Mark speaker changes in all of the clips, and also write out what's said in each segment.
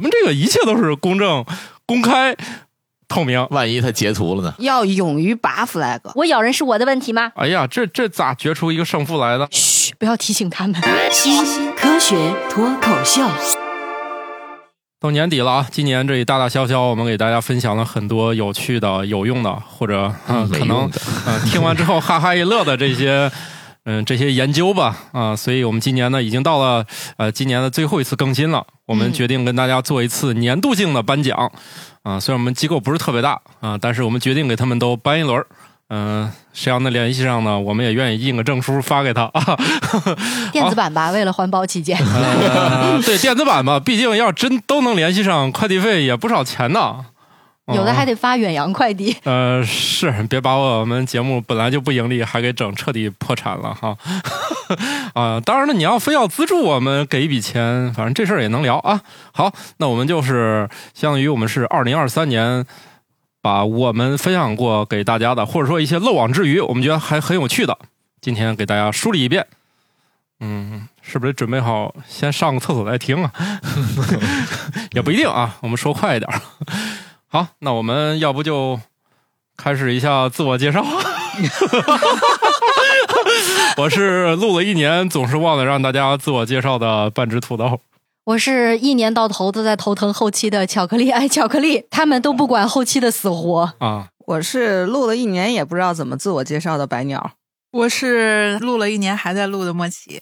Speaker 1: 我们这个一切都是公正、公开、透明。
Speaker 2: 万一他截图了呢？
Speaker 3: 要勇于拔 flag。
Speaker 4: 我咬人是我的问题吗？
Speaker 1: 哎呀，这这咋决出一个胜负来的？
Speaker 3: 嘘，不要提醒他们。
Speaker 5: 新科学脱口秀，
Speaker 1: 到年底了啊，今年这大大小小，我们给大家分享了很多有趣的、有用的，或者嗯、
Speaker 2: 没
Speaker 1: 可能
Speaker 2: 用的
Speaker 1: 呃，听完之后哈哈一乐的这些，嗯、这些研究吧，啊、所以我们今年呢已经到了呃今年的最后一次更新了，我们
Speaker 3: 嗯
Speaker 1: 决定跟大家做一次年度性的颁奖，啊、虽然我们机构不是特别大啊、但是我们决定给他们都颁一轮儿。嗯、沈阳的联系上呢，我们也愿意印个证书发给他 啊。
Speaker 3: 电子版吧，为了环保起见。
Speaker 1: 呃 对电子版吧，毕竟要真都能联系上，快递费也不少钱呢。嗯
Speaker 3: 有的还得发远洋快递，
Speaker 1: 呃，是别把我们节目本来就不盈利，还给整彻底破产了哈。 啊、当然了，你要非要资助我们给一笔钱，反正这事儿也能聊啊。好，那我们就是相当于我们是二零二三年。把我们分享过给大家的，或者说一些漏网之鱼，我们觉得还很有趣的，今天给大家梳理一遍。嗯，是不是准备好先上个厕所再听啊？ 也不一定啊，我们说快一点儿。 好，那我们要不就开始一下自我介绍。 我是录了一年，总是忘了让大家自我介绍的半只土豆。
Speaker 3: 我是一年到头都在头疼后期的巧克力爱巧克力，他们都不管后期的死活。
Speaker 1: 啊，
Speaker 6: 我是录了一年也不知道怎么自我介绍的白鸟，
Speaker 7: 我是录了一年还在录的莫奇，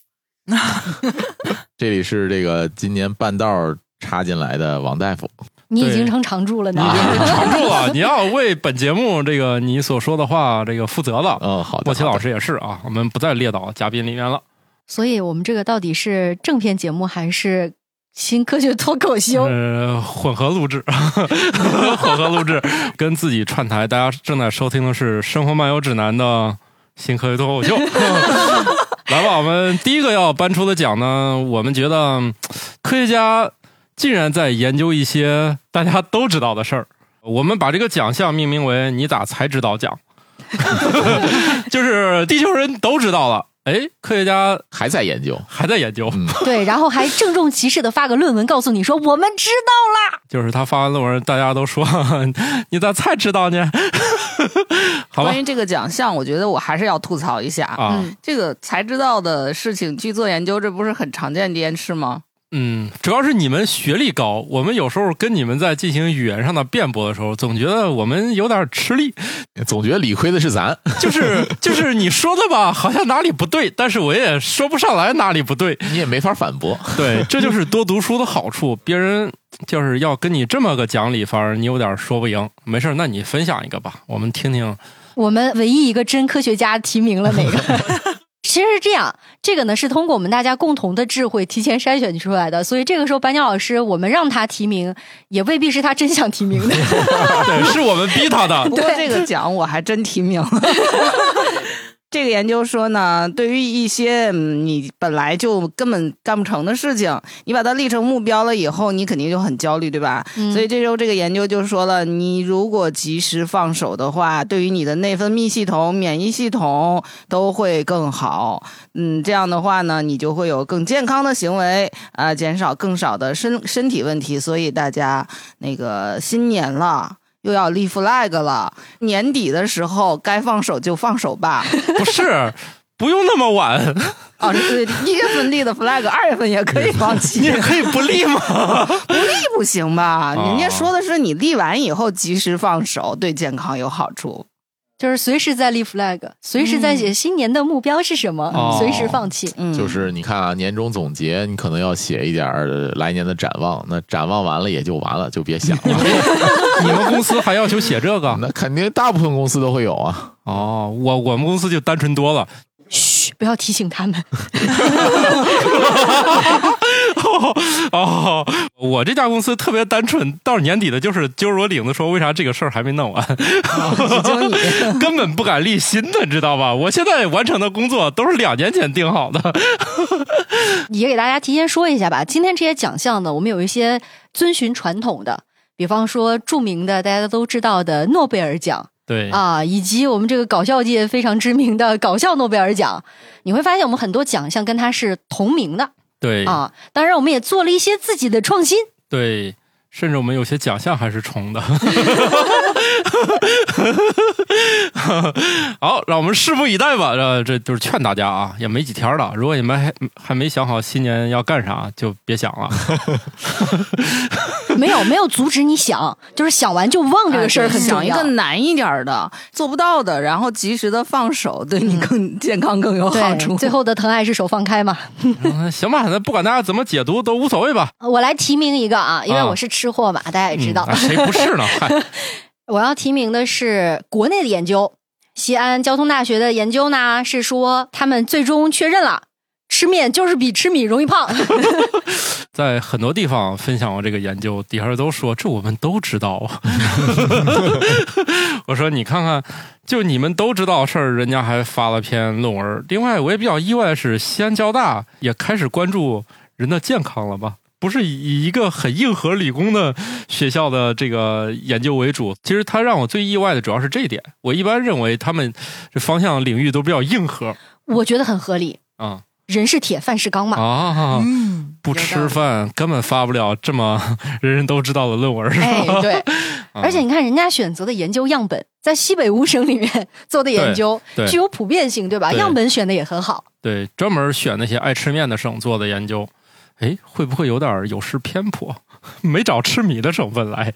Speaker 2: 这里是这个今年半道儿插进来的王大夫，
Speaker 3: 你已
Speaker 1: 对
Speaker 3: 经成常驻了呢。
Speaker 1: 常住 啊，你要为本节目这个你所说的话这个负责了。
Speaker 2: 嗯，好的，
Speaker 1: 莫奇老
Speaker 2: 好的，
Speaker 1: 师也是啊，我们不再列到嘉宾里面了。
Speaker 3: 所以我们这个到底是正片节目还是新科学脱口秀？
Speaker 1: 呃，混合录制， 混合录制，跟自己串台。大家正在收听的是《生活漫游指南》的新科学脱口秀。来吧，我们第一个要颁出的奖呢，我们觉得嗯科学家竟然在研究一些大家都知道的事儿。我们把这个奖项命名为“你咋才知道奖”， 就是地球人都知道了，哎，科学家
Speaker 2: 还在研究，
Speaker 1: 还在研究。
Speaker 2: 嗯，
Speaker 3: 对，然后还郑重其事的发个论文告诉你说我们知道。
Speaker 1: 就是他发完论文，大家都说 你咋才知道呢？好吧
Speaker 6: 关于这个奖项，我觉得我还是要吐槽一下。
Speaker 1: 啊，
Speaker 3: 嗯，
Speaker 6: 这个才知道的事情去做研究，这不是很常见的一件事吗？
Speaker 1: 嗯，主要是你们学历高，我们有时候跟你们在进行语言上的辩驳的时候，总觉得我们有点吃 力，
Speaker 2: 总觉得理亏的是咱，
Speaker 1: 就是就是你说的吧，好像哪里不对，但是我也说不上来哪里不对。
Speaker 2: 你也没法反驳，
Speaker 1: 对，这就是多读书的好处，别人就是要跟你这么个讲理，反而你有点说不赢。没事儿，那你分享一个吧，我们听听。
Speaker 3: 我们唯一一个真科学家提名了哪个？ 其实是这样，这个呢是通过我们大家共同的智慧提前筛选出来的，所以这个时候白鸟老师，我们让他提名，也未必是他真想提名 的。
Speaker 1: 对，是我们逼他的
Speaker 6: 不。过这个奖我还真提名了。 这个研究说呢，对于一些嗯你本来就根本干不成的事情，你把它立成目标了以后，你肯定就很焦虑，对吧？
Speaker 3: 嗯
Speaker 6: 所以这周这个研究就说了，你如果及时放手的话，对于你的内分泌系统、免疫系统都会更好。嗯，这样的话呢，你就会有更健康的行为，啊、减少更少的身身体问题。所以大家那个新年了。又要立 flag 了，年底的时候该放手就放手吧。
Speaker 1: 不是，不用那么晚，
Speaker 6: 哦，对，一月份立的 flag，二月份也可以放弃。
Speaker 1: 你也可以不立吗？
Speaker 6: 不行吧？
Speaker 1: 哦
Speaker 6: 人家说的是你立完以后及时放手，对健康有好处。
Speaker 3: 就是随时在立 flag，随时在写新年的目标是什么，
Speaker 1: 哦
Speaker 3: 随时放弃。
Speaker 6: 嗯，
Speaker 2: 就是你看啊，年终总结，你可能要写一点儿来年的展望，那展望完了也就完了，就别 想了。
Speaker 1: 你们公司还要求写这个？
Speaker 2: 那肯定大部分公司都会有啊，
Speaker 1: 哦，我我们公司就单纯多了。
Speaker 3: 嘘，不要提醒他们。
Speaker 1: 哦，我这家公司特别单纯，到年底的就是揪着我领子说，为啥这个事儿还没弄完，
Speaker 6: 就你
Speaker 1: 根本不敢立新的，知道吧？我现在完成的工作都是两年前定好的。
Speaker 3: 也给大家提前说一下吧，今天这些奖项呢，我们有一些遵循传统的，比方说著名的大家都知道的诺贝尔奖
Speaker 1: 对，
Speaker 3: 啊，以及我们这个搞笑界非常知名的搞笑诺贝尔奖。你会发现我们很多奖项跟它是同名的
Speaker 1: 对，
Speaker 3: 哦啊，当然我们也做了一些自己的创新。
Speaker 1: 对，甚至我们有些奖项还是重的。 好，让我们拭目以待吧。呃，这就是劝大家啊，也没几天了。如果你们还还没想好新年要干啥，就别想了。
Speaker 3: 没有没有阻止你想，就是想完就忘这个事儿很重
Speaker 6: 哎想一
Speaker 3: 要。
Speaker 6: 个难一点儿的，做不到的，然后及时的放手，对你更健康更有好处。
Speaker 3: 对，最后的疼爱是手放开嘛。
Speaker 1: 嗯行吧，那不管大家怎么解读都无所谓吧。
Speaker 3: 我来提名一个啊，因为
Speaker 1: 啊
Speaker 3: 我是吃货嘛，大家也知道。
Speaker 1: 嗯啊谁不是呢？嗨，
Speaker 3: 我要提名的是国内的研究，西安交通大学的研究呢，是说他们最终确认了。吃面就是比吃米容易 胖，
Speaker 1: 在很多地方分享过这个研究，底下都说这我们都知道啊。 我说你看看，就你们都知道事儿，人家还发了篇论文。另外，我也比较意外的是，西安交大也开始关注人的健康了吧？不是以一个很硬核理工的学校的这个研究为主，其实它让我最意外的主要是这一点。我一般认为他们这方向领域都比较硬核
Speaker 3: 我觉得很合理。
Speaker 1: 啊
Speaker 3: 人是铁，饭是钢嘛。
Speaker 1: 啊，
Speaker 7: 嗯，
Speaker 1: 不吃饭根本发不了这么 人人都知道的论文，是吧？
Speaker 3: 哎， 对，
Speaker 1: 啊
Speaker 3: 而且你看人家选择的研究样本，在西北五省里面做的研究
Speaker 1: 对对
Speaker 3: 具有普遍性，对吧？
Speaker 1: 对
Speaker 3: 样本选的也很好。
Speaker 1: 对，专门选那些爱吃面的省做的研究，哎，会不会有点有失偏颇？ 没找吃米的省份来，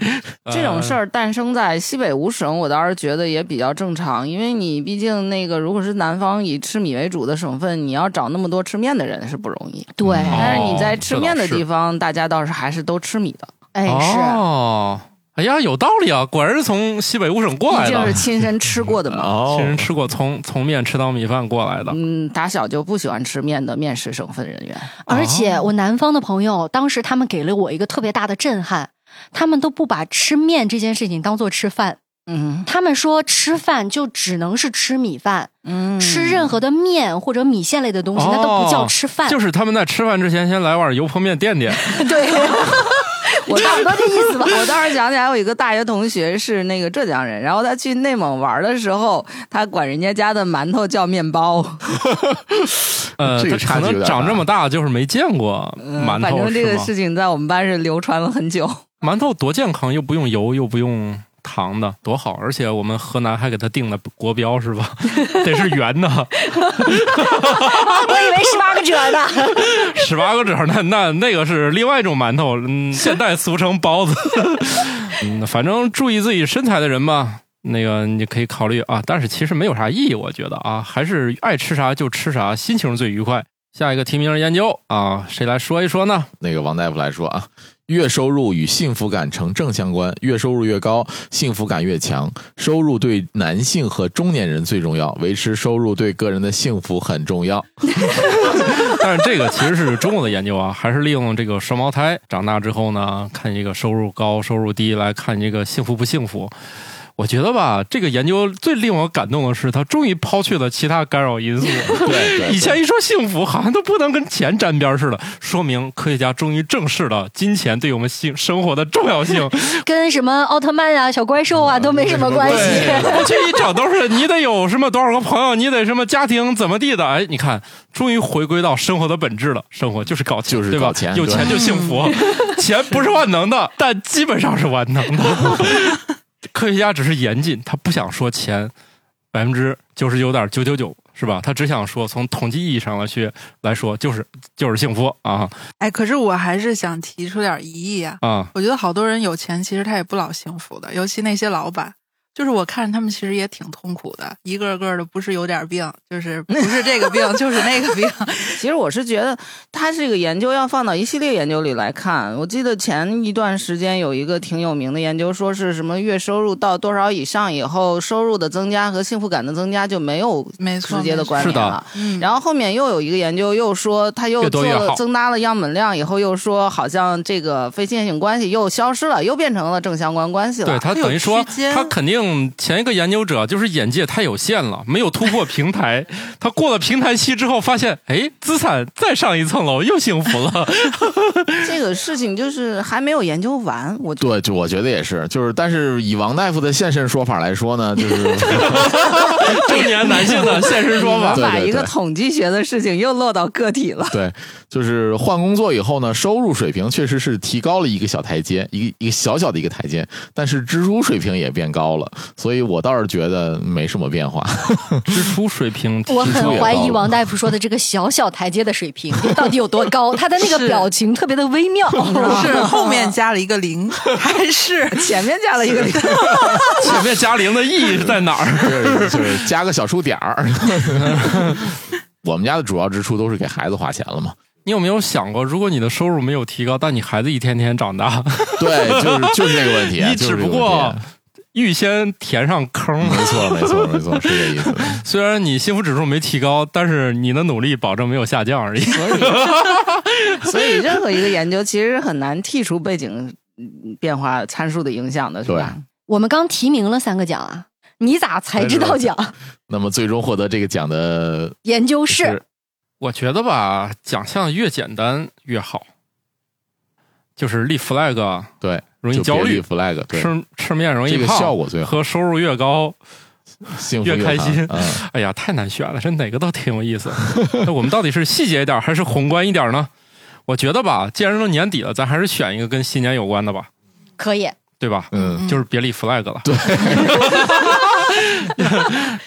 Speaker 1: 呃
Speaker 6: 这种事
Speaker 1: 儿、
Speaker 6: 儿诞生在西北五省，我倒是觉得也比较正常，因为你毕竟那个如果是南方以吃米为主的省份，你要找那么多吃面的人是不容易。
Speaker 3: 对，
Speaker 1: 哦
Speaker 6: 但是你在吃面的
Speaker 1: 这倒是
Speaker 6: 地方，大家倒是还是都吃米 的，
Speaker 3: 哎是。
Speaker 1: 哦，哎呀，有道理啊，果然是从西北五省过来
Speaker 6: 毕竟
Speaker 1: 的
Speaker 6: 是，亲身吃过 的嘛。
Speaker 2: 哦
Speaker 1: 亲，人吃过从从面吃到米饭过来的。
Speaker 6: 嗯，打小就不喜欢吃面的面食省份人员，
Speaker 3: 而且我南方的朋友当时他们给了我一个特别大的震撼，他们都不把吃面这件事情当做吃饭，
Speaker 6: 嗯
Speaker 3: 他们说吃饭就只能是吃米饭，
Speaker 6: 嗯，
Speaker 3: 吃任何的面或者米线类的东西，
Speaker 1: 哦
Speaker 3: 那都不叫吃
Speaker 6: 嗯
Speaker 3: 饭。
Speaker 1: 就是他们在吃饭之前先来碗油泼面垫垫，
Speaker 3: 对，
Speaker 6: 哎我
Speaker 3: 差不多这意思吧。
Speaker 6: 我当时想起来，我有一个大学同学是那个浙江人，然后他去内蒙玩的时候，他管人家家的馒头叫面包，
Speaker 1: 呃，
Speaker 2: 这
Speaker 1: 他
Speaker 2: 个
Speaker 1: 可
Speaker 2: 差距有
Speaker 1: 能
Speaker 2: 点
Speaker 1: 长
Speaker 2: 大
Speaker 1: 这么大就是没见过
Speaker 6: 嗯
Speaker 1: 馒头，
Speaker 6: 反正这
Speaker 1: 是
Speaker 6: 个
Speaker 1: 吗
Speaker 6: 事情在我们班是流传了很 久。
Speaker 1: 馒头多健康，又不用油，又不用糖的，多好！而且我们河南还给它定了国标，是吧？ 得是圆的，
Speaker 3: 我以为十八个折呢。
Speaker 1: 十八个褶儿，那那那个是另外一种馒头，嗯，现代俗称包子。 嗯，反正注意自己身材的人吧，那个你可以考虑啊，但是其实没有啥意义，我觉得啊，还是爱吃啥就吃啥，心情最愉快。下一个提名人研究啊，谁来说一说呢？
Speaker 2: 那个王大夫来说啊，月收入与幸福感呈正相关，月收入越高，幸福感越强。收入对男性和中年人最重要，维持收入对个人的幸福很重要。
Speaker 1: 但是这个其实是中国的研究啊，还是利用这个双胞胎长大之后呢，看这个收入高、收入低来看这个幸福不幸福。我觉得吧，这个研究最令我感动的是，他终于抛去了其他干扰因素。
Speaker 2: 对，对
Speaker 1: 以前一说幸福，好像都不能跟钱沾边儿似的，说明科学家终于正视了金钱对我们性生活的重要性。
Speaker 3: 跟什么奥特曼啊、小怪兽啊都没什么关系。
Speaker 1: 对， 过去一整都是你得有什么多少个朋友，你得什么家庭怎么地的。哎，你看，终于回归到生活的本质了。生活就是搞钱，
Speaker 2: 就是
Speaker 1: 对吧？
Speaker 2: 搞钱
Speaker 1: 有钱就幸 福，钱不是万能的，但基本上是万能的。 科学家只是严谨，他不想说钱百分之九十九点九九九。是吧？他只想说，从统计意义上来去来说，就是就是幸福啊
Speaker 7: 哎，可是我还是想提出点疑义啊。
Speaker 1: 啊！
Speaker 7: 我觉得好多人有钱，其实他也不老幸福的，尤其那些老板，就是我看他们其实也挺痛苦的，一个个的不是有点病，就是不是这个 病，就是那个病。
Speaker 6: 其实我是觉得，他这个研究要放到一系列研究里来看。我记得前一段时间有一个挺有名的研究，说是什么月收入到多少以上以后，收入的增加和幸福感的增加就没有
Speaker 7: 没错，
Speaker 6: 直接的
Speaker 7: 没错
Speaker 6: 关
Speaker 1: 是
Speaker 6: 联
Speaker 1: 的
Speaker 6: 了。
Speaker 7: 嗯，
Speaker 6: 然后后面又有一个研究，又说他又
Speaker 1: 越多
Speaker 6: 做
Speaker 1: 越好
Speaker 6: 了增加了样本量以后，又说好像这个非线性关系又消失了，又变成了正相关关系了。
Speaker 1: 对他等于说
Speaker 7: 它有区，间
Speaker 1: 他肯定定前一个研究者就是眼界太有限了，没有突破平台。他过了平台期之后，发现哎，资产再上一层楼，又幸福了。
Speaker 6: 这个事情就是还没有研究完，我
Speaker 2: 对，就我觉得也是，就是但是以王大夫的现身说法来说呢，就是
Speaker 1: 中年男性的现身说法
Speaker 2: 对，
Speaker 6: 把一个统计学的事情又落到个体了。
Speaker 2: 对，就是换工作以后呢，收入水平确实是提高了一个小台阶，一个一个小小的一个台阶，但是支出水平也变高了，所以我倒是觉得没什么变化。
Speaker 1: 支出水平提
Speaker 3: 我
Speaker 1: 出
Speaker 3: 很怀疑王大夫说的这个小小台阶的水平 到底有多高，他的那个表情特别的微妙。
Speaker 7: 是后面加了一个零，还是
Speaker 6: 前面 加了一个零，
Speaker 1: 前面加零的意义在哪儿？
Speaker 2: 就是就是加个小数点儿。 我们家的主要支出都是给孩子花钱了嘛？
Speaker 1: 你有没有想过，如果你的收入没有提高，但你孩子一天天长大，
Speaker 2: 对，就是就是这个问题，啊
Speaker 1: 你
Speaker 2: 就是
Speaker 1: 只
Speaker 2: 这个
Speaker 1: 不
Speaker 2: 问题
Speaker 1: 过预先填上坑
Speaker 2: 没错，没错，没错，是这意思。
Speaker 1: 虽然你幸福指数没提高，但是你的努力保证没有下降而已。
Speaker 6: 所以所以任何一个研究其实很难剔除背景嗯变化参数的影响的，是吧？
Speaker 3: 我们刚提名了三个奖啊，你咋才知道奖？
Speaker 2: 那么最终获得这个奖的
Speaker 3: 研究室，
Speaker 1: 我觉得吧，奖项越简单越好，就是立 flag
Speaker 2: 对，
Speaker 1: 容易
Speaker 2: 就
Speaker 1: 焦
Speaker 2: 别立
Speaker 1: 虑，
Speaker 2: flag，对，
Speaker 1: 吃吃面容易
Speaker 2: 这个
Speaker 1: 胖，
Speaker 2: 效果最好，
Speaker 1: 和收入越高，
Speaker 2: 幸福
Speaker 1: 越开
Speaker 2: 好
Speaker 1: 心
Speaker 2: 嗯，
Speaker 1: 哎呀，太难选了，这哪个都挺有意 思。那我们到底是细节一点还是宏观一点呢？我觉得吧，既然都年底了，咱还是选一个跟新年有关的吧，
Speaker 3: 可以。
Speaker 1: 对吧？
Speaker 2: 嗯，
Speaker 1: 就是别立 flag 了， 对，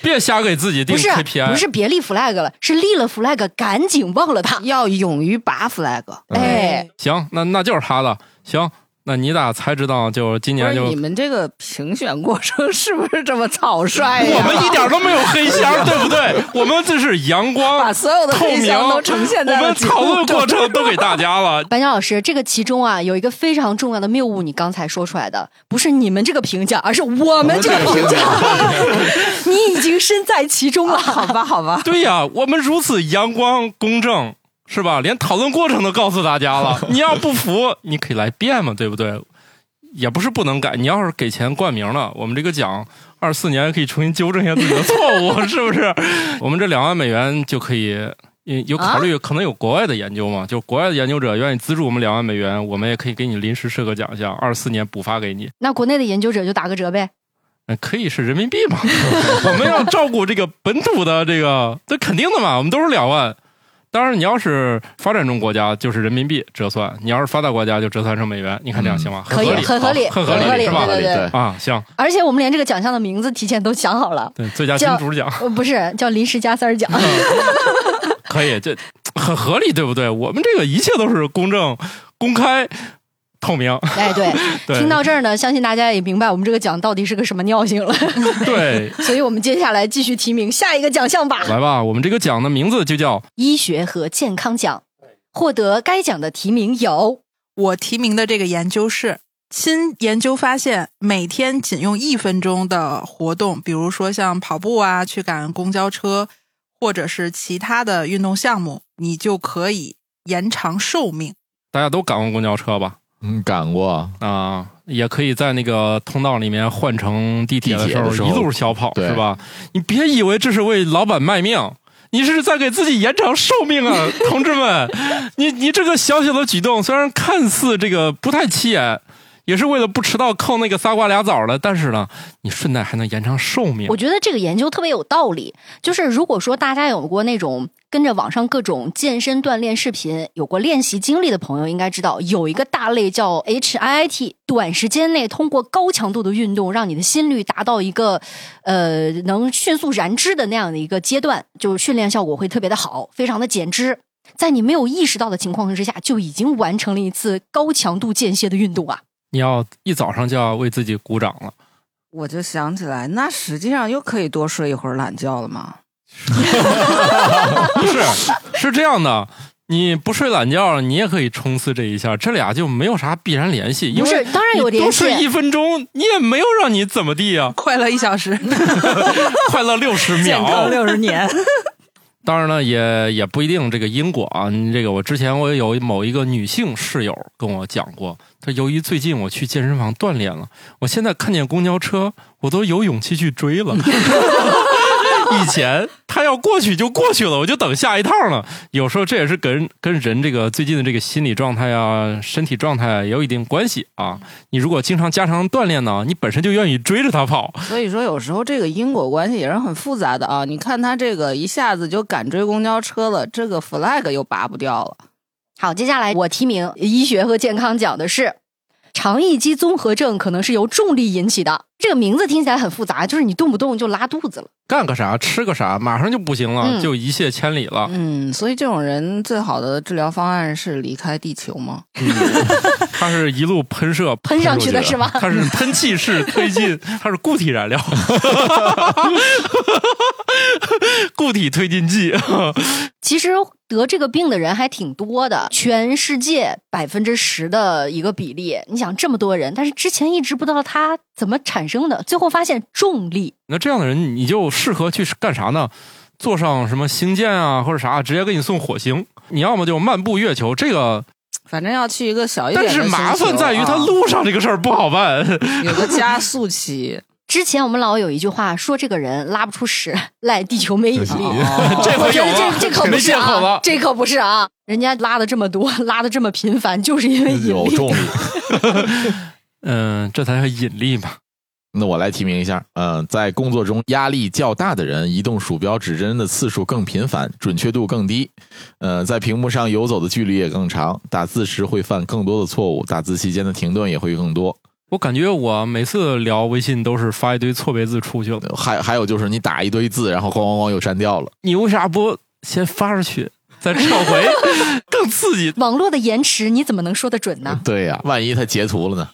Speaker 1: 别瞎给自己定
Speaker 3: 不
Speaker 2: 啊
Speaker 3: 是
Speaker 1: KPI，
Speaker 3: 不是别立 flag 了，是立了 flag 赶紧忘了它。
Speaker 6: 要勇于拔 flag。
Speaker 3: 哎，
Speaker 1: 行，那那就是他了。行，那你咋才知道？就今
Speaker 6: 不
Speaker 1: 年
Speaker 6: 是
Speaker 1: 就
Speaker 6: 你们这个评选过程是不是这么草率呀？
Speaker 1: 我们一点都没有黑箱，对不对？我们这是阳
Speaker 6: 把
Speaker 1: 光、
Speaker 6: 所有的
Speaker 1: 透
Speaker 6: 黑
Speaker 1: 明，
Speaker 6: 箱都呈现在
Speaker 1: 我
Speaker 6: 了
Speaker 1: 们
Speaker 6: 节
Speaker 1: 讨
Speaker 6: 目
Speaker 1: 论过
Speaker 6: 中。
Speaker 1: 程都给大家了。
Speaker 3: 白江老师，这个其中啊有一个非常重要的谬误，你刚才说出来的不是你们这个评奖，而是我们这个评奖。 你已经身在其中 了，
Speaker 6: 好吧，好吧，
Speaker 1: 对呀，我们如此阳光、公正，是吧？连讨论过程都告诉大家了。你要不服，你可以来辩嘛，对不对？也不是不能改，你要是给钱冠名了，我们这个奖二四年可以重新纠正一下自己的错误， 是不是？我们这两万美元就可以，嗯有考虑可能有国外的研究嘛，就国外的研究者愿意资助我们两万美元，我们也可以给你临时设个奖项，二四年补发给你。
Speaker 3: 那国内的研究者就打个折呗。
Speaker 1: 呃可以是人民币嘛？ 我们要照顾这个本土的这个，这肯定的嘛，我们都是两万。当然，你要是发展中国家，就是人民币折算；你要是发达国家，就折算成美元。你看这样行吗？
Speaker 3: 嗯可以
Speaker 1: 合理，
Speaker 3: 很合理
Speaker 1: 很
Speaker 3: 很合
Speaker 1: 理，
Speaker 3: 理
Speaker 1: 是
Speaker 3: 对
Speaker 1: 吧？
Speaker 3: 对对
Speaker 2: 对
Speaker 1: 啊，行，
Speaker 3: 而且我们连这个奖项的名字提前都想好 了，
Speaker 1: 对，最佳金主奖
Speaker 3: 呃，不是叫临时加三儿奖。
Speaker 1: 可以，这很合理，对不对？我们这个一切都是公正、公开、透明。
Speaker 3: 哎， 对，
Speaker 1: 对
Speaker 3: 听到这儿呢，相信大家也明白我们这个奖到底是个什么尿性 了。
Speaker 1: 对，
Speaker 3: 所以我们接下来继续提名下一个奖项吧。
Speaker 1: 来吧，我们这个奖的名字就叫
Speaker 3: 医学和健康奖。获得该奖的提名有
Speaker 7: 我提名的这个研究是，新研究发现，每天仅用一分钟的活动，比如说像跑步啊、去赶公交车，或者是其他的运动项目，你就可以延长寿命。，
Speaker 1: 大家都赶过公交车吧？
Speaker 2: 嗯，赶过，
Speaker 1: 啊，也可以在那个通道里面换乘地铁的
Speaker 2: 地
Speaker 1: 时
Speaker 2: 铁
Speaker 1: 候
Speaker 2: 的时候
Speaker 1: 一路小跑，
Speaker 2: 对
Speaker 1: 是吧？你别以为这是为老板卖命。你是在给自己延长寿命啊，同志们！你你这个小小的举动，虽然看似这个不太起眼，也是为了不迟到扣那个仨瓜俩枣的，但是呢，你顺带还能延长寿命
Speaker 3: 我。觉得这个研究特别有道理。就是如果说大家有过那种跟着网上各种健身锻炼视频有过练习经历的朋友，应该知道有一个大类叫 HIIT，短时间内通过高强度的运动，让你的心率达到一个呃能迅速燃脂的那样的一个阶段，就是训练效果会特别的好，非常的减脂。在你没有意识到的情况之下，就已经完成了一次高强度间歇的运动啊！
Speaker 1: 你要一早上就要为自己鼓掌了。
Speaker 6: 我就想起来，那实际上又可以多睡一会儿懒觉了嘛。
Speaker 1: 不是，是这样的，你不睡懒觉，你也可以冲刺这一下，这俩就没有啥必然联系。因
Speaker 3: 不
Speaker 1: 为
Speaker 3: 是当然有
Speaker 1: 你多
Speaker 3: 联系
Speaker 1: 睡一分钟，你也没有让你怎么地啊
Speaker 7: 快乐一小时，
Speaker 1: 快乐六十秒。
Speaker 6: 六十年，
Speaker 1: 当然了，也也不一定这个因果啊。嗯这个我之前我有某一个女性室友跟我讲过，她由于最近我去健身房锻炼了，我现在看见公交车我都有勇气去追了。 以前他要过去就过去了，我就等下一趟了。有时候这也是跟跟人这个最近的这个心理状态啊、身体状态啊也有一定关系啊。你如果经常加强锻炼呢，你本身就愿意追着他跑，
Speaker 6: 所以说，有时候这个因果关系也是很复杂的啊。你看他这个一下子就赶追公交车了，这个 flag 又拔不掉了。
Speaker 3: 好，接下来我提名医学和健康讲的是肠易激综合症，可能是由重力引起的。这个名字听起来很复杂，就是你动不动就拉肚子了。
Speaker 1: 干个啥吃个啥，马上就不行了，
Speaker 3: 嗯
Speaker 1: 就一泻千里了。
Speaker 6: 嗯，所以这种人最好的治疗方案是离开地球吗？
Speaker 1: 它是一路喷射
Speaker 3: 喷上去的
Speaker 1: 出
Speaker 3: 是吗
Speaker 1: 它是喷气 式推进，它是固体燃料， 固体推进剂。
Speaker 3: 其实得这个病的人还挺多的，全世界百分之十的一个比例。你想这么多人，但是之前一直不知道它怎么产生的，最后发现重力。
Speaker 1: 那这样的人，你就适合去干啥呢？坐上什么星舰啊，或者啥，直接给你送火星。你要么就漫步月球，这个，
Speaker 6: 反正要去一个小一
Speaker 1: 但
Speaker 6: 点的
Speaker 1: 是
Speaker 6: 星球
Speaker 1: 麻烦在于它
Speaker 6: 啊
Speaker 1: 路上这个事儿不好办。
Speaker 6: 有个加速期。
Speaker 3: 之前我们老有一句话说，这个人拉不出屎， 赖地球没引力。
Speaker 6: 哦
Speaker 1: 这
Speaker 3: 我
Speaker 1: 回
Speaker 3: 觉
Speaker 1: 有
Speaker 3: 得
Speaker 1: 了，
Speaker 3: 这这可不
Speaker 1: 没
Speaker 3: 是
Speaker 1: 借口
Speaker 3: 啊
Speaker 1: 了，。
Speaker 3: 这可不是啊！人家拉的这么多，拉的这么频繁，就是因为引
Speaker 2: 有
Speaker 3: 力。
Speaker 2: 重力。
Speaker 1: 嗯，这才叫引力嘛。
Speaker 2: 那我来提名一下，嗯、在工作中压力较大的人，移动鼠标指针的次数更频繁，准确度更低，呃，在屏幕上游走的距离也更长，打字时会犯更多的错误，打字期间的停顿也会更多。
Speaker 1: 我感觉我每次聊微信都是发一堆错别字出去了。
Speaker 2: 呃还还有就是你打一堆字，然后咣咣咣又删掉了。
Speaker 1: 你为啥不先发出去，再撤回， 更刺激？
Speaker 3: 网络的延迟，你怎么能说得准呢？
Speaker 2: 对呀、万一他截图了呢？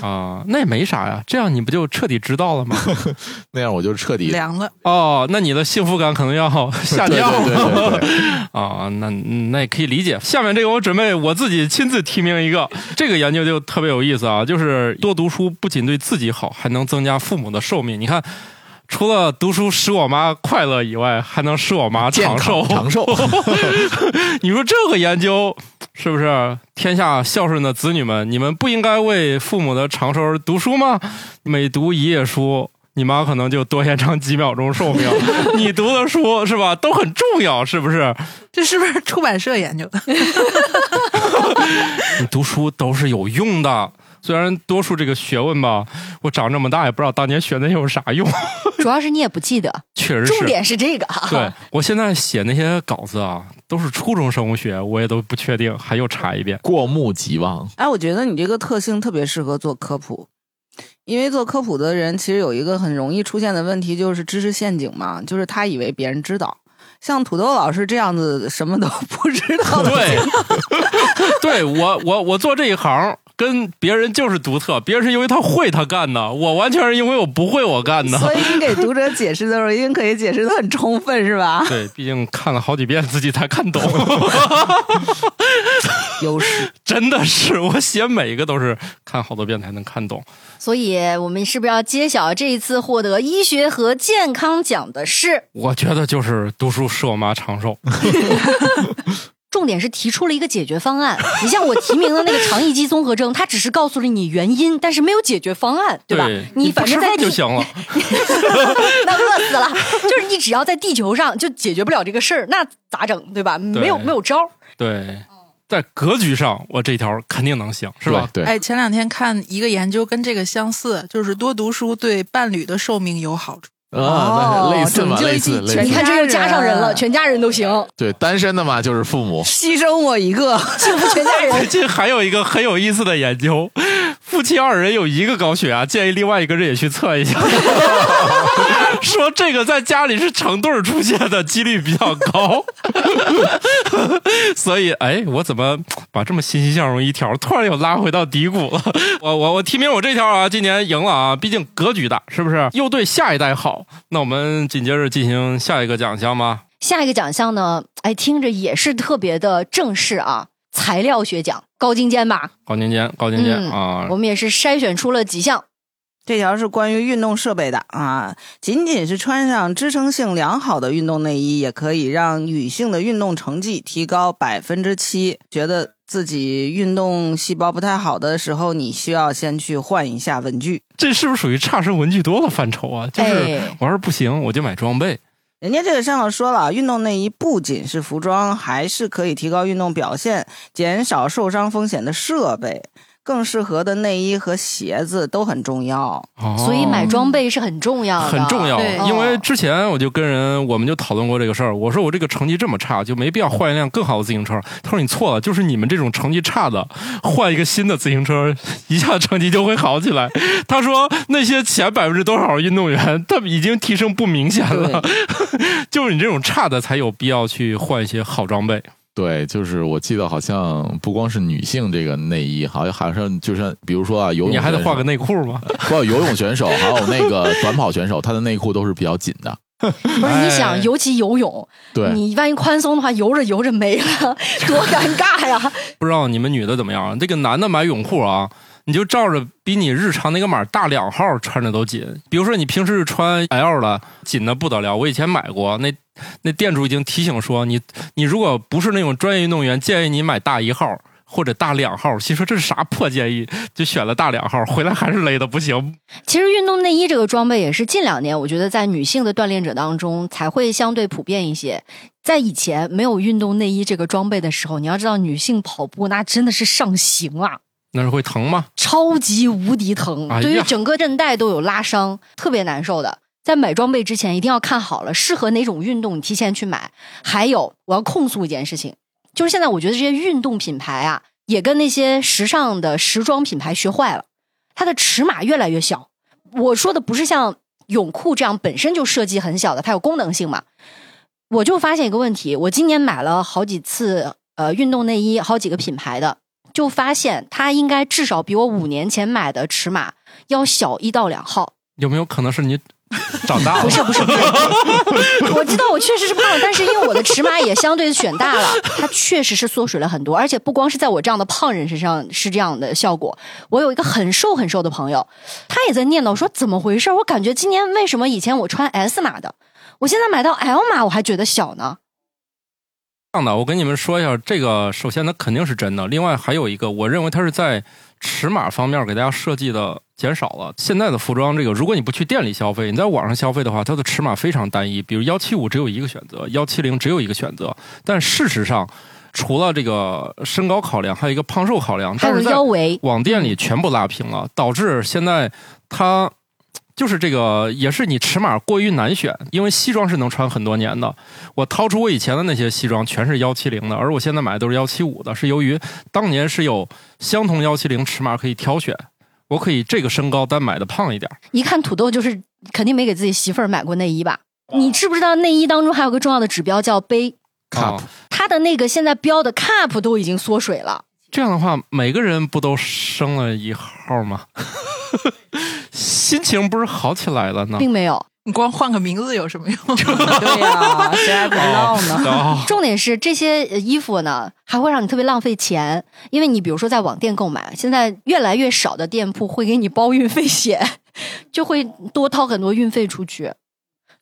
Speaker 1: 啊，那也没啥呀，这样你不就彻底知道了吗？
Speaker 2: 那样我就彻底
Speaker 7: 凉了。
Speaker 1: 哦，那你的幸福感可能要下
Speaker 2: 对
Speaker 1: 降
Speaker 2: 对对对对，
Speaker 1: 啊，那那也可以理解。下面这个我准备我自己亲自提名一个，这个研究就特别有意思啊，就是多读书不仅对自己好，还能增加父母的寿命。你看。除了读书使我妈快乐以外，还能使我妈
Speaker 2: 健
Speaker 1: 长寿
Speaker 2: 康。长寿。
Speaker 1: 你说这个研究是不是天下孝顺的子女们，你们不应该为父母的长寿而读书吗？每读一页书。你妈可能就多延长几秒钟寿命，你读的书是吧，都很重要，是不是？
Speaker 7: 这是不是出版社研究的？
Speaker 1: 你读书都是有用的，虽然多数这个学问吧，我长这么大也不知道当年学那有啥用，
Speaker 3: 主要是你也不记得，
Speaker 1: 确实是。
Speaker 3: 重点是这个啊。
Speaker 1: 对我现在写那些稿子啊，都是初中生物学，我也都不确定，还又查一遍。
Speaker 2: 过目即忘，
Speaker 6: 哎，我觉得你这个特性特别适合做科普，因为做科普的人其实有一个很容易出现的问题，就是知识陷阱嘛，就是他以为别人知道。像土豆老师这样子什么都不知道的，
Speaker 1: 对，对我我我做这一行跟别人就是独特，别人是因为他会他干的，我完全是因为我不会我干
Speaker 6: 所
Speaker 1: 的。
Speaker 6: 以你给读者解释的时候，一定可以解释的很充分，是吧？
Speaker 1: 对，毕竟看了好几遍自己才看懂，
Speaker 6: 优势。
Speaker 1: 真的是我写每一个都是看好多遍才能看懂。
Speaker 3: 所以我们是不是要揭晓这一次获得医学和健康奖的是？
Speaker 1: 我觉得就是读书使我妈长寿，
Speaker 3: 重点是提出了一个解决 方案。你像我提名的那个肠易激综合症，它只是告诉了你原因，但是没有解决方案，对吧？
Speaker 1: 你不
Speaker 3: 反正
Speaker 1: 吃
Speaker 3: 在
Speaker 1: 饭
Speaker 3: 地
Speaker 1: 就行 了。
Speaker 3: 那饿死了。就是你只要在地球上就解决不了这个事儿，那咋整，对吧？没有没有招儿。
Speaker 1: 对，在格局上，我这条肯定能行，是吧？
Speaker 2: 对，对
Speaker 7: 哎，前两天看一个研究跟这个相似，就是多读书对伴侣的寿命有好处。
Speaker 2: 啊，那是类似嘛，
Speaker 6: 哦拯救
Speaker 2: 类
Speaker 6: 一
Speaker 2: 似
Speaker 6: 季
Speaker 2: 类
Speaker 6: 全
Speaker 3: 你
Speaker 2: 似
Speaker 3: 看，。这又加上人了，
Speaker 6: 家人
Speaker 3: 全家人都行，
Speaker 2: 对，单身的嘛就是父母，
Speaker 6: 牺牲我一个，
Speaker 3: 幸福全家人。
Speaker 1: 最近还有一个很有意思的研究，夫妻二人有一个高血压，建议另外一个人也去测一下， 说这个在家里是成对儿出现的几率比较高， 所以哎，我怎么把这么欣欣向荣一条突然又拉回到低谷了？ 我我我提名我这条啊，今年赢了啊，毕竟格局大，是不是？又对下一代好，那我们紧接着进行下一个奖项吧。
Speaker 3: 下一个奖项呢？哎，听着也是特别的正式啊，材料学奖，高精尖吧？
Speaker 1: 高精尖，高精尖、
Speaker 3: 嗯
Speaker 1: 啊！
Speaker 3: 我们也是筛选出了几项
Speaker 6: 这条是关于运动设备的啊，仅仅是穿上支撑性良好的运动内衣，也可以让女性的运动成绩提高百分之七。觉得自己运动细胞不太好的时候，你需要先去换一下文具。
Speaker 1: 这是不是属于差生文具多的范畴啊？就是
Speaker 3: 哎
Speaker 1: 我要是不行，我就买装备。
Speaker 6: 人家这个上头说了，啊运动内衣不仅是服装，还是可以提高运动表现、减少受伤风险的设备。更适合的内衣和鞋子都很重要。
Speaker 1: 哦
Speaker 3: 所以买装备是很重要的，哦
Speaker 1: 很重要啊
Speaker 7: 对，
Speaker 1: 因为之前我就跟人，我们就讨论过这个事儿。我说我这个成绩这么差，就没必要换一辆更好的自行车。他说你错了，就是你们这种成绩差的，换一个新的自行车，一下成绩就会好起来。他说那些前百分之多少运动员，他们已经提升不明显了，就是你这种差的才有必要去换一些好装备。
Speaker 2: 对，就是我记得好像不光是女性这个内衣，好像好像就像比如说啊，游泳
Speaker 1: 你还得
Speaker 2: 选
Speaker 1: 换
Speaker 2: 手
Speaker 1: 个内裤吗？
Speaker 2: 不游泳选手，还有那 个短跑选手，他的内裤都是比较紧的。
Speaker 3: 不是
Speaker 1: 哎
Speaker 3: 你想，尤其游泳，
Speaker 2: 对，
Speaker 3: 你万一宽松的话，游着游着没 了，多尴尬呀！
Speaker 1: 不知道你们女的怎么样？这个男的买泳裤啊，你就照着比你日常那个码大两号穿着都紧。比如说你平时穿 L 的，紧的不得了。我以前买过，那那店主已经提醒说，你你如果不是那种专业运动员，建议你买大一号。或者大两号，心说这是啥破建议，就选了大两号，回来还是勒的不行。
Speaker 3: 其实运动内衣这个装备也是近两年，我觉得在女性的锻炼者当中才会相对普遍一些。在以前没有运动内衣这个装备的时候，你要知道，女性跑步那真的是上刑啊，
Speaker 1: 那是会疼吗？
Speaker 3: 超级无敌疼，
Speaker 1: 哎呀
Speaker 3: 对于整个韧带都有拉伤，特别难受的。在买装备之前，一定要看好了适合哪种运动，你提前去买。还有，我要控诉一件事情，就是现在我觉得这些运动品牌啊，也跟那些时尚的时装品牌学坏了，它的尺码越来越小。我说的不是像泳裤这样本身就设计很小的，它有功能性嘛。我就发现一个问题，我今年买了好几次呃运动内衣，好几个品牌的，就发现它应该至少比我五年前买的尺码要小一到两号。
Speaker 1: 有没有可能是你长大了？
Speaker 3: 不是不是不是，我知道我确实是胖了，但是因为我的尺码也相对选大了，它确实是缩水了很多，而且不光是在我这样的胖人身上是这样的效果。我有一个很瘦很瘦的朋友，他也在念叨说怎么回事儿？我感觉今年为什么以前我穿 S 码的，我现在买到 L 码我还觉得小呢？
Speaker 1: 这样的，我跟你们说一下，这个首先它肯定是真的，另外还有一个，我认为它是在尺码方面给大家设计的减少了。现在的服装这个，如果你不去店里消费，你在网上消费的话，它的尺码非常单一，比如幺七五只有一个选择，幺七零只有一个选择。但事实上，除了这个身高考量，还有一个胖瘦考量，
Speaker 3: 还
Speaker 1: 但
Speaker 3: 有
Speaker 1: 是在
Speaker 3: 腰围，
Speaker 1: 网店里全部拉平了，导致现在它就是这个，也是你尺码过于难选，因为西装是能穿很多年的。我掏出我以前的那些西装，全是幺七零的，而我现在买的都是幺七五的，是由于当年是有相同幺七零尺码可以挑选，我可以这个身高但买的胖一点。
Speaker 3: 一看土豆就是肯定没给自己媳妇儿买过内衣吧？你知不知道内衣当中还有个重要的指标叫杯？
Speaker 2: Cup
Speaker 1: 啊
Speaker 3: 它的那个现在标的 cup 都已经缩水了，
Speaker 1: 这样的话，每个人不都升了一号吗？ 心情不是好起来了呢？
Speaker 3: 并没有。
Speaker 7: 你光换个名字有什么用？
Speaker 6: 对呀、谁还不知道呢？
Speaker 1: 哦
Speaker 3: 重点是这些呃衣服呢，还会让你特别浪费钱，因为你比如说在网店购买，现在越来越少的店铺会给你包运费险， 就会多掏很多运费出去。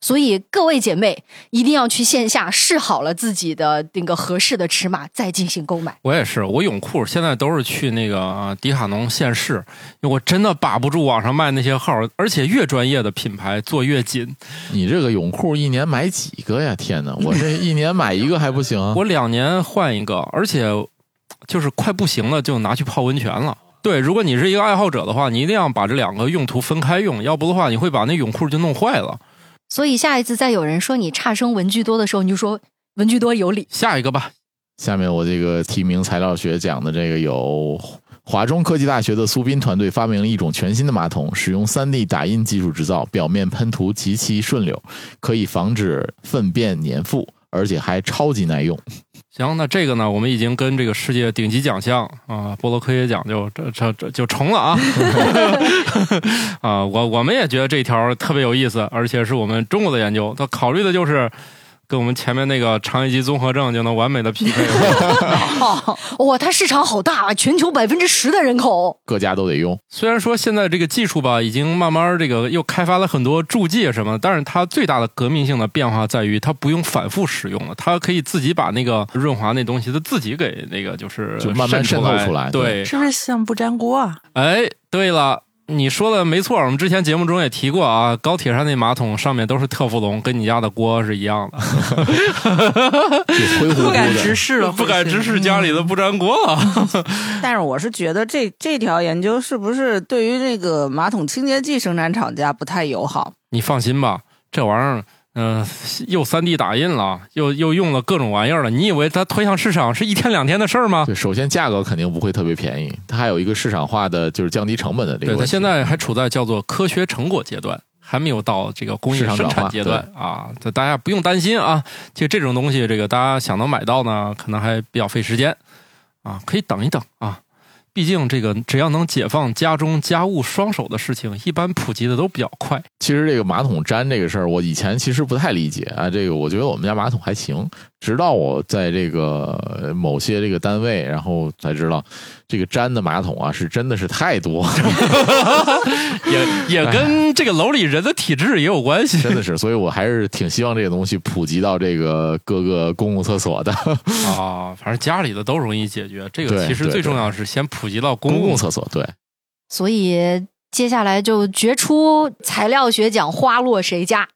Speaker 3: 所以各位姐妹一定要去线下试好了自己的那个合适的尺码，再进行购买。
Speaker 1: 我也是，我泳裤现在都是去那个呃迪卡侬现试，因为我真的把不住网上卖那些号，而且越专业的品牌做越紧。
Speaker 2: 你这个泳裤一年买几个呀？天哪，我这一年买一个还不 行啊？
Speaker 1: 我两年换一个，而且就是快不行了就拿去泡温泉了。对，如果你是一个爱好者的话，你一定要把这两个用途分开用，要不的话你会把那泳裤就弄坏了。
Speaker 3: 所以下一次再有人说你差生文具多的时候，你就说文具 多有理。
Speaker 1: 下一个吧，
Speaker 2: 下面我这个提名材料学讲的这个有。华中科技大学的苏斌团队发明了一种全新的马桶，使用 3D 打印技术制造，表面喷涂极其顺溜，可以防止粪便粘附，而且还超级耐用。
Speaker 1: 行，那这个呢，我们已经跟这个世界顶级奖项啊，波罗科学奖就这这这就重了啊！ 啊，我我们也觉得这条特别有意思，而且是我们中国的研究，它考虑的就是跟我们前面那个肠易激综合症就能完美的匹配。
Speaker 3: 哦哇，它市场好大啊，全球百分之十的人口。
Speaker 2: 各家都得用。
Speaker 1: 虽然说现在这个技术吧，已经慢慢这个又开发了很多注介什么，但是它最大的革命性的变化在于，它不用反复使用了，它可以自己把那个润滑那东西，它自己给那个就是
Speaker 2: 就慢慢渗透
Speaker 1: 出
Speaker 2: 出来
Speaker 1: 对，
Speaker 7: 是不是像不粘锅啊？
Speaker 1: 哎，对了。你说的没错，我们之前节目中也提过啊，高铁上那马桶上面都是特氟龙，跟你家的锅是一样的。
Speaker 2: 就灰乎乎
Speaker 7: 不敢直
Speaker 2: 的。
Speaker 7: 视了，
Speaker 1: 不敢直视家里的不粘锅啊了。
Speaker 6: 但是我是觉得这这条研究是不是对于这个马桶清洁剂生产厂家不太友好？
Speaker 1: 你放心吧，这玩意儿，嗯、又 3D 打印了，又又用了各种玩意儿了。你以为它推向市场是一天两天的事儿吗？
Speaker 2: 对，首先价格肯定不会特别便宜，它还有一个市场化的，就是降低成本的这个
Speaker 1: 对，
Speaker 2: 问题。
Speaker 1: 它现在还处在叫做科学成果阶段。还没有到这个工业
Speaker 2: 市场
Speaker 1: 生
Speaker 2: 转
Speaker 1: 产
Speaker 2: 化
Speaker 1: 阶段啊，这大家不用担心啊。就这种东西，这个大家想能买到呢，可能还比较费时间啊，可以等一等啊。毕竟这个只要能解放家中家务双手的事情，一般普及的都比较快。
Speaker 2: 其实这个马桶粘这个事儿，我以前其实不太理解啊。这个我觉得我们家马桶还行，直到我在这个呃某些这个单位，然后才知道，这个粘的马桶啊是真的是太多，
Speaker 1: 也也跟这个楼里人的体质也有关系
Speaker 2: 真哎的是，所以我还是挺希望这个东西普及到这个各个公共厕所 的
Speaker 1: 啊。反正家里的都容易解决，这个
Speaker 2: 对
Speaker 1: 其实
Speaker 2: 对
Speaker 1: 最
Speaker 2: 对
Speaker 1: 重要是先普及到公
Speaker 2: 公
Speaker 1: 共
Speaker 2: 共
Speaker 1: 层。
Speaker 2: 厕所。对，
Speaker 3: 所以接下来就决出材料学奖花落谁家。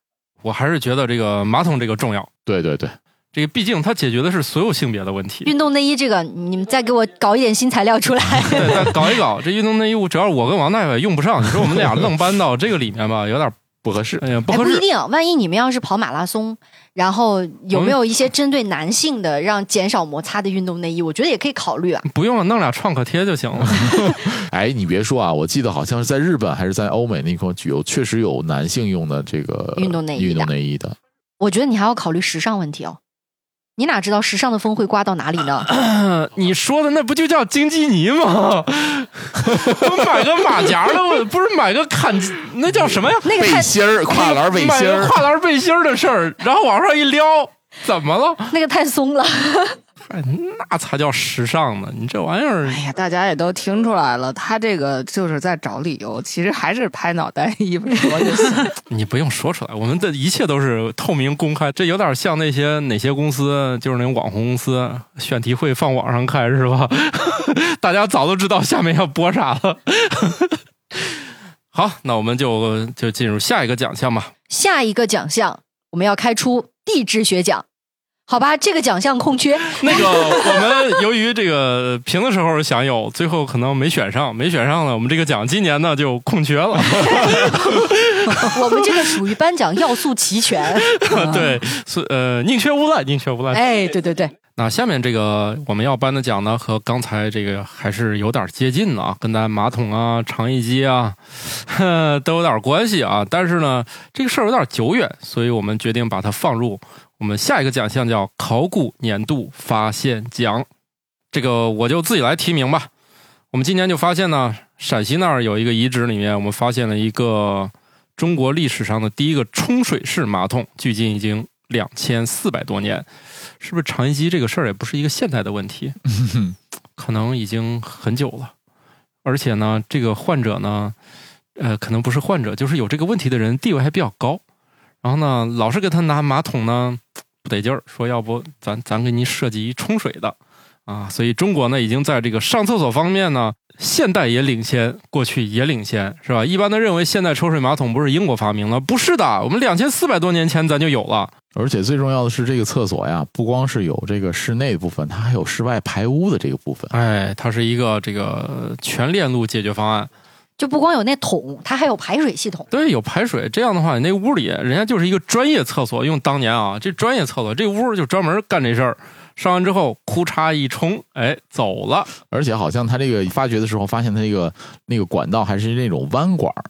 Speaker 1: 我还是觉得这个马桶这个重要，
Speaker 2: 对对对，
Speaker 1: 这个毕竟它解决的是所有性别的问题。
Speaker 3: 运动内衣这个，你们再给我搞一点新材料出来。
Speaker 1: 对， 再搞一搞这运动内衣，只要我跟王大爷用不上，你说我们俩愣搬到这个里面吧，有点
Speaker 2: 不合适。
Speaker 1: 哎 呀不
Speaker 3: 哎，
Speaker 1: 合
Speaker 3: 不一
Speaker 1: 适。
Speaker 3: 定，万一你们要是跑马拉松，然后有没有一
Speaker 1: 嗯
Speaker 3: 些针对男性的让减少摩擦的运动内衣？我觉得也可以考虑啊。
Speaker 1: 不用了，弄俩创可贴就行了。
Speaker 2: 哎，你别说啊，我记得好像是在日本还是在欧美那块儿有确实有男性用的这个
Speaker 3: 运动内衣的
Speaker 2: 运动内衣的。
Speaker 3: 我觉得你还要考虑时尚问题哦。你哪知道时尚的风会刮到哪里 呢？
Speaker 1: 嗯你说的那不就叫经济泥吗？ 我买个马甲的，我不是买个坎，那叫什么呀？
Speaker 3: 那个
Speaker 2: 背
Speaker 3: 太
Speaker 2: 心儿、跨栏背
Speaker 1: 买
Speaker 2: 心
Speaker 1: 个
Speaker 2: 儿，
Speaker 1: 跨栏背心儿的事儿，然后往上一撩，怎么了？
Speaker 3: 那个太松了，
Speaker 1: 那才叫时尚呢！你这玩意儿
Speaker 6: 哎呀，大家也都听出来了，他这个就是在找理由，其实还是拍脑袋一说就 行。
Speaker 1: 你不用说出来，我们的一切都是透明公开，这有点像那些哪些公司，就是那种网红公司，选题会放网上开是吧？ 大家早都知道下面要播啥了。 好，那我们就就进入下一个奖项吧。
Speaker 3: 下一个奖项我们要开出地质学奖，好吧？这个奖项 空缺，
Speaker 1: 那个，我们由于这个评的时候想有，最后可能没选上，没选上呢，我们这个奖今年呢就空缺了。
Speaker 3: 我们这个属于颁奖要素齐全。
Speaker 1: 对，所以呃，宁缺毋滥，宁缺毋滥。
Speaker 3: 哎，对对对，
Speaker 1: 那下面这个我们要颁的奖呢，和刚才这个还是有点接近的啊，跟咱马桶啊、肠易激啊呵都有点关系啊。但是呢，这个事儿有点久远，所以我们决定把它放入我们下一个奖项，叫考古年度发现奖。这个我就自己来提名吧。我们今年就发现呢，陕西那儿有一个遗址里面，我们发现了一个中国历史上的第一个冲水式马桶，距今已经两千四百多年。是不是长易激这个事儿也不是一个现代的问题，可能已经很久了。而且呢，这个患者呢，呃，可能不是患者，就是有这个问题的人地位还比较高。然后呢，老是给他拿马桶呢不得劲儿，说要不咱咱给你设计一冲水的啊。所以中国呢，已经在这个上厕所方面呢，现代也领先，过去也领先，是吧？一般都认为现代抽水马桶不是英国发明的，不是的，我们两千四百多年前咱就有了。
Speaker 2: 而且最重要的是，这个厕所呀，不光是有这个室内部分，它还有室外排污的这个部分。
Speaker 1: 哎，它是一个这个全链路解决方案。
Speaker 3: 就不光有那桶，它还有排水系统。
Speaker 1: 对，有排水，这样的话，你那屋里人家就是一个专业厕所。用当年啊，这专业厕所，这屋就专门干这事儿。上完之后，库嚓一冲，哎，走了。
Speaker 2: 而且好像它这个发掘的时候，发现它这个那个管道还是那种弯管儿，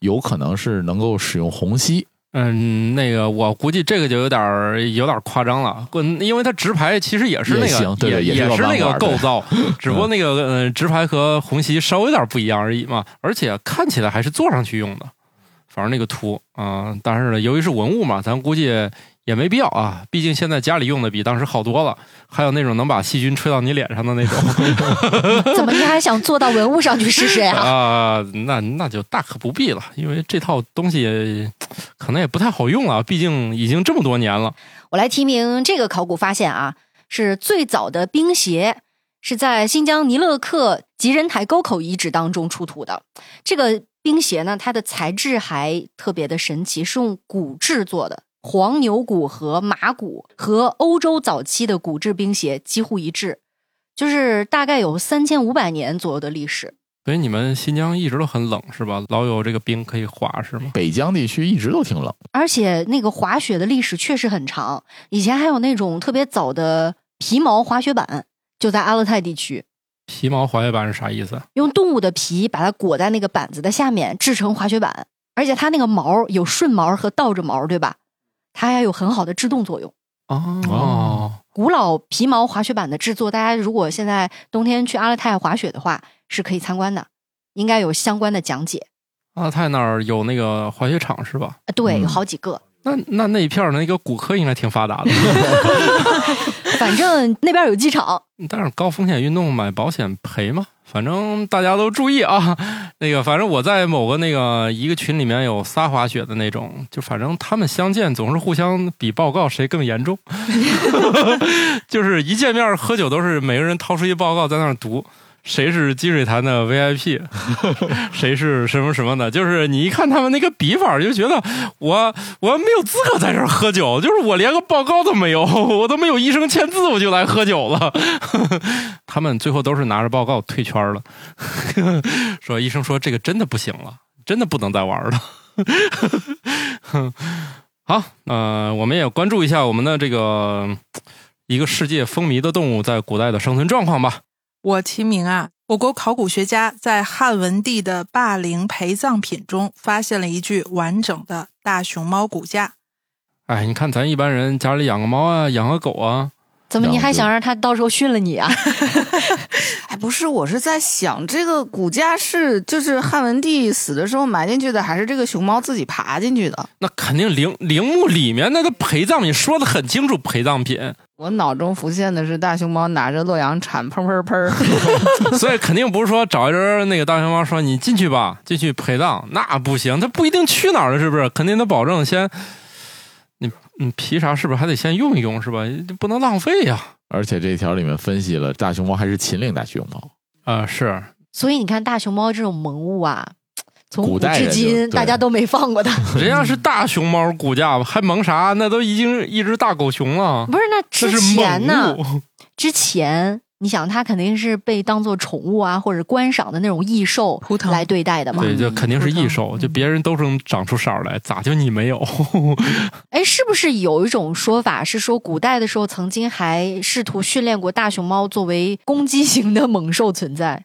Speaker 2: 有可能是能够使用虹吸。
Speaker 1: 嗯，那个我估计这个就有点儿有点儿夸张了，滚因为它直排其实也是那
Speaker 2: 也
Speaker 1: 个
Speaker 2: 行对对
Speaker 1: 也
Speaker 2: 也是个
Speaker 1: 是那个
Speaker 2: 弯管
Speaker 1: 构
Speaker 2: 对
Speaker 1: 造，只不过那个呃直排和虹吸稍微有点不一样而已嘛，而且看起来嗯还是坐上去用的，反正那个图啊、但是呢，由于是文物嘛，咱估计也没必要啊，毕竟现在家里用的比当时好多了，还有那种能把细菌吹到你脸上的那 种
Speaker 3: 怎么你还想坐到文物上去试试 呀、
Speaker 1: 啊，那那就大可不必了，因为这套东西也可能也不太好用了，毕竟已经这么多年了。
Speaker 3: 我来提名这个考古发现啊，是最早的冰鞋，是在新疆尼勒克吉仁台沟口遗址当中出土的。这个冰鞋呢，它的材质还特别的神奇，是用骨制作的，黄牛骨和马骨和欧洲早期的骨制冰鞋几乎一致，就是大概有三千五百年左右的历史。
Speaker 1: 所以你们新疆一直都很冷是吧？老有这个冰可以滑是吗？
Speaker 2: 北疆地区一直都挺冷，
Speaker 3: 而且那个滑雪的历史确实很长，以前还有那种特别早的皮毛滑雪板，就在阿勒泰地区，
Speaker 1: 皮毛滑雪板是啥意思？
Speaker 3: 用动物的皮把它裹在那个板子的下面，制成滑雪板，而且它那个毛有顺毛和倒着毛，对吧？它还有很好的制动作用。
Speaker 1: 哦，
Speaker 3: 古老皮毛滑雪板的制作，大家如果现在冬天去阿勒泰滑雪的话，是可以参观的，应该有相关的讲解。
Speaker 1: 阿勒泰啊那儿有那个滑雪场是吧？
Speaker 3: 呃对，
Speaker 2: 嗯
Speaker 3: 有好几个。
Speaker 1: 那那那一片儿那个骨科应该挺发达的，
Speaker 3: 反正那边有机场，
Speaker 1: 但是高风险运动买保险赔吗？反正大家都注意啊。那个，反正我在某个那个一个群里面有仨滑雪的那种，就反正他们相见总是互相比报告谁更严重，就是一见面喝酒都是每个人掏出一报告在那儿读。谁是积水潭的 VIP，谁是什么什么的？就是你一看他们那个笔法儿，就觉得我我没有资格在这儿喝酒，就是我连个报告都没有，我都没有医生签字，我就来喝酒了。他们最后都是拿着报告退圈儿了， 说医生说这个真的不行了，真的不能再玩儿了。 好，呃，我们也关注一下我们的这个嗯一个世界风靡的动物在古代的生存状况吧。
Speaker 7: 我提名啊，我国考古学家在汉文帝的霸陵陪葬品中发现了一具完整的大熊猫骨架。
Speaker 1: 哎，你看咱一般人家里养个猫啊，养个狗啊，
Speaker 3: 怎么你
Speaker 2: 然后
Speaker 3: 还
Speaker 2: 就
Speaker 3: 想让他到时候训了你啊？
Speaker 6: 哎，不是，我是在想，这个骨架是就是汉文帝死的时候埋进去的，还是这个熊猫自己爬进去的？
Speaker 1: 那肯定陵陵墓里面那个陪葬品说的很清楚，陪葬品，
Speaker 6: 我脑中浮现的是大熊猫拿着洛阳铲，砰砰 砰。
Speaker 1: 所以肯定不是说找一人那个大熊猫说你进去吧，进去陪葬，那不行，他不一定去哪儿了，是不是？肯定得保证先，你你皮啥是不是还得先用一用是吧？这不能浪费呀、
Speaker 2: 而且这条里面分析了大熊猫还是秦岭大熊猫，
Speaker 1: 啊、是
Speaker 3: 所以你看，大熊猫这种萌物啊，从
Speaker 2: 古
Speaker 3: 古
Speaker 2: 代人
Speaker 3: 至
Speaker 2: 就对
Speaker 3: 今大家都没放过它。
Speaker 1: 人家是大熊猫骨架，还萌啥？那都已经一只大狗熊了，
Speaker 3: 不是，那
Speaker 1: 这
Speaker 3: 之
Speaker 1: 是
Speaker 3: 前呢
Speaker 1: 猛？物。
Speaker 3: 之前你想，它肯定是被当做宠物啊，或者观赏的那种异兽
Speaker 7: 图腾
Speaker 3: 来对待的嘛。
Speaker 1: 对，这肯定是异
Speaker 7: 不
Speaker 1: 兽，
Speaker 7: 疼
Speaker 1: 就别人都能长出色儿来，咋就你没有？
Speaker 3: 哎，是不是有一种说法是说，古代的时候曾经还试图训练过大熊猫作为攻击型的猛兽存在？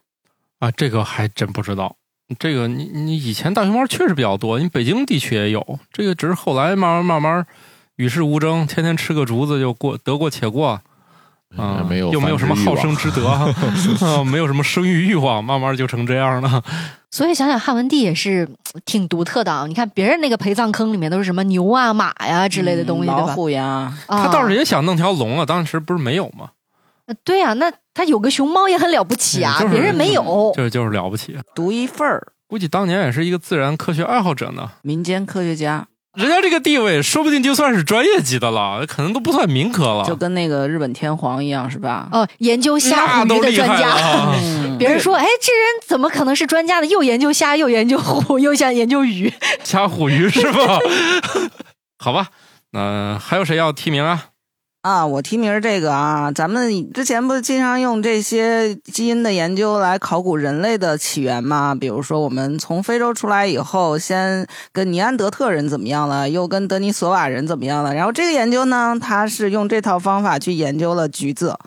Speaker 1: 啊，这个还真不知道。这个你你以前大熊猫确实比较多，你北京地区也有，这个只是后来慢慢慢慢与世无争，天天吃个竹子就过得过且过啊，
Speaker 2: 嗯没有
Speaker 1: 又没有什么
Speaker 2: 繁殖欲
Speaker 1: 好
Speaker 2: 望
Speaker 1: 生之 德啊，没有什么生育欲望，慢慢就成这样了。
Speaker 3: 所以想想汉文帝也是嗯挺独特的啊！你看别人那个陪葬坑里面都是什么牛啊、马呀、 之类的东
Speaker 6: 嗯
Speaker 3: 西，
Speaker 6: 老
Speaker 3: 对吧？
Speaker 6: 虎呀，
Speaker 3: 啊
Speaker 1: 嗯他倒是也想弄条龙啊，当时不是没有吗？
Speaker 3: 呃对呀、那他有个熊猫也很了不起啊，
Speaker 1: 嗯就是
Speaker 3: 别人没有。
Speaker 1: 这就是了不起。
Speaker 6: 独一份儿，
Speaker 1: 估计当年也是一个自然科学爱好者呢，
Speaker 6: 民间科学家，
Speaker 1: 人家这个地位说不定就算是专业级的了，可能都不算民科了。
Speaker 6: 就跟那个日本天皇一样，是吧？
Speaker 3: 哦，研究虾
Speaker 1: 那
Speaker 3: 虎
Speaker 1: 都
Speaker 3: 鱼的
Speaker 1: 厉害
Speaker 3: 专
Speaker 1: 了
Speaker 3: 家，
Speaker 1: 啊。
Speaker 6: 嗯
Speaker 3: 别人说，哎，这人怎么可能是专家呢？又研究虾，又研究虎，又想研究 鱼。
Speaker 1: 掐虎鱼是吧？好吧，那、还有谁要提名啊？
Speaker 6: 啊，我提名儿这个啊，咱们之前不是经常用这些基因的研究来考古人类的起源吗？比如说，我们从非洲出来以后，先跟尼安德特人怎么样了，又跟德尼索瓦人怎么样了。然后这个研究呢，它是用这套方法去研究了橘子。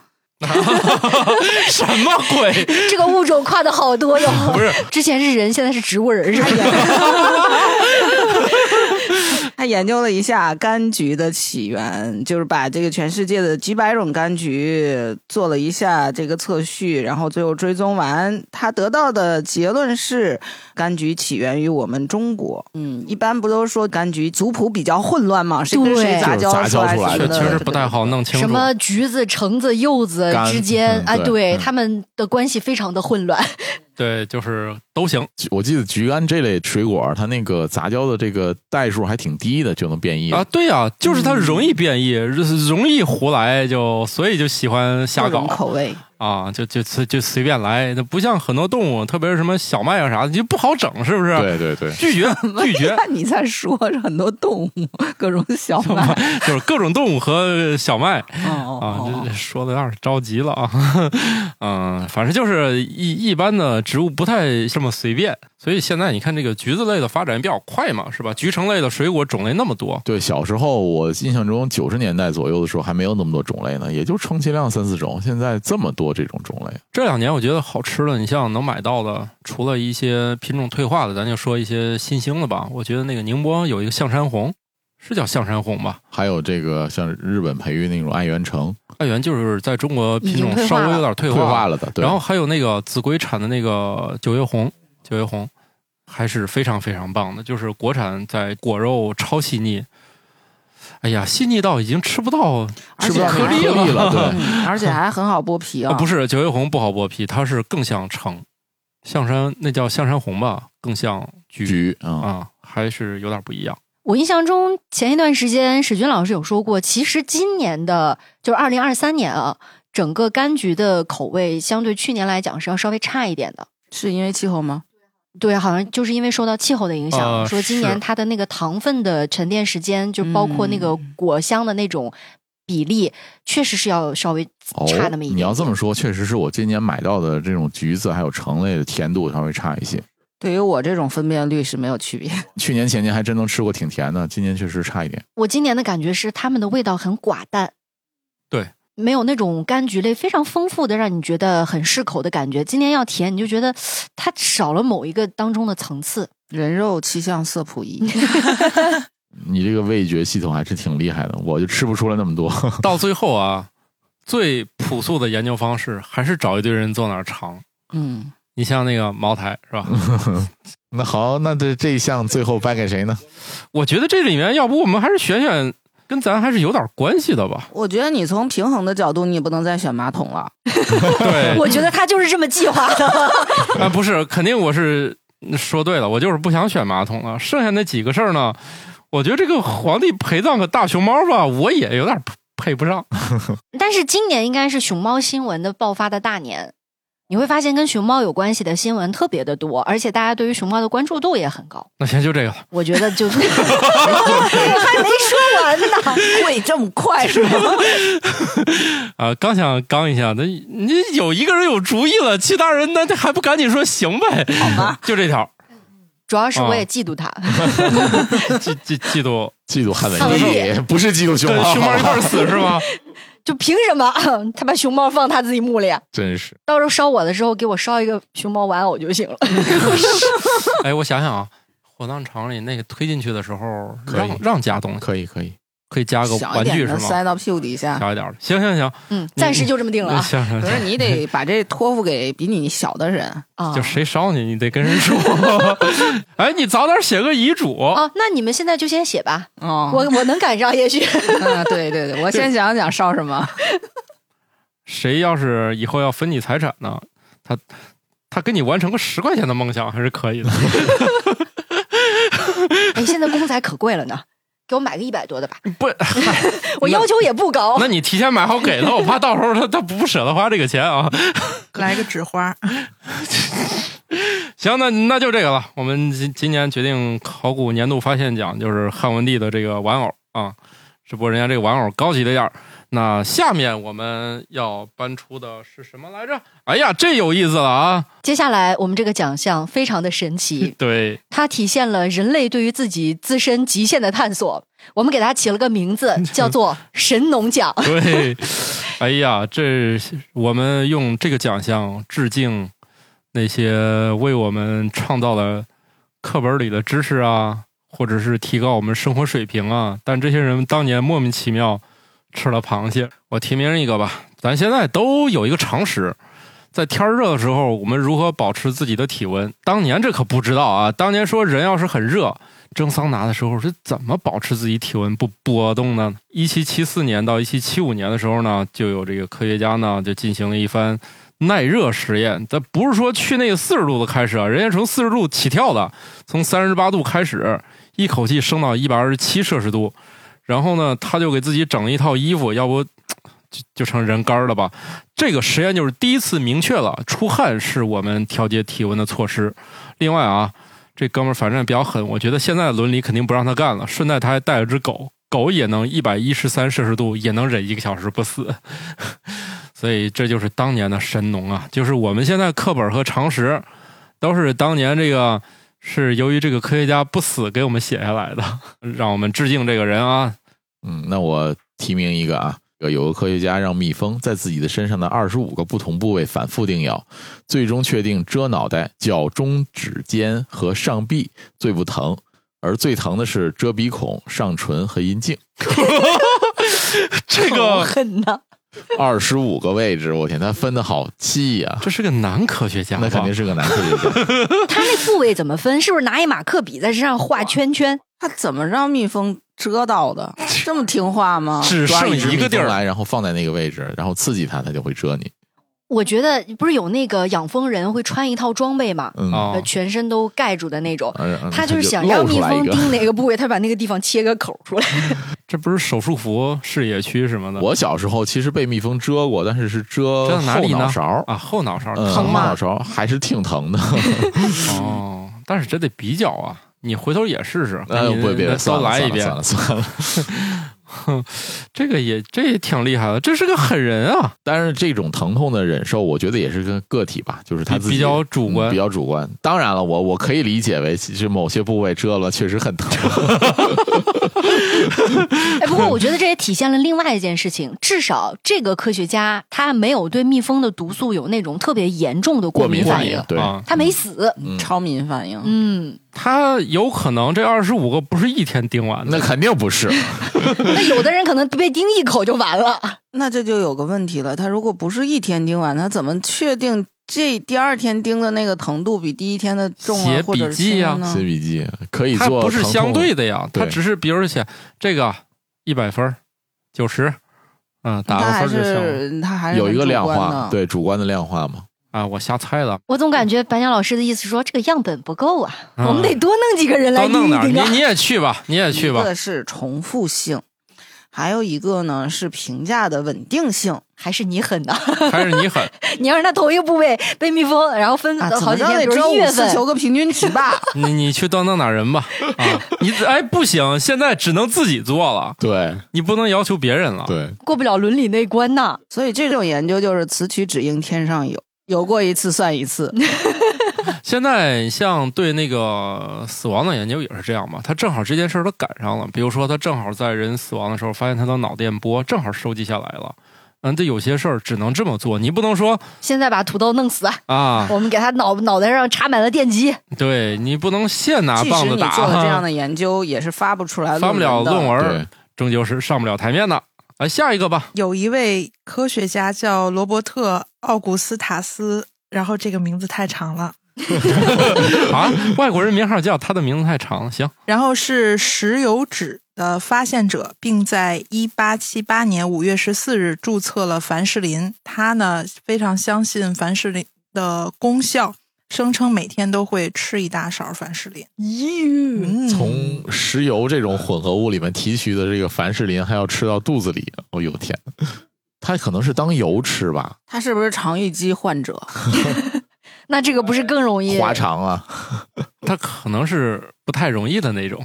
Speaker 1: 什么鬼？
Speaker 3: 这个物种跨的好多哟。
Speaker 1: 不是，
Speaker 3: 之前是人，现在是植物人，是吧？
Speaker 6: 他研究了一下柑橘的起源，就是把这个全世界的几百种柑橘做了一下这个测序，然后最后追踪完，他得到的结论是，柑橘起源于我们中国。嗯，一般不都说柑橘族谱比较混乱嘛，谁跟谁
Speaker 3: 对
Speaker 6: 杂交
Speaker 2: 就是杂交出来
Speaker 6: 来
Speaker 2: 的确
Speaker 6: 什么的，
Speaker 1: 确实不太好弄 清楚。
Speaker 3: 什么橘子、橙子、柚子
Speaker 2: 柑
Speaker 3: 之间
Speaker 2: 嗯，
Speaker 3: 哎，
Speaker 2: 对
Speaker 3: 对
Speaker 2: 嗯
Speaker 3: 他们的关系非常的混乱。
Speaker 1: 对，就是都行。
Speaker 2: 我记得橘柑这类水果，它那个杂交的这个代数还挺低的，就能变异
Speaker 1: 啊，对呀、就是它容易变异，容易胡来，就所以就喜欢瞎
Speaker 6: 各种
Speaker 1: 搞
Speaker 6: 口味。
Speaker 1: 啊，就就随就随便来，那不像很多动物，特别是什么小麦啊啥的，就不好整，是不啊是？
Speaker 2: 对对对，
Speaker 1: 拒绝拒 绝，
Speaker 6: 看 你在说着很多动物，各种小麦。
Speaker 1: 就是各种动物和小麦
Speaker 6: 哦
Speaker 1: 啊，这这说的有点着急了啊。嗯，反正就是一一般的植物不太这么随便，所以现在你看这个橘子类的发展比较快嘛，是吧？橘橙类的水果种类那么多，
Speaker 2: 对，小时候我印象中九十年代左右的时候还没有那么多种类呢，也就充其量三四种，现在这么多这种种类，
Speaker 1: 这两年我觉得好吃的，你像能买到的，除了一些品种退化的，咱就说一些新兴的吧。我觉得那个宁波有一个象山红，是叫象山红吧？
Speaker 2: 还有这个像日本培育那种爱媛橙
Speaker 1: 爱媛就是在中国品
Speaker 3: 已
Speaker 1: 种
Speaker 3: 经退
Speaker 1: 稍
Speaker 3: 化了
Speaker 1: 微有点退
Speaker 2: 退
Speaker 1: 化，
Speaker 2: 化了的，对
Speaker 1: 然后还有那个秭归产的那个九月红，九月红还是非常非常棒的，就是国产在果肉超细腻。哎呀，细腻到已经吃不到啊
Speaker 2: 吃不到那
Speaker 1: 颗
Speaker 2: 个
Speaker 1: 粒
Speaker 2: 颗粒了，对。
Speaker 6: 嗯，而且还很好剥皮
Speaker 1: 啊，
Speaker 6: 啊！
Speaker 1: 不是九月红不好剥皮，它是更像橙，象山那叫象山红吧，更像橘
Speaker 2: 橘啊，
Speaker 1: 啊，还是有点不一样。
Speaker 3: 我印象中，前一段时间史军老师有说过，其实今年的就是二零二三年啊，整个柑橘的口味相对去年来讲是要稍微差一点的。
Speaker 6: 是因为气候吗？
Speaker 3: 对，好像就是因为受到气候的影响，
Speaker 2: 哦
Speaker 1: 呃
Speaker 3: 说今
Speaker 1: 是
Speaker 3: 年它的那个糖分的沉淀时间，就包括那个
Speaker 2: 嗯
Speaker 3: 果香的那种比例，确实是要稍微
Speaker 2: 哦
Speaker 3: 差那么一点点。
Speaker 2: 你要这么说，确实是我今年买到的这种橘子还有橙类的甜度稍微差一些。
Speaker 6: 对于我这种分辨率是没有区别。
Speaker 2: 去年前年还真能吃过挺甜的，今年确实差一点。
Speaker 3: 我今年的感觉是，它们的味道很寡淡，
Speaker 1: 对，
Speaker 3: 没有那种柑橘类非常丰富的，让你觉得很适口的感觉。今年要甜，你就觉得嘶它少了某一个当中的层次。
Speaker 6: 人肉七项色谱仪，
Speaker 2: 你这个味觉系统还是挺厉害的，我就吃不出来那么多。
Speaker 1: 到最后啊，最朴素的研究方式还是找一堆人坐那儿尝。
Speaker 6: 嗯，。
Speaker 1: 你像那个茅台 是吧？
Speaker 2: 那好，那这这一项最后颁给谁呢？
Speaker 1: 我觉得这里面要不我们还是选选跟咱还是有点关系的吧
Speaker 6: 我觉得你从平衡的角度，你也不能再选马桶了。
Speaker 1: 对，
Speaker 3: 我觉得它就是这么计划的。
Speaker 1: 啊不是，肯定我是说对了，我就是不想选马桶了。剩下那几个事儿呢，我觉得这个皇帝陪葬个大熊猫吧，我也有点配不上。
Speaker 3: 但是今年应该是熊猫新闻的爆发的大年，你会发现跟熊猫有关系的新闻特别的多，而且大家对于熊猫的关注度也很高。
Speaker 1: 那先就这个了。
Speaker 3: 我觉得就还没说完呢，
Speaker 6: 会这么快是 吗？
Speaker 1: 啊，刚想刚一下，那你有一个人有主意了，其他人那还不赶紧说行呗？好吧，就这条，
Speaker 3: 嗯主要是我
Speaker 1: 嗯
Speaker 3: 也嫉妒它。
Speaker 1: 嫉嫉嫉妒，
Speaker 2: 嫉妒汉文
Speaker 3: 汉文
Speaker 2: 帝，
Speaker 3: 帝
Speaker 2: 不是嫉妒熊
Speaker 1: 跟
Speaker 2: 猫，
Speaker 1: 熊 猫一块儿死是吗？
Speaker 3: 就凭什么他把熊猫放他自己墓里啊？
Speaker 2: 真是
Speaker 3: 到时候烧我的时候给我烧一个熊猫玩偶就行了。
Speaker 1: 哎，我想想啊，火葬场里那个推进去的时候，
Speaker 2: 可以
Speaker 1: 让让加东西，
Speaker 2: 可以可以。
Speaker 1: 可以加个
Speaker 6: 小一
Speaker 1: 玩具
Speaker 6: 点
Speaker 1: 是
Speaker 6: 的
Speaker 1: 吗？
Speaker 6: 塞到屁股底下。
Speaker 1: 小一点的，行行行，
Speaker 3: 嗯，暂时就这么定了啊。
Speaker 1: 行行
Speaker 6: 可是
Speaker 1: 行，
Speaker 6: 你得把这托付给比你小的人，
Speaker 3: 啊
Speaker 1: 嗯就谁烧你，你得跟人 说。哎，你早点写个遗嘱，
Speaker 3: 哦，那你们现在就先写吧，
Speaker 1: 嗯
Speaker 6: 哦，
Speaker 3: 我我能赶上，也 许
Speaker 6: 嗯，对对对，我先想想烧什么，
Speaker 1: 谁要是以后要分你财产呢，他他跟你完成个十块钱的梦想还是可以的。
Speaker 3: 哎，现在公仔可贵了呢，给我买个一百多的吧，
Speaker 1: 不，
Speaker 3: 我要求也不高
Speaker 1: 那。你提前买好给了，我怕到时候他他不舍得花这个钱啊。
Speaker 7: 来个纸花，
Speaker 1: 行，那那就这个了。我们今今年决定考古年度发现奖就是汉文帝的这个玩偶啊，只不过人家这个玩偶高级了一点儿。那下面我们要搬出的是什么来着？哎呀，这有意思了啊！，
Speaker 3: 接下来我们这个奖项非常的神奇
Speaker 1: 对，
Speaker 3: 它体现了人类对于自己自身极限的探索。我们给它起了个名 字，叫做“神农 奖”。
Speaker 1: 对，哎呀，这我们用这个奖项致敬那些为我们创造了课本里的知识啊，或者是提高我们生活水平啊。但这些人当年莫名其妙吃了螃蟹。我提名一个吧，咱现在都有一个常识，在天儿热的时候，我们如何保持自己的体温？当年这可不知道啊，当年说人要是很热。蒸桑拿的时候是怎么保持自己体温不波动呢？一七七四年到一七七五年的时候呢，就有这个科学家呢就进行了一番耐热实验。咱不是说去那个四十度的开始啊，人家从四十度起跳的，从三十八度开始，一口气升到一百二十七摄氏度。然后呢，他就给自己整了一套衣服，要不就就成人干儿了吧？这个实验就是第一次明确了出汗是我们调节体温的措施。另外啊。这哥们儿反正比较狠，我觉得现在的伦理肯定不让他干了。顺带他还带了只狗，狗也能一百一十三摄氏度，也能忍一个小时不死。 所以这就是当年的神农啊！就是我们现在课本和常识，都是当年这个是由于这个科学家不死给我们写下来的，让我们致敬这个人啊！
Speaker 2: 嗯，那我提名一个啊，有个科学家让蜜蜂在自己的身上的二十五个不同部位反复叮咬，最终确定遮脑袋、脚中指尖和上臂最不疼，而最疼的是遮鼻孔、上唇和阴茎。
Speaker 1: 这
Speaker 3: 好
Speaker 1: 个
Speaker 3: 狠呐！
Speaker 2: 二十五个位置，我天，他分的好细呀、
Speaker 1: 这是个男科学家吧，
Speaker 2: 那肯定是个男科 学家。
Speaker 3: 他那部位怎么分？是不是拿一马克笔在身上画圈圈？
Speaker 6: 他怎么让蜜蜂蛰到的？这么听话吗？
Speaker 1: 只
Speaker 2: 抓
Speaker 1: 剩
Speaker 2: 只
Speaker 1: 一个地
Speaker 2: 蜜蜂
Speaker 1: 儿。
Speaker 2: 来，然后放在那个位置，然后刺激它，它就会蛰你。
Speaker 3: 我觉得不是有那个养蜂人会穿一套装备嘛，
Speaker 2: 嗯，
Speaker 1: 哦
Speaker 3: 呃，全身都盖住嗯的那种。
Speaker 2: 而而
Speaker 3: 他
Speaker 2: 就
Speaker 3: 就是想让
Speaker 2: 露
Speaker 3: 蜜
Speaker 2: 出来
Speaker 3: 蜂
Speaker 2: 一个
Speaker 3: 叮哪个部位，他把那个地方切个口出来。
Speaker 1: 这不是手术服、视野区什么的
Speaker 2: 我小时候其实被蜜蜂蛰过，但是是
Speaker 1: 蛰
Speaker 2: 蛰
Speaker 1: 到哪
Speaker 2: 后
Speaker 1: 里呢
Speaker 2: 脑勺，
Speaker 1: 啊，后脑勺
Speaker 2: 嗯
Speaker 1: 疼
Speaker 2: 后
Speaker 1: 吗？
Speaker 2: 脑勺还是挺 疼的。嗯
Speaker 1: 哦，但是这得比较啊，你回头也试试，
Speaker 2: 哎，
Speaker 1: 你
Speaker 2: 不，别，
Speaker 1: 都
Speaker 2: 算了
Speaker 1: 来一
Speaker 2: 算了
Speaker 1: 遍，
Speaker 2: 算了算了。
Speaker 1: 这个也这也挺厉害的，这是个狠人啊，
Speaker 2: 但是这种疼痛的忍受，我觉得也是跟个体吧，就是他
Speaker 1: 比
Speaker 2: 自己
Speaker 1: 比较主
Speaker 2: 嗯
Speaker 1: 观
Speaker 2: 比。较主观。当然了，我我可以理解为，其实某些部位遮了确实很疼。
Speaker 3: 哎，不过我觉得这也体现了另外一件事情，至少这个科学家他没有对蜜蜂的毒素有那种特别严重的过敏反应，
Speaker 2: 对，嗯
Speaker 1: 啊，
Speaker 3: 他没死。
Speaker 6: 超敏反应，
Speaker 3: 嗯，
Speaker 1: 他有可能这二十五个不是一天盯完的，
Speaker 2: 那肯定不是。
Speaker 6: 嗯
Speaker 3: 那有的人可能被叮一口就完了。
Speaker 6: 那这就有个问题了。他如果不是一天叮完，他怎么确定这第二天叮的那个疼度比第一天的重
Speaker 1: 写
Speaker 6: 啊，或者
Speaker 1: 笔
Speaker 6: 是
Speaker 1: 记
Speaker 6: 轻
Speaker 1: 呀
Speaker 6: 呢
Speaker 2: 写？笔记可以
Speaker 1: 他
Speaker 2: 做，
Speaker 1: 不是相对。的呀，
Speaker 2: 对
Speaker 1: 他只是比如写这个一百分九十，嗯，打
Speaker 6: 他
Speaker 1: 个
Speaker 6: 还
Speaker 1: 分儿就行了
Speaker 6: 是他还是
Speaker 2: 有一个
Speaker 6: 很主
Speaker 2: 量
Speaker 6: 观
Speaker 2: 化，
Speaker 6: 的，
Speaker 2: 对主观的量化嘛。
Speaker 1: 啊，我瞎猜的，
Speaker 3: 我总感觉白鸟老师的意思说，这个样本不够啊，
Speaker 1: 啊
Speaker 3: 我们得多弄几个人来
Speaker 1: 都
Speaker 3: 叮
Speaker 1: 弄
Speaker 3: 一
Speaker 1: 点儿，你
Speaker 3: 叮啊。
Speaker 1: 你也去吧，你也去吧
Speaker 6: 一，个是重复性，还有一个呢是评价的稳定性
Speaker 3: 还是你狠呐！
Speaker 1: 还是你狠，
Speaker 3: 你要是那同一个部位被蜜蜂，然后分
Speaker 6: 啊，怎
Speaker 3: 好
Speaker 6: 么
Speaker 3: 几
Speaker 6: 着得
Speaker 3: 天，比如
Speaker 6: 折
Speaker 3: 一
Speaker 6: 五
Speaker 3: 月
Speaker 6: 次
Speaker 3: 份，
Speaker 6: 求个平均值 吧？
Speaker 1: 你你去多弄点人吧，啊，你哎不行，现在只能自己做了，
Speaker 2: 对
Speaker 1: 你不能要求别人了。
Speaker 2: 对，
Speaker 3: 过不了伦理那关呐。
Speaker 6: 所以这种研究就是此曲只应天上有，有过一次算一次。
Speaker 1: 现在像对那个死亡的研究也是这样嘛，他正好这件事儿他赶上了，比如说他正好在人死亡的时候发现他的脑电波正好收集下来了。嗯，这有些事儿只能这么做，你不能说
Speaker 3: 现在把土豆弄死啊，
Speaker 1: 啊，
Speaker 3: 我们给他脑脑袋上插满了电极。
Speaker 1: 对你不能现拿
Speaker 6: 即使
Speaker 1: 棒
Speaker 6: 你
Speaker 1: 子打，啊
Speaker 6: 做了这样的研究，也是发不出来
Speaker 1: 发不了论
Speaker 6: 文的。
Speaker 1: 文
Speaker 2: 对，
Speaker 1: 终究是上不了台面的。哎，下一个吧，
Speaker 7: 有一位科学家叫罗伯特·奥古斯塔斯，然后这个名字太长了，
Speaker 1: 啊，外国人名号叫他的名字太长了，行，
Speaker 7: 然后是石油脂的发现者，并在一八七八年五月十四日注册了凡士林。他呢非常相信凡士林的功效，声称每天都会吃一大勺凡士林。
Speaker 6: 咦、
Speaker 7: 嗯，
Speaker 2: 从石油这种混合物里面提取的这个凡士林，还要吃到肚子里，哦呦天！它可能是当油吃吧，
Speaker 6: 他是不是肠易激患者？
Speaker 3: 那这个不是更容易
Speaker 2: 滑肠啊，
Speaker 1: 他可能是不太容易的那种。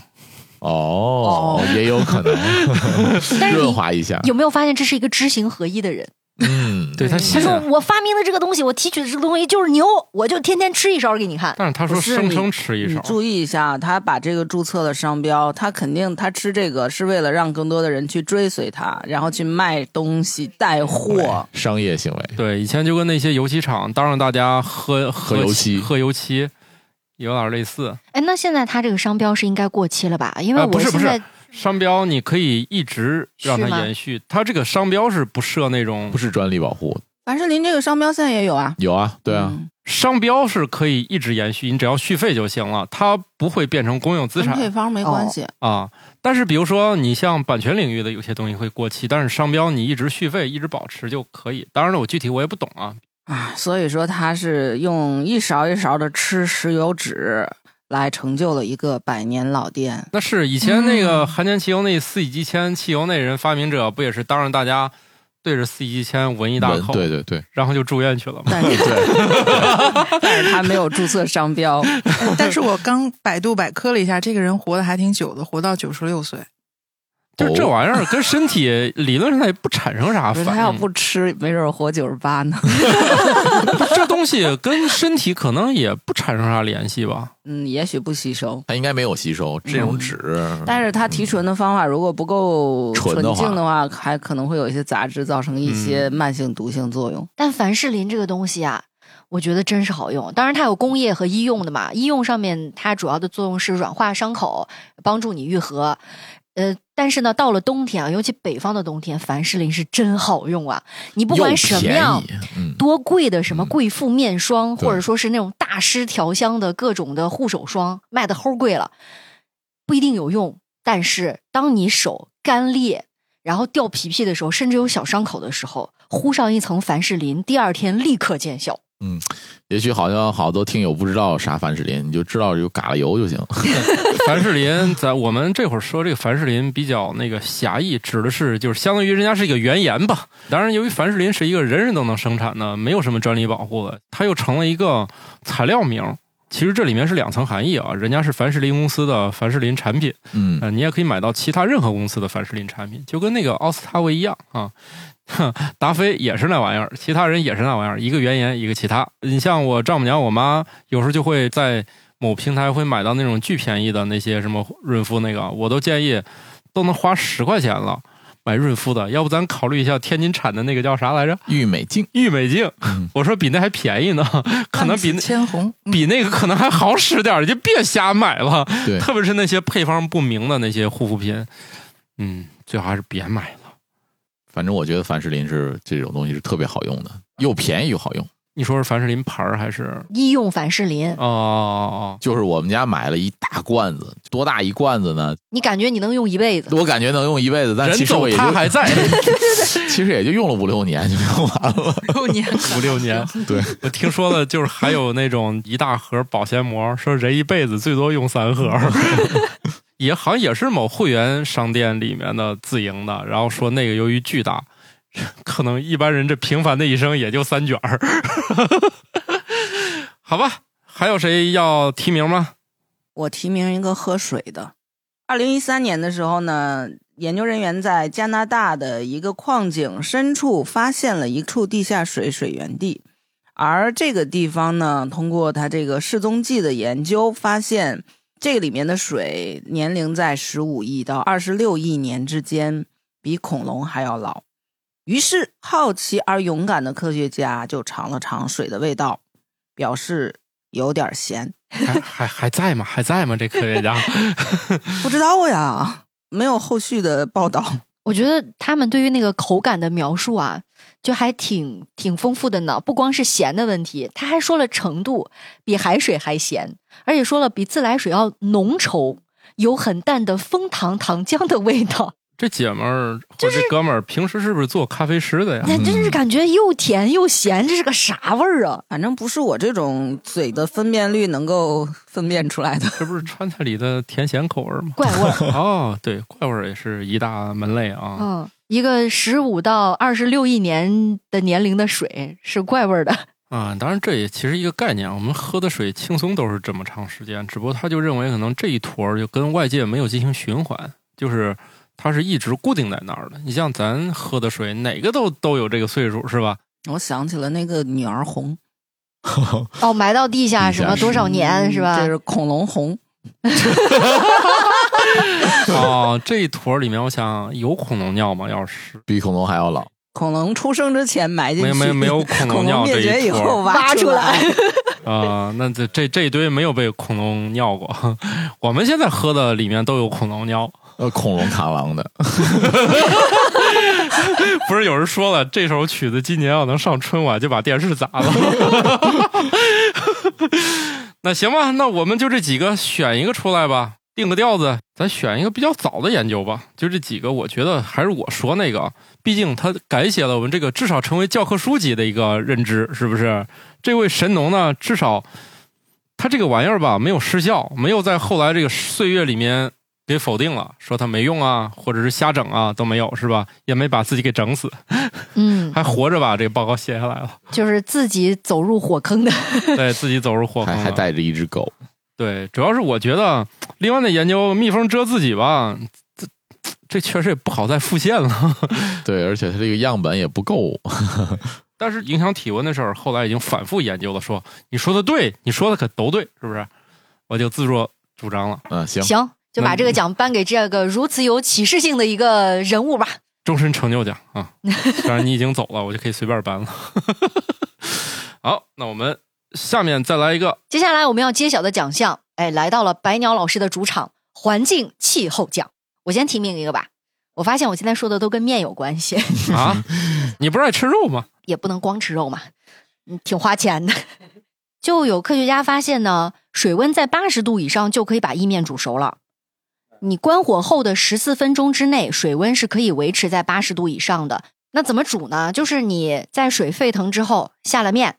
Speaker 2: 哦，也有可能
Speaker 3: 但是你
Speaker 2: 润滑一
Speaker 1: 啊
Speaker 2: 下。
Speaker 3: 有没有发现这是一个知行合一的人？
Speaker 2: 嗯，
Speaker 1: 对他
Speaker 3: 他
Speaker 1: 信
Speaker 3: 说
Speaker 1: 任，
Speaker 3: 我发明的这个东西，我提取的这个东西就是牛，我就天天吃一勺给你看。
Speaker 1: 但是他说
Speaker 6: 不是
Speaker 1: 声
Speaker 6: 你
Speaker 1: 称吃一
Speaker 6: 你
Speaker 1: 勺，
Speaker 6: 注意一下，啊他把这个注册的商标，他肯定他吃这个是为了让更多的人去追随他，然后去卖东西带货。
Speaker 2: 商 业行为，
Speaker 1: 对，以前就跟那些油漆厂，当让大家喝
Speaker 2: 喝油
Speaker 1: 漆
Speaker 2: 漆
Speaker 1: 喝油漆，有点类似。
Speaker 3: 哎，那现在它这个商标是应该过期了吧？因为
Speaker 1: 呃不
Speaker 3: 我
Speaker 1: 是不
Speaker 3: 现
Speaker 1: 是
Speaker 3: 在、
Speaker 1: 商标你可以一直让
Speaker 3: 是
Speaker 1: 它
Speaker 3: 吗
Speaker 1: 延续，它这个商标是不设那种
Speaker 2: 不是专利保护，
Speaker 6: 凡士林这个商标现在也有啊。
Speaker 2: 有啊，对啊，
Speaker 6: 嗯
Speaker 1: 商标是可以一直延续，你只要续费就行了，它不会变成公有资
Speaker 6: 跟
Speaker 1: 产
Speaker 6: 配方没关系。
Speaker 1: 啊。但是比如说你像版权领域的有些东西会过期，但是商标你一直续费一直保持就可以。当然了，我具体我也不懂啊。
Speaker 6: 啊，所以说他是用一勺一勺的吃石油脂来成就了一个百年老店。
Speaker 1: 那是以前那个
Speaker 7: 嗯
Speaker 1: 韩前汽油那四乙基铅汽油那人发明者不也是当着大家对着四乙基铅闻一大
Speaker 2: 文
Speaker 1: 口，
Speaker 2: 对对对
Speaker 1: 然后就住院去了嘛？
Speaker 6: 但是，
Speaker 2: 对，
Speaker 6: 但是他没有注册商标，
Speaker 7: 但是我刚百度百科了一下，这个人活得还挺久的，活到九十六岁。
Speaker 1: 就是这
Speaker 2: 哦
Speaker 1: 玩意儿跟身体理论上它也不产生啥
Speaker 6: 我说
Speaker 1: 反嗯
Speaker 6: 他要
Speaker 1: 应，
Speaker 6: 不吃，没准儿活九十八呢。
Speaker 1: 这东西跟身体可能也不产生啥联系吧？
Speaker 6: 嗯，也许不吸收。
Speaker 2: 它应该没有吸收这种纸，
Speaker 3: 嗯
Speaker 6: 但是它提纯的方法如果不够
Speaker 2: 嗯纯的话嗯
Speaker 6: 净的话，还可能会有一些杂质，造成一些慢性毒性作用。
Speaker 3: 但凡士林这个东西啊，我觉得真是好用。当然，它有工业和医用的嘛。医用上面它主要的作用是软化伤口，帮助你愈合。呃，但是呢，到了冬天啊，尤其北方的冬天，凡士林是真好用啊！你不
Speaker 2: 又
Speaker 3: 管什么
Speaker 2: 便
Speaker 3: 样
Speaker 2: 宜，嗯，
Speaker 3: 多贵的什么贵妇面霜，
Speaker 2: 对
Speaker 3: 或者说是那种大师调香的各种的护手霜，卖的齁贵了，不一定有用。但是当你手干裂，然后掉皮皮的时候，甚至有小伤口的时候，糊上一层凡士林，第二天立刻见效。
Speaker 2: 也许好像好多听友不知道啥凡士林，你就知道有嘎啦油就行。
Speaker 1: 凡士林，在我们这会儿说这个凡士林比较那个狭义，指的是就是相当于人家是一个原研吧。当然，由于凡士林是一个人人都能生产的，没有什么专利保护的，它又成了一个材料名。其实这里面是两层含义啊，人家是凡士林公司的凡士林产品，
Speaker 2: 嗯，
Speaker 1: 呃，你也可以买到其他任何公司的凡士林产品，就跟那个奥司他韦一样啊。 哼，达菲也是那玩意儿，其他人也是那玩意儿，一个原研，一个其他。你像我丈母娘、我妈，有时候就会在某平台会买到那种巨便宜的那些什么润肤那个，我都建议都能花十块钱了买润肤的，要不咱考虑一下天津产的那个叫啥来着？
Speaker 2: 郁美净，
Speaker 1: 郁美净
Speaker 2: 嗯，
Speaker 1: 我说比那还便宜呢， 可能比
Speaker 7: 万紫
Speaker 1: 那
Speaker 7: 千红，嗯
Speaker 1: 比那个可能还好使点儿，就别瞎买了。
Speaker 2: 对，
Speaker 1: 特别是那些配方不明的那些护肤品，嗯，最好还是别买了。
Speaker 2: 反正我觉得凡士林是这种东西是特别好用的，又便宜又好用。
Speaker 1: 你说是凡士林牌儿还是？
Speaker 3: 医用凡士林，
Speaker 1: 哦哦哦，
Speaker 2: 就是我们家买了一大罐子，多大一罐子呢？
Speaker 3: 你感觉你能用一辈子？
Speaker 2: 我感觉能用一辈子，但
Speaker 1: 人
Speaker 2: 其实
Speaker 1: 走
Speaker 2: 我也
Speaker 1: 他
Speaker 2: 就
Speaker 1: 还在
Speaker 2: 其实也就用了五六年就用完 了。
Speaker 7: 六年
Speaker 1: 五六年。
Speaker 2: 对，
Speaker 1: 我听说了，就是还有那种一大盒保鲜膜，说人一辈子最多用三盒， 也好像也是某会员商店里面的自营的，然后说那个由于巨大，可能一般人这平凡的一生也就三卷儿， 好吧？还有谁要提名吗？
Speaker 6: 我提名一个喝水的。二零一三年的时候呢，研究人员在加拿大的一个矿井深处发现了一处地下水水源地，而这个地方呢，通过它这个示踪剂的研究，发现这个里面的水年龄在十五亿到二十六亿年之间，比恐龙还要老。于是，好奇而勇敢的科学家就尝了尝水的味道，表示有点咸。
Speaker 1: 还还还在吗？还在吗？这科学家
Speaker 6: 不知道呀，没有后续的报道。
Speaker 3: 我觉得他们对于那个口感的描述啊，就还挺挺丰富的呢。不光是咸的问题，他还说了程度比海水还咸，而且说了比自来水要浓稠，有很淡的枫糖糖浆的味 道。
Speaker 1: 这姐们儿或者这哥们儿平时是不是做咖啡师的呀？
Speaker 3: 那真是感觉又甜又咸，这是个啥味儿啊？？
Speaker 6: 反正不是我这种嘴的分辨率能够分辨出来的。
Speaker 1: 这不是川菜里的甜咸口味儿吗
Speaker 3: 怪味 儿。
Speaker 1: 哦，对，怪味儿也是一大门类啊。
Speaker 3: 嗯，一个十五到二十六亿年的年龄的水是怪味儿的。
Speaker 1: 啊，当然这也其实一个概念，我们喝的水轻松都是这么长时间，只不过他就认为可能这一坨儿就跟外界没有进行循环，就是它是一直固定在那儿的。你像咱喝的水，哪个都都有这个岁数是吧？
Speaker 6: 我想起了那个女儿红，
Speaker 3: 哦，埋到地下什么多少年是
Speaker 6: 嗯
Speaker 3: 吧
Speaker 6: 这？是恐龙红，
Speaker 1: 哦，这一坨儿里面，我想有恐龙尿吗？要是
Speaker 2: 比恐龙还要老。
Speaker 6: 恐龙出生之前埋进
Speaker 1: 没有
Speaker 6: 去，
Speaker 1: 没有没有恐
Speaker 6: 恐
Speaker 1: 龙尿
Speaker 6: 龙
Speaker 1: 这
Speaker 6: 灭绝
Speaker 1: 一
Speaker 6: 以
Speaker 1: 坨儿
Speaker 6: 后挖
Speaker 3: 挖出
Speaker 6: 来。
Speaker 1: 啊、那这这这一堆没有被恐龙尿过， 我们现在喝的里面都有恐龙尿。
Speaker 2: 呃，恐龙螳 螂的，
Speaker 1: 不是有人说了，这首曲子今年要能上春晚，就把电视砸了。 那行吧，那我们就这几个选一个出来吧，定个调子，咱选一个比较早的研究吧。就这几个，我觉得还是我说那个，毕竟他改写了我们这个至少成为教科书级的一个认知，是不是？这位神农呢，至少他这个玩意儿吧，没有失效，没有在后来这个岁月里面给否定了，说他没用啊，或者是瞎整啊，都没有，是吧？也没把自己给整死，
Speaker 3: 嗯，
Speaker 1: 还活着吧？这个报告写下来 了，
Speaker 3: 就是自己走入火坑的，
Speaker 1: 对自己走入火坑
Speaker 2: 还还
Speaker 1: 了。
Speaker 2: 带着一只狗，
Speaker 1: 对，主要是我觉得另外的研究蜜蜂蛰自己吧，这这确实也不好再复现了。
Speaker 2: 对，而且它这个样本也不够，
Speaker 1: 但是影响体温的事儿，后来已经反复研究了，说你说的对，你说的可都对，是不是？我就自作主张了，
Speaker 2: 嗯，行，
Speaker 3: 行，就把这个奖颁给这个如此有启示性的一个人物吧。
Speaker 1: 终身成就奖 啊！当然你已经走了，我就可以随便搬了。 好，那我们下面再来一个
Speaker 3: 接下来我们要揭晓的奖项，哎，来到了白鸟老师的主场——环境气候奖。我先提名一个吧。我发现我今天说的都跟面有关系，
Speaker 1: 啊， 你不是爱吃肉吗？
Speaker 3: 也不能光吃肉嘛，嗯，挺花钱的。 就有科学家发现呢，水温在八十度以上就可以把意面煮熟了。你关火后的十四分钟之内，水温是可以维持在八十度以上的。那怎么煮呢？就是你在水沸腾之后下了面，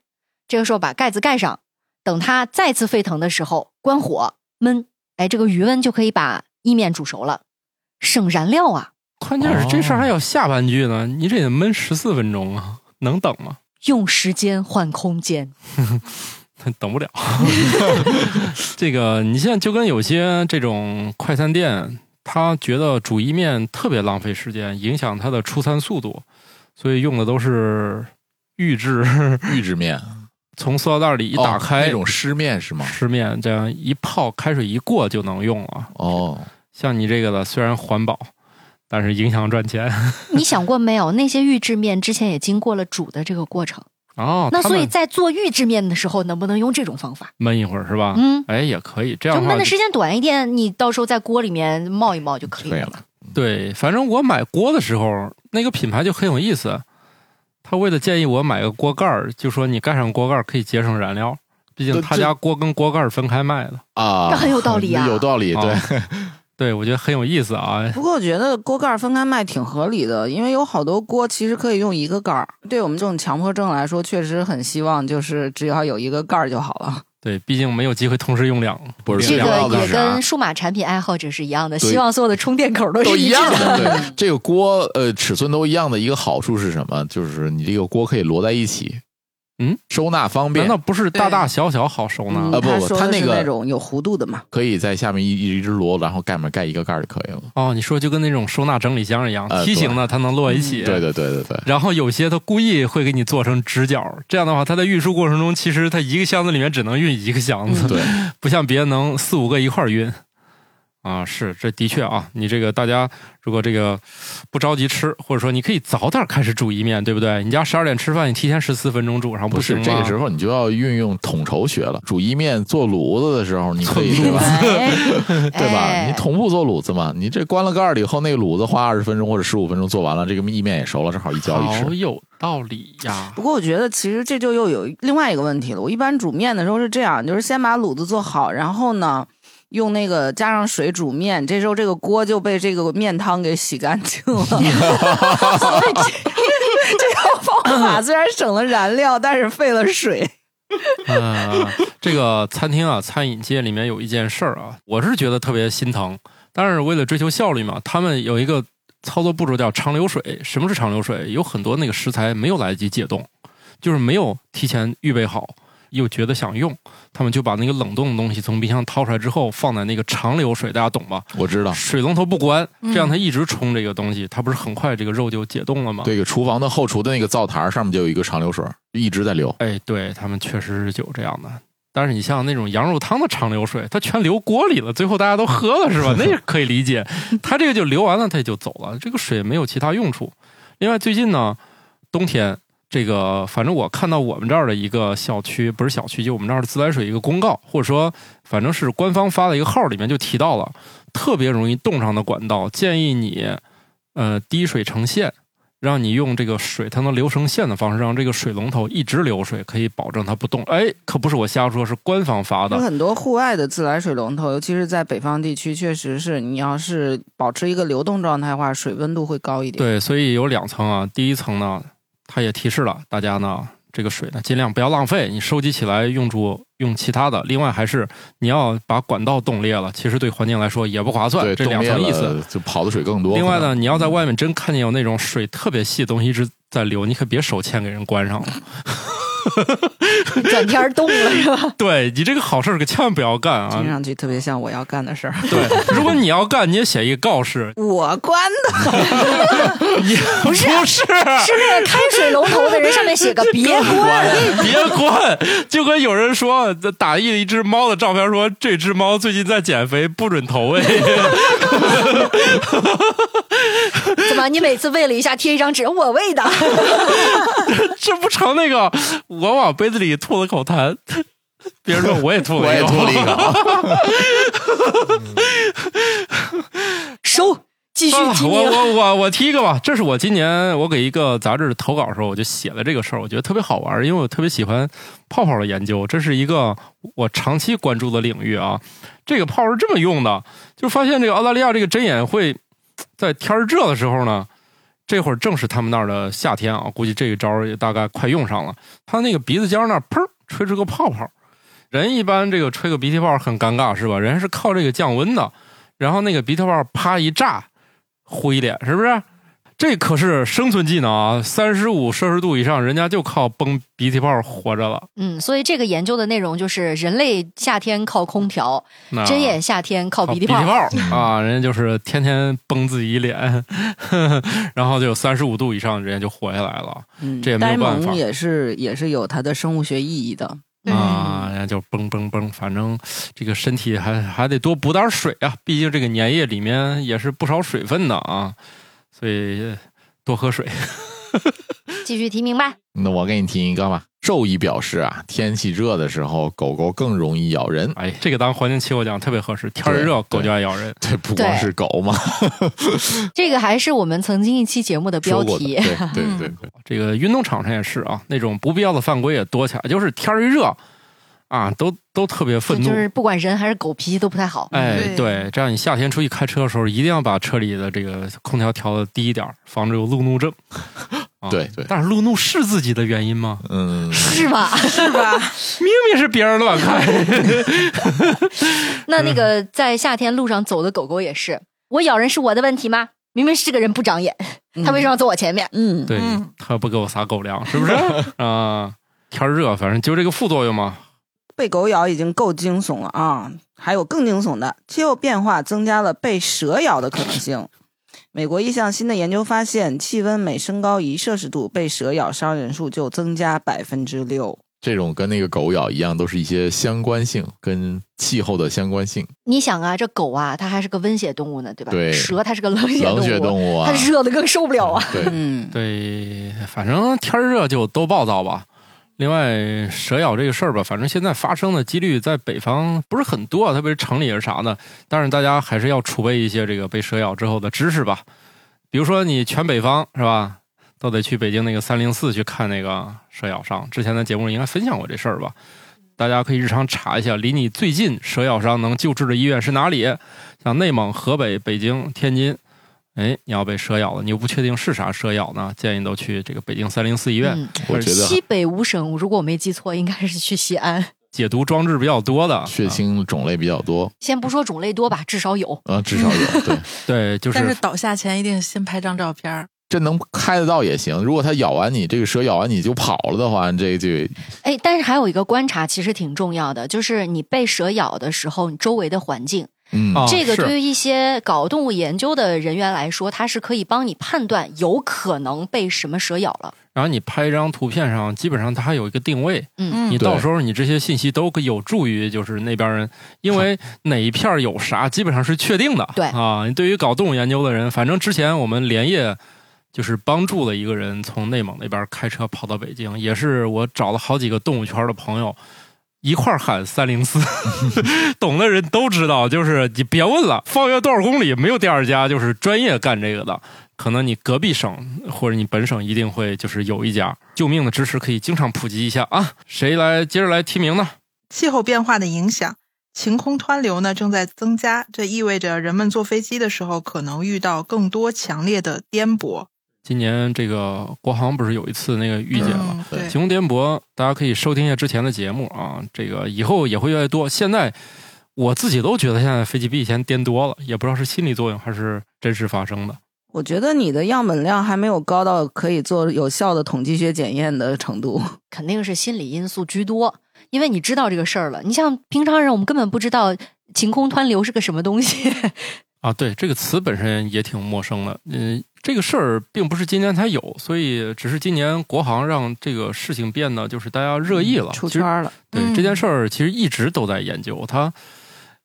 Speaker 3: 这个时候把盖子盖上，等它再次沸腾的时候关火焖，哎，这个余温就可以把意面煮熟了，省燃料啊！
Speaker 1: 关键是这事儿还有下半句呢，你这得闷十四分钟啊，能等吗？
Speaker 3: 用时间换空间，
Speaker 1: 等 不了。这个你现在就跟有些这种快餐店，他觉得煮意面特别浪费时间，影响他的出餐速度，所以用的都是预制，
Speaker 2: 预制面
Speaker 1: 从塑料袋里一
Speaker 2: 一
Speaker 1: 打开，
Speaker 3: 哦
Speaker 2: 那种湿面是吗？
Speaker 1: 湿面这样一泡，开水一过就能用了。
Speaker 2: 哦，
Speaker 1: 像你这个的，虽然环保，但是影响赚钱。
Speaker 3: 你想过没有？那些预制面之前也经过了煮的这个过程，
Speaker 1: 哦，
Speaker 3: 那
Speaker 1: 他
Speaker 3: 所以
Speaker 1: 们
Speaker 3: 在做预制面的时候，能不能用这种方法？
Speaker 1: 焖一会儿是吧？
Speaker 3: 嗯，
Speaker 1: 哎，也可以这
Speaker 3: 就
Speaker 1: 样的话
Speaker 3: 焖的
Speaker 1: 就，
Speaker 3: 时间短一点，你到时候在锅里面冒一冒就可以
Speaker 2: 可以
Speaker 3: 了
Speaker 2: 了
Speaker 3: 嘛。
Speaker 1: 对，反正我买锅的时候，那个品牌就很有意思。他为了建议我买个锅盖儿，就说你盖上锅盖儿可以节省燃料，毕竟
Speaker 2: 对
Speaker 1: 他
Speaker 2: 这
Speaker 1: 家锅跟锅盖儿分开卖的。
Speaker 2: 啊，
Speaker 3: 这很有道理啊
Speaker 2: 有道理，
Speaker 1: 啊
Speaker 2: 对，
Speaker 1: 对，我觉得很有意思啊。
Speaker 6: 不过我觉得锅盖儿分开卖挺合理的，因为有好多锅其实可以用一个盖儿。对我们这种强迫症来说，确实很希望就是只要有一个盖儿就好了。
Speaker 1: 对，毕竟没有机会同时用两
Speaker 2: 不是
Speaker 3: 这
Speaker 2: 两
Speaker 3: 个
Speaker 2: 道
Speaker 3: 也
Speaker 2: 是啥
Speaker 3: 跟数码产品爱好者是一样的，
Speaker 2: 对
Speaker 3: 希望所有的充电口都
Speaker 2: 都
Speaker 3: 是
Speaker 2: 一
Speaker 3: 致
Speaker 2: 样
Speaker 3: 的。
Speaker 2: 的。对， 这个锅呃尺寸都一样的一个好处是什么？就是你这个锅可以摞在一起，
Speaker 1: 嗯，
Speaker 2: 收纳方
Speaker 1: 难
Speaker 2: 便
Speaker 1: 道，不是大大小小好收纳？
Speaker 6: 嗯
Speaker 2: 啊不
Speaker 6: 他
Speaker 2: 不
Speaker 6: 说
Speaker 2: 他
Speaker 6: 的
Speaker 2: 那
Speaker 6: 是
Speaker 2: 个
Speaker 6: 那种有弧度的嘛。
Speaker 2: 可以在下面一一直摞，然后盖面盖一个盖儿就可以了。
Speaker 1: 哦，你说就跟那种收纳整理箱一样，
Speaker 2: 呃
Speaker 1: 梯形的它能摞一起。
Speaker 2: 对对对对对，
Speaker 1: 然后有些他故意会给你做成直角，这样的话，它在运输过程中，其实它一个箱子里面只能运一个箱子。
Speaker 2: 对，
Speaker 1: 不像别人能四五个一块儿晕。啊，是，这的确啊，你这个大家如果这个不着急吃，或者说你可以早点开始煮意面，对不对？你家十二点吃饭，你提前十四分钟煮上，
Speaker 2: 不
Speaker 1: 行啊
Speaker 2: 是
Speaker 1: 吗？
Speaker 2: 这个时候你就要运用统筹学了。煮意面做炉子的时候，你可以对吧？对吧？
Speaker 3: 哎
Speaker 2: 你同步做卤子嘛，你这关了盖儿了以后，那个卤子花二十分钟或者十五分钟做完了，这个意面也熟了，正好一浇一
Speaker 1: 好
Speaker 2: 吃。
Speaker 1: 有道理呀
Speaker 6: 不！过我觉得其实这就又有另外一个问题了。我一般煮面的时候是这样，就是先把卤子做好，然后呢。用那个加上水煮面，这时候这个锅就被这个面汤给洗干净了。 所以 这这套方法虽然省了燃料，但是费了水。
Speaker 1: 啊，这个餐厅啊，餐饮界里面有一件事儿啊，我是觉得特别心疼，但是为了追求效率嘛，他们有一个操作步骤叫长流水。什么是长流水？有很多那个食材没有来得及解冻，就是没有提前预备好，又觉得想用，他们就把那个冷冻的东西从冰箱掏出来之后，放在那个长流水，大家懂吧？
Speaker 2: 我知道，
Speaker 1: 水龙头不关，
Speaker 7: 嗯
Speaker 1: 这样它一直冲这个东西，它不是很快这个肉就解冻了吗？
Speaker 2: 对，厨房的后厨的那个灶台儿上面就有一个长流水儿，一直在流。
Speaker 1: 哎，对他们确实是有这样的。但是你像那种羊肉汤的长流水，它全流锅里了，最后大家都喝了是吧？那也可以理解。它这个就流完了，它也就走了，这个水没有其他用处。另外，最近呢，冬天这个反正我看到我们这儿的一个小区，不是小区，就我们这儿的自来水一个公告，或者说反正是官方发的一个号，里面就提到了特别容易冻上的管道，建议你呃滴水成线，让你用这个水它能流成线的方式，让这个水龙头一直流水，可以保证它不冻。哎，可不是我瞎说，是官方发
Speaker 6: 就
Speaker 1: 的。
Speaker 6: 很多户外的自来水龙头，尤其是在北方地区，确实是你要是保持一个流动状态的话，水温度会高一点。
Speaker 1: 对，所以有两层啊。第一层呢，它也提示了大家呢，这个水呢尽量不要浪费，你收集起来用住用其他的。另外还是你要把管道冻裂了，其实对环境来说也不划算，
Speaker 2: 对，
Speaker 1: 这
Speaker 2: 冻
Speaker 1: 两
Speaker 2: 裂
Speaker 1: 层意思。
Speaker 2: 了就跑的水更多。
Speaker 1: 另外
Speaker 2: 可
Speaker 1: 呢，
Speaker 2: 能，
Speaker 1: 你要在外面真看见有那种水特别细的东西一直在流，你可别手欠给人关上了。
Speaker 3: 转天儿冻了是吧？
Speaker 1: 对你这个好事儿可千万不要干啊
Speaker 6: 听！上去特别像我要干的事儿，，
Speaker 1: 对，如果你要干，你也写一个告示
Speaker 6: 我关的。
Speaker 1: 也不是啊
Speaker 3: 是那个开水龙头的人上面写个 别关，
Speaker 1: 别关，就跟有人说打印一只猫的照片说，这只猫最近在减肥，不准投喂。
Speaker 3: 怎么你每次喂了一下贴一张纸，我喂的，
Speaker 1: 这不成那个我往杯子里吐了口痰，别人说我也吐
Speaker 2: 我
Speaker 1: 了一
Speaker 2: 也
Speaker 1: 口，
Speaker 2: 脱了一 个，
Speaker 3: 收，继续
Speaker 1: 算了，
Speaker 3: 经
Speaker 1: 啊我
Speaker 3: 营。
Speaker 1: 我我我提一个吧，这是我今年我给一个杂志投稿的时候，我就写了这个事儿，我觉得特别好玩，因为我特别喜欢泡泡的研究，这是一个我长期关注的领域啊。这个泡是这么用的，就发现这个澳大利亚这个针眼会在天儿热的时候呢，这会儿正是他们那儿的夏天啊，估计这一招也大概快用上了。他那个鼻子尖儿那儿砰吹出个泡泡，人一般这个吹个鼻涕泡很尴尬是吧？人是靠这个降温的，然后那个鼻涕泡啪一炸。呼一脸，是不是？这可是生存技能啊！三十五摄氏度以上，人家就靠崩鼻涕泡活着了。
Speaker 3: 嗯，所以这个研究的内容就是人类夏天靠空调，
Speaker 1: 那
Speaker 2: 啊
Speaker 3: 针眼夏天靠
Speaker 1: 靠
Speaker 3: 鼻
Speaker 1: 涕
Speaker 3: 涕泡。
Speaker 1: 啊，人家就是天天崩自己一脸， 然后就有三十五度以上，人家就活下来了。
Speaker 6: 嗯
Speaker 1: 这也没有
Speaker 6: 呆
Speaker 1: 办法
Speaker 6: 萌也是也是有它的生物学意义 的。
Speaker 3: 嗯
Speaker 1: 啊，人家就蹦蹦蹦，反正这个身体还还得多补点水啊，毕竟这个粘液里面也是不少水分的啊，所以多喝水。
Speaker 3: 继续提名吧。
Speaker 2: 那我给你提一个吧。兽医表示啊，天气热的时候，狗狗更容易咬人。
Speaker 1: 哎，这个当环境气候讲特别合适，天儿
Speaker 2: 对
Speaker 1: 热狗
Speaker 2: 对
Speaker 1: 就爱咬人。
Speaker 2: 这不光
Speaker 3: 对
Speaker 2: 是狗嘛，
Speaker 3: 这个还是我们曾经一期节目的标
Speaker 2: 说过的，
Speaker 3: 题
Speaker 2: 对。对 对对，
Speaker 1: 这个运动场上也是啊，那种不必要的犯规也多起来，就是天儿一热啊，都都特别愤怒。
Speaker 3: 就是不管人还是狗，脾气都不太好。
Speaker 2: 啊
Speaker 1: 哎，
Speaker 7: 对
Speaker 1: 对，这样你夏天出去开车的时候，一定要把车里的这个空调调的低一点儿，防止有路怒症。啊、
Speaker 2: 对对
Speaker 1: 但是路怒是自己的原因吗？
Speaker 2: 嗯，
Speaker 3: 是吧？
Speaker 7: 是吧？
Speaker 1: 明明是别人乱开。
Speaker 3: 那那个
Speaker 2: 嗯
Speaker 3: 在夏天路上走的狗狗也是，我咬人是我的问题吗？明明是个人不长眼，他为什么要走我前面？
Speaker 6: 嗯，
Speaker 1: 对
Speaker 7: 嗯
Speaker 1: 他不给我撒狗粮，是 不是啊？天儿热，反正就这个副作用嘛。
Speaker 6: 被狗咬已经够惊悚了啊，还有更惊悚的，气候变化增加了被蛇咬的可能性。美国一项新的研究发现，气温每升高一摄氏度，被蛇咬伤人数就增加百分之六。
Speaker 2: 这种跟那个狗咬一样，都是一些相关性跟气候的相关性，
Speaker 3: 你想啊，这狗啊，它还是个温血动物呢，对吧？
Speaker 2: 对
Speaker 3: 蛇它是个冷血动物，
Speaker 2: 冷血动物啊
Speaker 3: 它，热的更受不了啊。
Speaker 2: 对，
Speaker 6: 嗯，
Speaker 1: 对，反正天儿热就都暴躁吧。另外，蛇咬这个事儿吧，反正现在发生的几率在北方不是很多，特别是城里是啥呢？但是大家还是要储备一些这个被蛇咬之后的知识吧。比如说，你全北方是吧，都得去北京那个三零四去看那个蛇咬伤。之前在节目里应该分享过这事儿吧？大家可以日常查一下，离你最近蛇咬伤能救治的医院是哪里？像内蒙、河北、北京、天津，哎，你要被蛇咬了，你又不确定是啥蛇咬呢，建议都去这个北京三零四医院。
Speaker 3: 嗯，
Speaker 2: 我觉得
Speaker 3: 西北五省，如果我没记错，应该是去西安。
Speaker 1: 解毒装置比较多
Speaker 3: 啊
Speaker 1: 的啊
Speaker 2: 血清种类比较多
Speaker 3: 先不说种类多吧，至少有。
Speaker 2: 啊，至少有 对。
Speaker 1: 啊对，就
Speaker 7: 但是
Speaker 1: 是
Speaker 7: 倒下前一定先拍张照片儿。
Speaker 2: 这能开得到也行。如果它咬完你，这个蛇咬完你就跑了的话，这就
Speaker 3: 哎，但是还有一个观察其实挺重要的，就是你被蛇咬的时候，你周围的环境，
Speaker 2: 嗯，
Speaker 1: 啊，
Speaker 3: 这个
Speaker 1: 是
Speaker 3: 对于一些搞动物研究的人员来说，它是可以帮你判断有可能被什么蛇咬了。
Speaker 1: 然后你拍一张图片上，基本上它还有一个定位，
Speaker 7: 嗯
Speaker 1: 你
Speaker 2: 对
Speaker 1: 到时候你这些信息都有助于就是那边人，因为哪一片儿有啥，基本上是确定的。
Speaker 3: 对
Speaker 1: 啊，对于搞动物研究的人，反正之前我们连夜就是帮助了一个人从内蒙那边开车跑到北京，也是我找了好几个动物圈的朋友。一块儿喊三零四， 懂的人都知道，就是你别问了，方圆多少公里没有第二家，就是专业干这个的。可能你隔壁省或者你本省一定会就是有一家。救命的知识可以经常普及一下啊！谁来接着来提名呢？
Speaker 7: 气候变化的影响，晴空湍流呢正在增加，这意味着人们坐飞机的时候可能遇到更多强烈的颠簸。
Speaker 1: 今年这个国航不是有一次那个遇见吗？
Speaker 7: 嗯，
Speaker 2: 对
Speaker 7: 对，
Speaker 1: 晴空颠簸，大家可以收听一下之前的节目啊。这个以后也会越来越多。现在我自己都觉得现在飞机比以前颠多了，也不知道是心理作用还是真实发生的。
Speaker 6: 我觉得你的样本量还没有高到可以做有效的统计学检验的程度。
Speaker 3: 肯定是心理因素居多，因为你知道这个事儿了。你像平常人，我们根本不知道晴空湍流是个什么东西。
Speaker 1: 啊，对这个词本身也挺陌生的。嗯，这个事儿并不是今年才有，所以只是今年国航让这个事情变得就是大家热议了，
Speaker 6: 出
Speaker 1: 其实
Speaker 6: 圈了。
Speaker 1: 对、
Speaker 7: 嗯
Speaker 1: 这件事儿，其实一直都在研究它，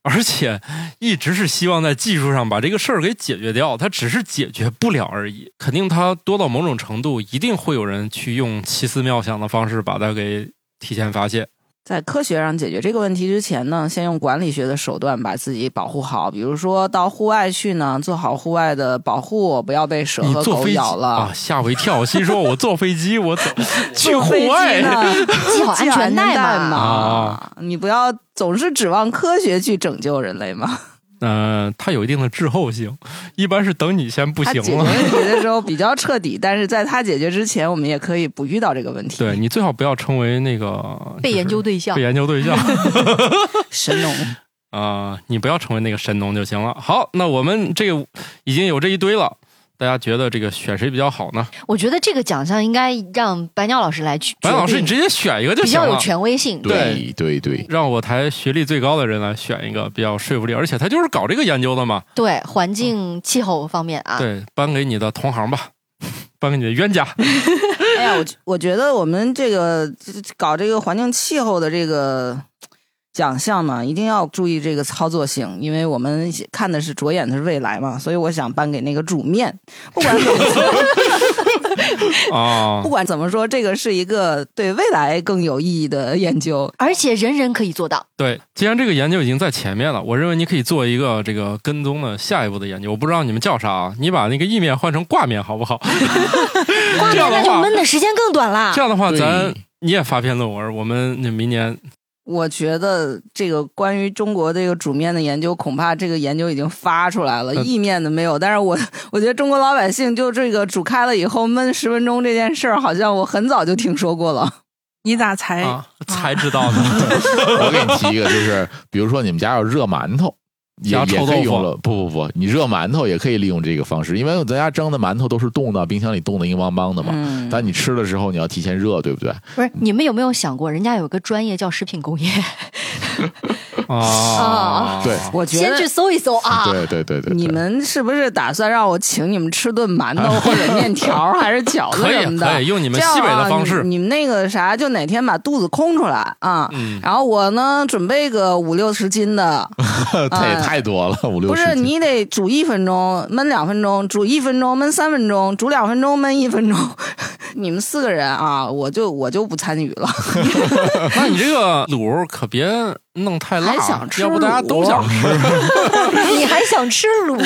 Speaker 1: 而且一直是希望在技术上把这个事儿给解决掉，它只是解决不了而已。肯定它多到某种程度，一定会有人去用奇思妙想的方式把它给提前发现。
Speaker 6: 在科学上解决这个问题之前呢，先用管理学的手段把自己保护好，比如说到户外去呢，做好户外的保护，不要被蛇
Speaker 1: 你
Speaker 6: 和
Speaker 1: 坐
Speaker 6: 狗
Speaker 1: 飞机
Speaker 6: 咬了。
Speaker 1: 啊，吓我一跳！我心说，我坐飞机，我走去
Speaker 6: 坐
Speaker 1: 户
Speaker 6: 飞机
Speaker 1: 外。
Speaker 6: 呢
Speaker 3: 系好安
Speaker 6: 系
Speaker 3: 全带嘛
Speaker 6: 嘛，
Speaker 1: 啊
Speaker 6: 你不要总是指望科学去拯救人类嘛。
Speaker 1: 呃，它有一定的滞后性，一般是等你先不
Speaker 6: 它
Speaker 1: 行
Speaker 6: 解决
Speaker 1: 了。
Speaker 6: 问题的时候比较彻底，但是在它解决之前，我们也可以不遇到这个问题。
Speaker 1: 对，你最好不要成为那个
Speaker 3: 被
Speaker 1: 就是
Speaker 3: 研究对象
Speaker 1: 被，研究 对象
Speaker 6: 神农。
Speaker 1: 啊、你不要成为那个神农就行了。好，那我们这个已经有这一堆了，大家觉得这个选谁比较好呢？
Speaker 3: 我觉得这个奖项应该让白鸟老师来去决
Speaker 1: 白
Speaker 3: 定。
Speaker 1: 老师，你直接选一个就
Speaker 3: 比
Speaker 1: 行
Speaker 3: 较有
Speaker 1: 了。
Speaker 3: 权威性，
Speaker 1: 对
Speaker 2: 对对，
Speaker 1: 让我台学历最高的人来选一个比较有说服力，而且他就是搞这个研究的嘛。
Speaker 3: 对，环境气候方面啊，
Speaker 1: 对，颁给你的同行吧， 颁给你的冤家。
Speaker 6: 哎呀，我我觉得我们这个搞这个环境气候的这个奖项嘛，一定要注意这个操作性，因为我们看的是着眼的是未来嘛，所以我想颁给那个煮面。不管怎么说，
Speaker 1: 啊
Speaker 6: 不。管怎么说，这个是一个对未来更有意义的研究。
Speaker 3: 而且人人可以做到。
Speaker 1: 对，既然这个研究已经在前面了，我认为你可以做一个这个跟踪的下一步的研究。我不知道你们叫啥啊，你把那个意面换成挂面好不 好？
Speaker 3: 挂
Speaker 1: 这
Speaker 3: 面
Speaker 1: 样的
Speaker 3: 那就
Speaker 1: 话
Speaker 3: 焖的时间更短啦
Speaker 1: 这。样的话，
Speaker 2: 对
Speaker 1: 咱你也发篇论文，我们那明年
Speaker 6: 我觉得这个关于中国这个煮面的研究，恐怕这个研究已经发出来了，
Speaker 1: 呃
Speaker 6: 意面的没有。但是我我觉得中国老百姓就这个煮开了以后焖十分钟这件事儿，好像我很早就听说过了。
Speaker 7: 你咋才、
Speaker 1: 啊才知道呢。
Speaker 2: 我给你提一个，就是比如说你们家有热 馒头，也
Speaker 1: 加
Speaker 2: 也
Speaker 1: 臭
Speaker 2: 可以
Speaker 1: 豆
Speaker 2: 用
Speaker 1: 腐
Speaker 2: 了。不不不，你热馒头也可以利用这个方式，因为咱家蒸的馒头都是冻的，冰箱里冻的硬邦邦的嘛。
Speaker 6: 嗯
Speaker 2: 但你吃的时候，你要提前热，对不对？
Speaker 3: 不是，你们有没有想过，人家有个专业叫食品工业，
Speaker 1: 哦啊，
Speaker 2: 对
Speaker 6: 我觉
Speaker 3: 先
Speaker 6: 得
Speaker 3: 去搜一搜啊。
Speaker 2: 对对对对对。
Speaker 6: 你们是不是打算让我请你们吃顿馒头或者面条 还是饺
Speaker 1: 啊
Speaker 6: 子
Speaker 1: 可
Speaker 6: 什
Speaker 1: 以啊
Speaker 6: 么
Speaker 1: 可
Speaker 6: 的啊
Speaker 1: 以？用你
Speaker 6: 你
Speaker 1: 们西北的方式，
Speaker 6: 你们那个啥，就哪天把肚子空出来啊。
Speaker 1: 嗯，
Speaker 6: 然后我呢，准备个五六十 斤的，
Speaker 3: 呃
Speaker 2: 这也
Speaker 6: 哎
Speaker 2: 太多了，五六
Speaker 6: 不
Speaker 2: 十
Speaker 6: 是
Speaker 2: 斤
Speaker 6: 你得煮一分钟，焖两分钟，煮一分钟，焖三分钟，煮两分钟，焖 一分钟。你们四个人啊，我就我就不参与了。
Speaker 1: 那你这个卤可别弄太辣
Speaker 6: 还，想吃
Speaker 1: 要不大家都想吃。
Speaker 3: 你还想吃卤？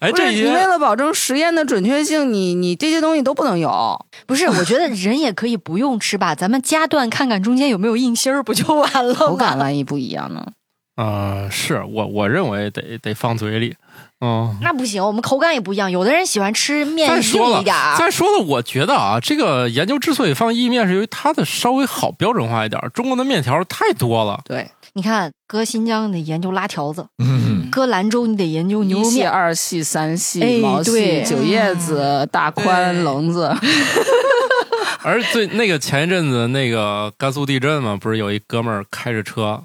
Speaker 1: 哎，
Speaker 6: 不是
Speaker 1: 这
Speaker 6: 你
Speaker 1: 些
Speaker 6: 为了保证实验的准确性，你你这些东西都不能 有。
Speaker 3: 不是，我觉得人也可以不用吃吧，咱们夹断看看中间有没有硬芯儿，不就完了
Speaker 6: 口
Speaker 3: 吗？
Speaker 6: 感万一不一样呢？
Speaker 1: 啊，是我我认为得得放嘴里，嗯。
Speaker 3: 那不行，我们口感也不一样。有的人喜欢吃面
Speaker 1: 再说
Speaker 3: 硬
Speaker 1: 了
Speaker 3: 一点儿，
Speaker 1: 再说了，我觉得啊，这个研究之所以放意面，是由于它的稍微好标准化一点儿。中国的面条太多了，
Speaker 6: 对，
Speaker 3: 你看，搁新疆得研究拉条子，
Speaker 2: 嗯，
Speaker 3: 搁兰州你得研究牛
Speaker 6: 一
Speaker 3: 肉
Speaker 6: 系、
Speaker 3: 面，
Speaker 6: 二系、三系、
Speaker 3: 哎
Speaker 6: 毛系、
Speaker 3: 对嗯
Speaker 6: 九叶子、大宽、
Speaker 7: 对
Speaker 6: 棱子，
Speaker 1: 而最那个前一阵子那个甘肃地震嘛，不是有一哥们儿开着车，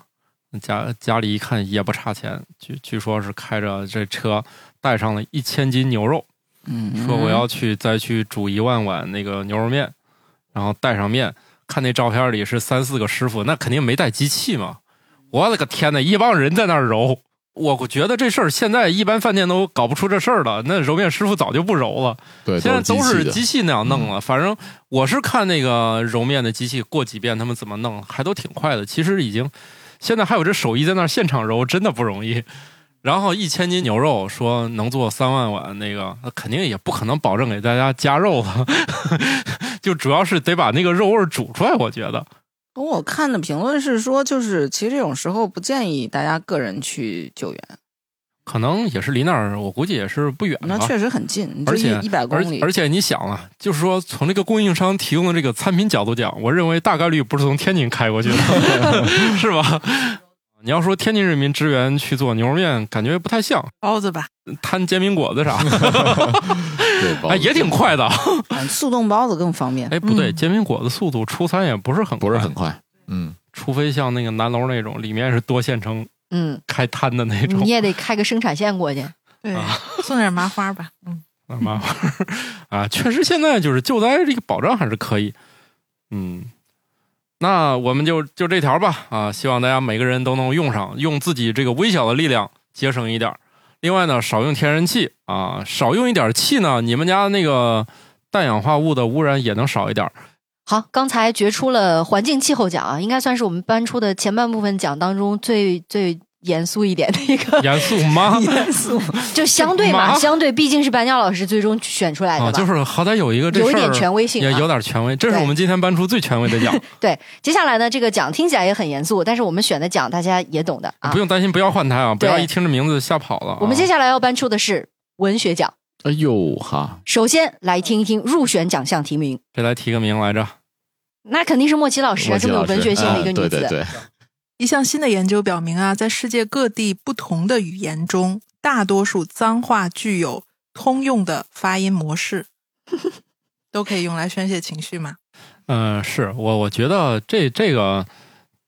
Speaker 1: 家家里一看也不差钱，据据说是开着这车带上了一千斤牛肉，
Speaker 6: 嗯
Speaker 1: 说我要去再去煮一万碗那个牛肉面，然后带上面。看那照片里是三四个师傅，那肯定没带机器嘛。我的个天呐，一帮人在那儿揉，我觉得这事儿现在一般饭店都搞不出这事儿了，那揉面师傅早就不揉了，
Speaker 2: 对，
Speaker 1: 现在都是
Speaker 2: 机器
Speaker 1: 机器那样弄了。反正我是看那个揉面的机器过几遍他们怎么弄，还都挺快的。其实已经现在还有这手艺在那儿现场揉，真的不容易。然后一千斤牛肉说能做三万碗，那个那肯定也不可能保证给大家加肉吧， 就主要是得把那个肉味儿煮出来。我觉得，
Speaker 6: 跟我看的评论是说，就是其实这种时候不建议大家个人去救援，
Speaker 1: 可能也是离那儿，我估计也是不远吧。
Speaker 6: 那确实很近，你
Speaker 1: 啊
Speaker 6: 这
Speaker 1: 而且
Speaker 6: 一一百公里
Speaker 1: 而。而且你想啊，就是说从这个供应商提供的这个餐品角度讲，我认为大概率不是从天津开过去的， 是吧？你要说天津人民支援去做牛肉面，感觉不太像
Speaker 7: 包子吧，
Speaker 1: 摊煎饼果子啥，
Speaker 2: 对，包
Speaker 1: 哎，
Speaker 2: 子
Speaker 1: 也挺快的。
Speaker 6: 嗯速冻包子更 方便。
Speaker 1: 哎，不对，
Speaker 7: 嗯
Speaker 1: 煎饼果子速度出餐也不是很
Speaker 2: 不是
Speaker 1: 快
Speaker 2: 很，快，嗯，
Speaker 1: 除非像那个南楼那种，里面是多线程
Speaker 3: 嗯，
Speaker 1: 开摊的那种
Speaker 3: 你。也得开个生产线过去。
Speaker 7: 对
Speaker 1: 啊，
Speaker 7: 送点麻花吧，嗯，
Speaker 1: 啊，麻花儿 啊，确实现在就是救灾这个保障还是可以，嗯，那我们就就这条吧啊，希望大家每个人都能用上，用自己这个微小的力量节省一点儿。另外呢，少用天然气啊，少用一点儿气呢，你们家那个氮氧化物的污染也能少一 点儿。
Speaker 3: 好，刚才决出了环境气候奖啊，应该算是我们颁出的前半部分奖当中最最严肃一点的一个，
Speaker 1: 严肃吗？
Speaker 3: 就相对
Speaker 1: 妈
Speaker 3: 嘛，相对毕竟是白鸟老师最终选出来的
Speaker 1: 啊，
Speaker 2: 哦
Speaker 3: 吧，
Speaker 1: 就是好歹有一个这
Speaker 3: 有一
Speaker 1: 事
Speaker 3: 点
Speaker 1: 儿
Speaker 3: 权威性、
Speaker 1: 也
Speaker 3: 啊，
Speaker 1: 有点权威，这是
Speaker 3: 对
Speaker 1: 我们今天颁出最权威的奖，
Speaker 3: 对，接下来呢，这个奖听起来也很严肃，但是我们选的奖大家也懂的 啊
Speaker 1: 不。用担心，不要换台啊，不
Speaker 3: 对
Speaker 1: 要一听这名字吓跑
Speaker 2: 哦
Speaker 1: 了啊。
Speaker 3: 我们接下来要颁出的是文学奖。
Speaker 2: 哎呦哈，
Speaker 3: 首先来听一听入选奖项提名，
Speaker 1: 谁来提个名来着？
Speaker 3: 那肯定是莫奇老师
Speaker 2: 莫
Speaker 3: 啊，
Speaker 2: 奇
Speaker 3: 这么有
Speaker 2: 老师
Speaker 3: 文学性的一个
Speaker 2: 嗯
Speaker 3: 女
Speaker 2: 对对
Speaker 3: 子。
Speaker 2: 对，
Speaker 7: 一项新的研究表明啊，在世界各地不同的语言中，大多数脏话具有通用的发音模式，都可以用来宣泄情绪嘛。
Speaker 1: 嗯，是我我觉得这这个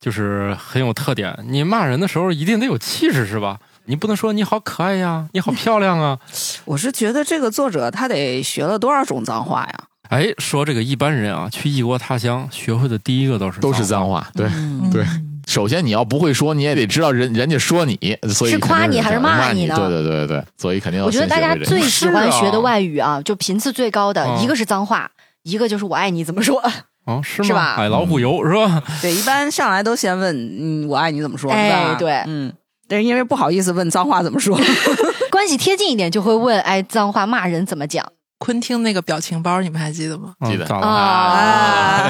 Speaker 1: 就是很有特点。你骂人的时候一定得有气势，是吧？你不能说你好可爱呀，你好漂亮啊。
Speaker 6: 我是觉得这个作者他得学了多少种脏话呀？
Speaker 1: 哎，说这个一般人啊，去异国他乡学会的第一个都是
Speaker 2: 都是
Speaker 1: 话
Speaker 2: 脏话，对。
Speaker 6: 嗯
Speaker 7: 嗯
Speaker 2: 对首先你要不会说，你也得知道人人家说你，所以
Speaker 3: 是夸
Speaker 2: 肯定
Speaker 3: 你还是
Speaker 2: 想
Speaker 3: 骂
Speaker 2: 骂
Speaker 3: 你呢
Speaker 2: 对对对对对，所以肯定要
Speaker 3: 我觉得
Speaker 2: 先
Speaker 3: 大
Speaker 2: 学
Speaker 3: 家
Speaker 2: 会这个
Speaker 3: 最喜欢学的外语啊，就频次最高的、
Speaker 1: 嗯
Speaker 3: 一个是脏话，一个就是我爱你怎么说。
Speaker 1: 哦，是
Speaker 3: 是
Speaker 1: 吗
Speaker 3: 吧？
Speaker 1: 矮老虎油
Speaker 2: 嗯
Speaker 1: 是吧？
Speaker 6: 对，一般上来都先问嗯，我爱你怎么说？
Speaker 3: 哎
Speaker 6: 吧
Speaker 3: 对
Speaker 6: 嗯，但是因为不好意思问脏话怎么说，
Speaker 3: 关系贴近一点就会问，哎，脏话骂人怎么讲？
Speaker 7: 昆汀那个表情包，你们还记得吗？
Speaker 2: 记
Speaker 1: 嗯
Speaker 2: 得
Speaker 1: 咋了？
Speaker 7: 啊
Speaker 3: 啊，，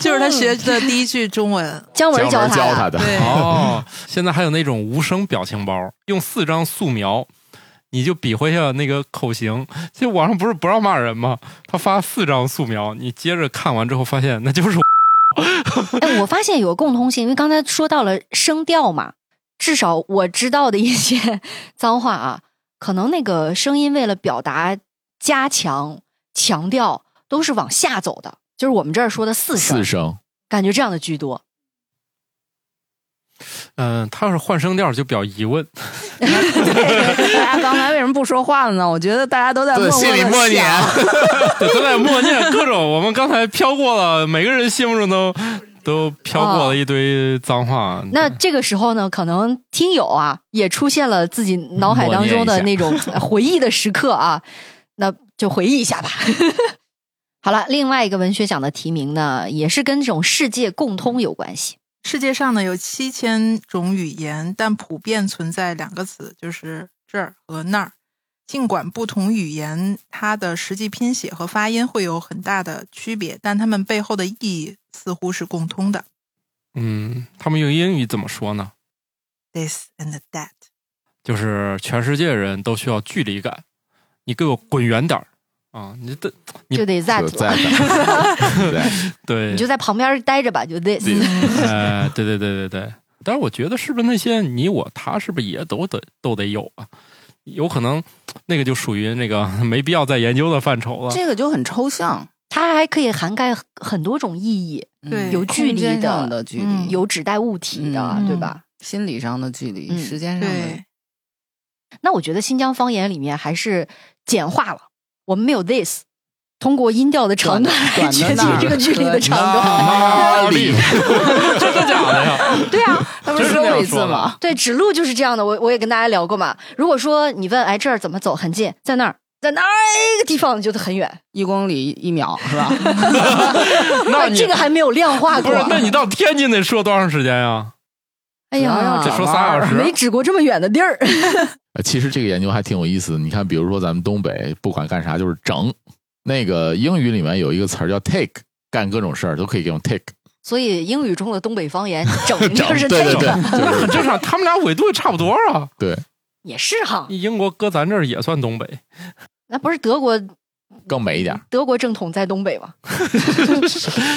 Speaker 7: 就是他学的第一句 中文，
Speaker 3: 姜文
Speaker 2: 姜
Speaker 3: 教
Speaker 2: 文教
Speaker 3: 他
Speaker 2: 他
Speaker 3: 的。
Speaker 2: 的，
Speaker 7: 对，
Speaker 1: 哦，现在还有那种无声表情包，用四张素描，你就比划一下那个口型。这网上不是不让骂人吗？他发四张素描，你接着看完之后发现那就是我
Speaker 3: 哎，我发现有个共通性，因为刚才说到了声调嘛，至少我知道的一些 脏话啊，可能那个声音为了表达加强强调，都是往下走的，就是我们这儿说的四声，
Speaker 2: 四声，
Speaker 3: 感觉这样的居多。
Speaker 1: 嗯，他要是换声调就表疑问。
Speaker 6: 大家刚才为什么不说话了呢？我觉得大家都在默
Speaker 2: 对，
Speaker 6: 默
Speaker 2: 心里
Speaker 6: 地
Speaker 2: 默念，
Speaker 6: 想
Speaker 1: 对，都在默念各种。我们刚才飘过了，每个人心目中都都飘过了一堆脏话。
Speaker 3: 那这个时候呢，可能听友啊也出现了自己脑海当中的那种呃回忆的时刻啊，那就回忆一下吧。 好了，另外一个文学奖的提名呢，也是跟这种世界共通有关系。
Speaker 7: 世界上呢有七千种语言，但普遍存在两个词，就是这儿和那儿。尽管不同语言它的实际拼写和发音会有很大的区别，但它们背后的意义似乎是共通的。
Speaker 1: 嗯，他们用英语怎么说呢？
Speaker 7: This and that，
Speaker 1: 就是全世界人都需要距离感，你给我滚远点儿啊！你的你
Speaker 3: 就得在
Speaker 2: 就在的，对，
Speaker 1: 对，
Speaker 3: 你就在旁边待着吧，就 this。
Speaker 1: 哎，对对对对对。但是我觉得是不是那些你我他是不是也都得都得有啊？有可能那个就属于那个没必要再研究的范畴了。
Speaker 6: 这个就很抽象，
Speaker 3: 它还可以涵盖很很多种意义，
Speaker 7: 对
Speaker 6: 嗯
Speaker 3: 有距离的
Speaker 6: 空间上的距离，
Speaker 7: 嗯
Speaker 3: 有指代物体的，
Speaker 6: 嗯
Speaker 3: 对吧？
Speaker 6: 心理上的距离，
Speaker 3: 嗯
Speaker 6: 时间上的
Speaker 7: 对，
Speaker 3: 那我觉得新疆方言里面还是简化了，我们没有 this，通过音调的长短来
Speaker 6: 短
Speaker 3: 决
Speaker 6: 的
Speaker 3: 定
Speaker 6: 呢
Speaker 3: 这个距离的长短。
Speaker 2: 妈力，
Speaker 1: 真的假的呀？
Speaker 3: 对啊，
Speaker 6: 他不
Speaker 1: 真是
Speaker 6: 是说
Speaker 1: 那
Speaker 6: 过
Speaker 1: 样
Speaker 6: 一次
Speaker 1: 说的
Speaker 6: 吗？
Speaker 3: 对，指路就是这样的。我我也跟大家聊过嘛。如果说你问，哎，这儿怎么走很近，在那儿，在那儿那个地方你觉得 很远，
Speaker 6: 一公里一秒是吧？
Speaker 1: 那
Speaker 3: 哎
Speaker 1: 你
Speaker 3: 这个还没有量化
Speaker 1: 不
Speaker 3: 过
Speaker 1: 是。？那你到天津得说多长时间呀？
Speaker 3: 哎
Speaker 6: 主要
Speaker 3: 呀
Speaker 6: 要，
Speaker 1: 得
Speaker 6: 找
Speaker 1: 说仨小
Speaker 3: 没
Speaker 1: 时。
Speaker 3: 指过这么远的地儿。
Speaker 2: 呃其实这个研究还挺有意思的。你看，比如说咱们东北，不管干啥就是整。那个英语里面有一个词儿叫 take，干各种事儿都可以用 take。
Speaker 3: 所以英语中的东北方言整就是
Speaker 2: 对对
Speaker 3: 这
Speaker 2: 对
Speaker 3: 个，，
Speaker 2: 就
Speaker 1: 那
Speaker 2: 是
Speaker 1: 很正常，他们俩纬度也差不多啊。
Speaker 3: 也是哈。
Speaker 1: 英国搁咱这儿也算东北，
Speaker 3: 那不是德国
Speaker 2: 更美一点。
Speaker 3: 德国正统在东北吗？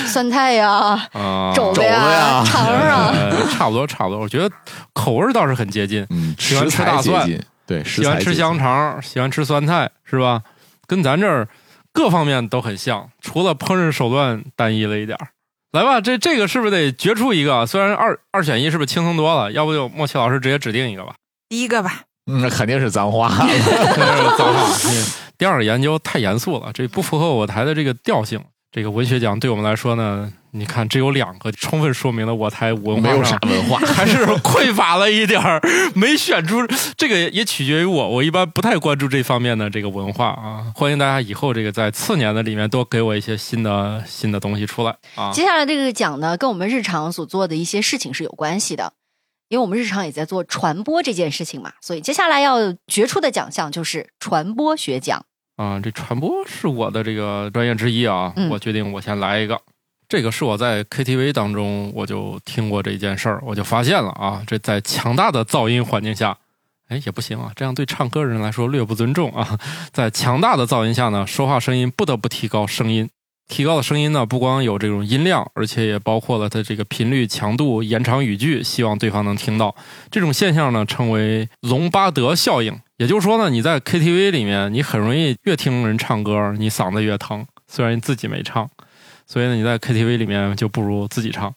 Speaker 3: 酸菜呀、
Speaker 1: 啊，
Speaker 3: 肘子
Speaker 2: 肘子呀
Speaker 3: 呀、肠儿啊，
Speaker 1: 呃差不多差不多。我觉得口味儿倒是很接近，
Speaker 2: 嗯，
Speaker 1: 喜欢
Speaker 2: 食
Speaker 1: 吃
Speaker 2: 材
Speaker 1: 大
Speaker 2: 接
Speaker 1: 蒜
Speaker 2: 近，对，食
Speaker 1: 喜欢
Speaker 2: 材
Speaker 1: 吃
Speaker 2: 接
Speaker 1: 香
Speaker 2: 近，
Speaker 1: 肠，喜欢吃酸菜，是吧？跟咱这儿各方面都很像，除了烹饪手段单一了一点儿。来吧，这这个是不是得决出一个？虽然二二选一是不是轻松多了？要不就莫奇老师直接指定一个吧。
Speaker 7: 第一个吧，
Speaker 2: 嗯，那肯定是脏话。 嗯
Speaker 1: 脏话。嗯第二个研究太严肃了，这不符合我台的这个调性。这个文学奖对我们来说呢，你看只有两个，充分说明了我台文
Speaker 2: 没
Speaker 1: 化
Speaker 2: 有啥
Speaker 1: 上。
Speaker 2: 文化
Speaker 1: 还是匮乏了一点儿，没选出这个也取决于我，我一般不太关注这方面的这个文化啊。欢迎大家以后这个在次年的里面多给我一些新的新的东西出来啊。
Speaker 3: 接下来这个奖呢，跟我们日常所做的一些事情是有关系的，因为我们日常也在做传播这件事情嘛，所以接下来要决出的奖项就是传播学奖。
Speaker 1: 啊，这传播是我的这个专业之一啊，
Speaker 3: 嗯
Speaker 1: 我决定我先来一个。这个是我在 KTV 当中我就听过这件事儿，我就发现了啊，这在强大的噪音环境下，哎也不行啊，这样对唱歌人来说略不尊重啊。在强大的噪音下呢，说话声音不得不提高声音，提高的声音呢，不光有这种音量，而且也包括了它这个频率、强度、延长语句，希望对方能听到。这种现象呢，称为隆巴德效应。也就是说呢，你在 KTV 里面，你很容易越听人唱歌，你嗓子越疼，虽然你自己没唱。所以呢，你在 KTV 里面就不如自己唱。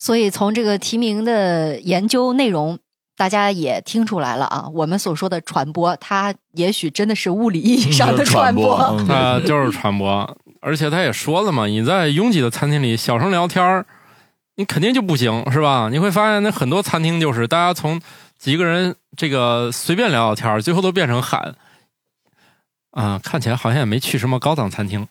Speaker 3: 所以从这个提名的研究内容，大家也听出来了啊，我们所说的传播，它也许真的是物理意义 上的
Speaker 2: 传
Speaker 3: 播。
Speaker 2: 嗯
Speaker 1: 那、就是传播，而且他也说了嘛，你在拥挤的餐厅里小声聊天儿，你肯定就不行，是吧？你会发现那很多餐厅就是大家从几个人这个随便聊聊天儿，最后都变成喊。啊、看起来好像也没去什么高档餐厅，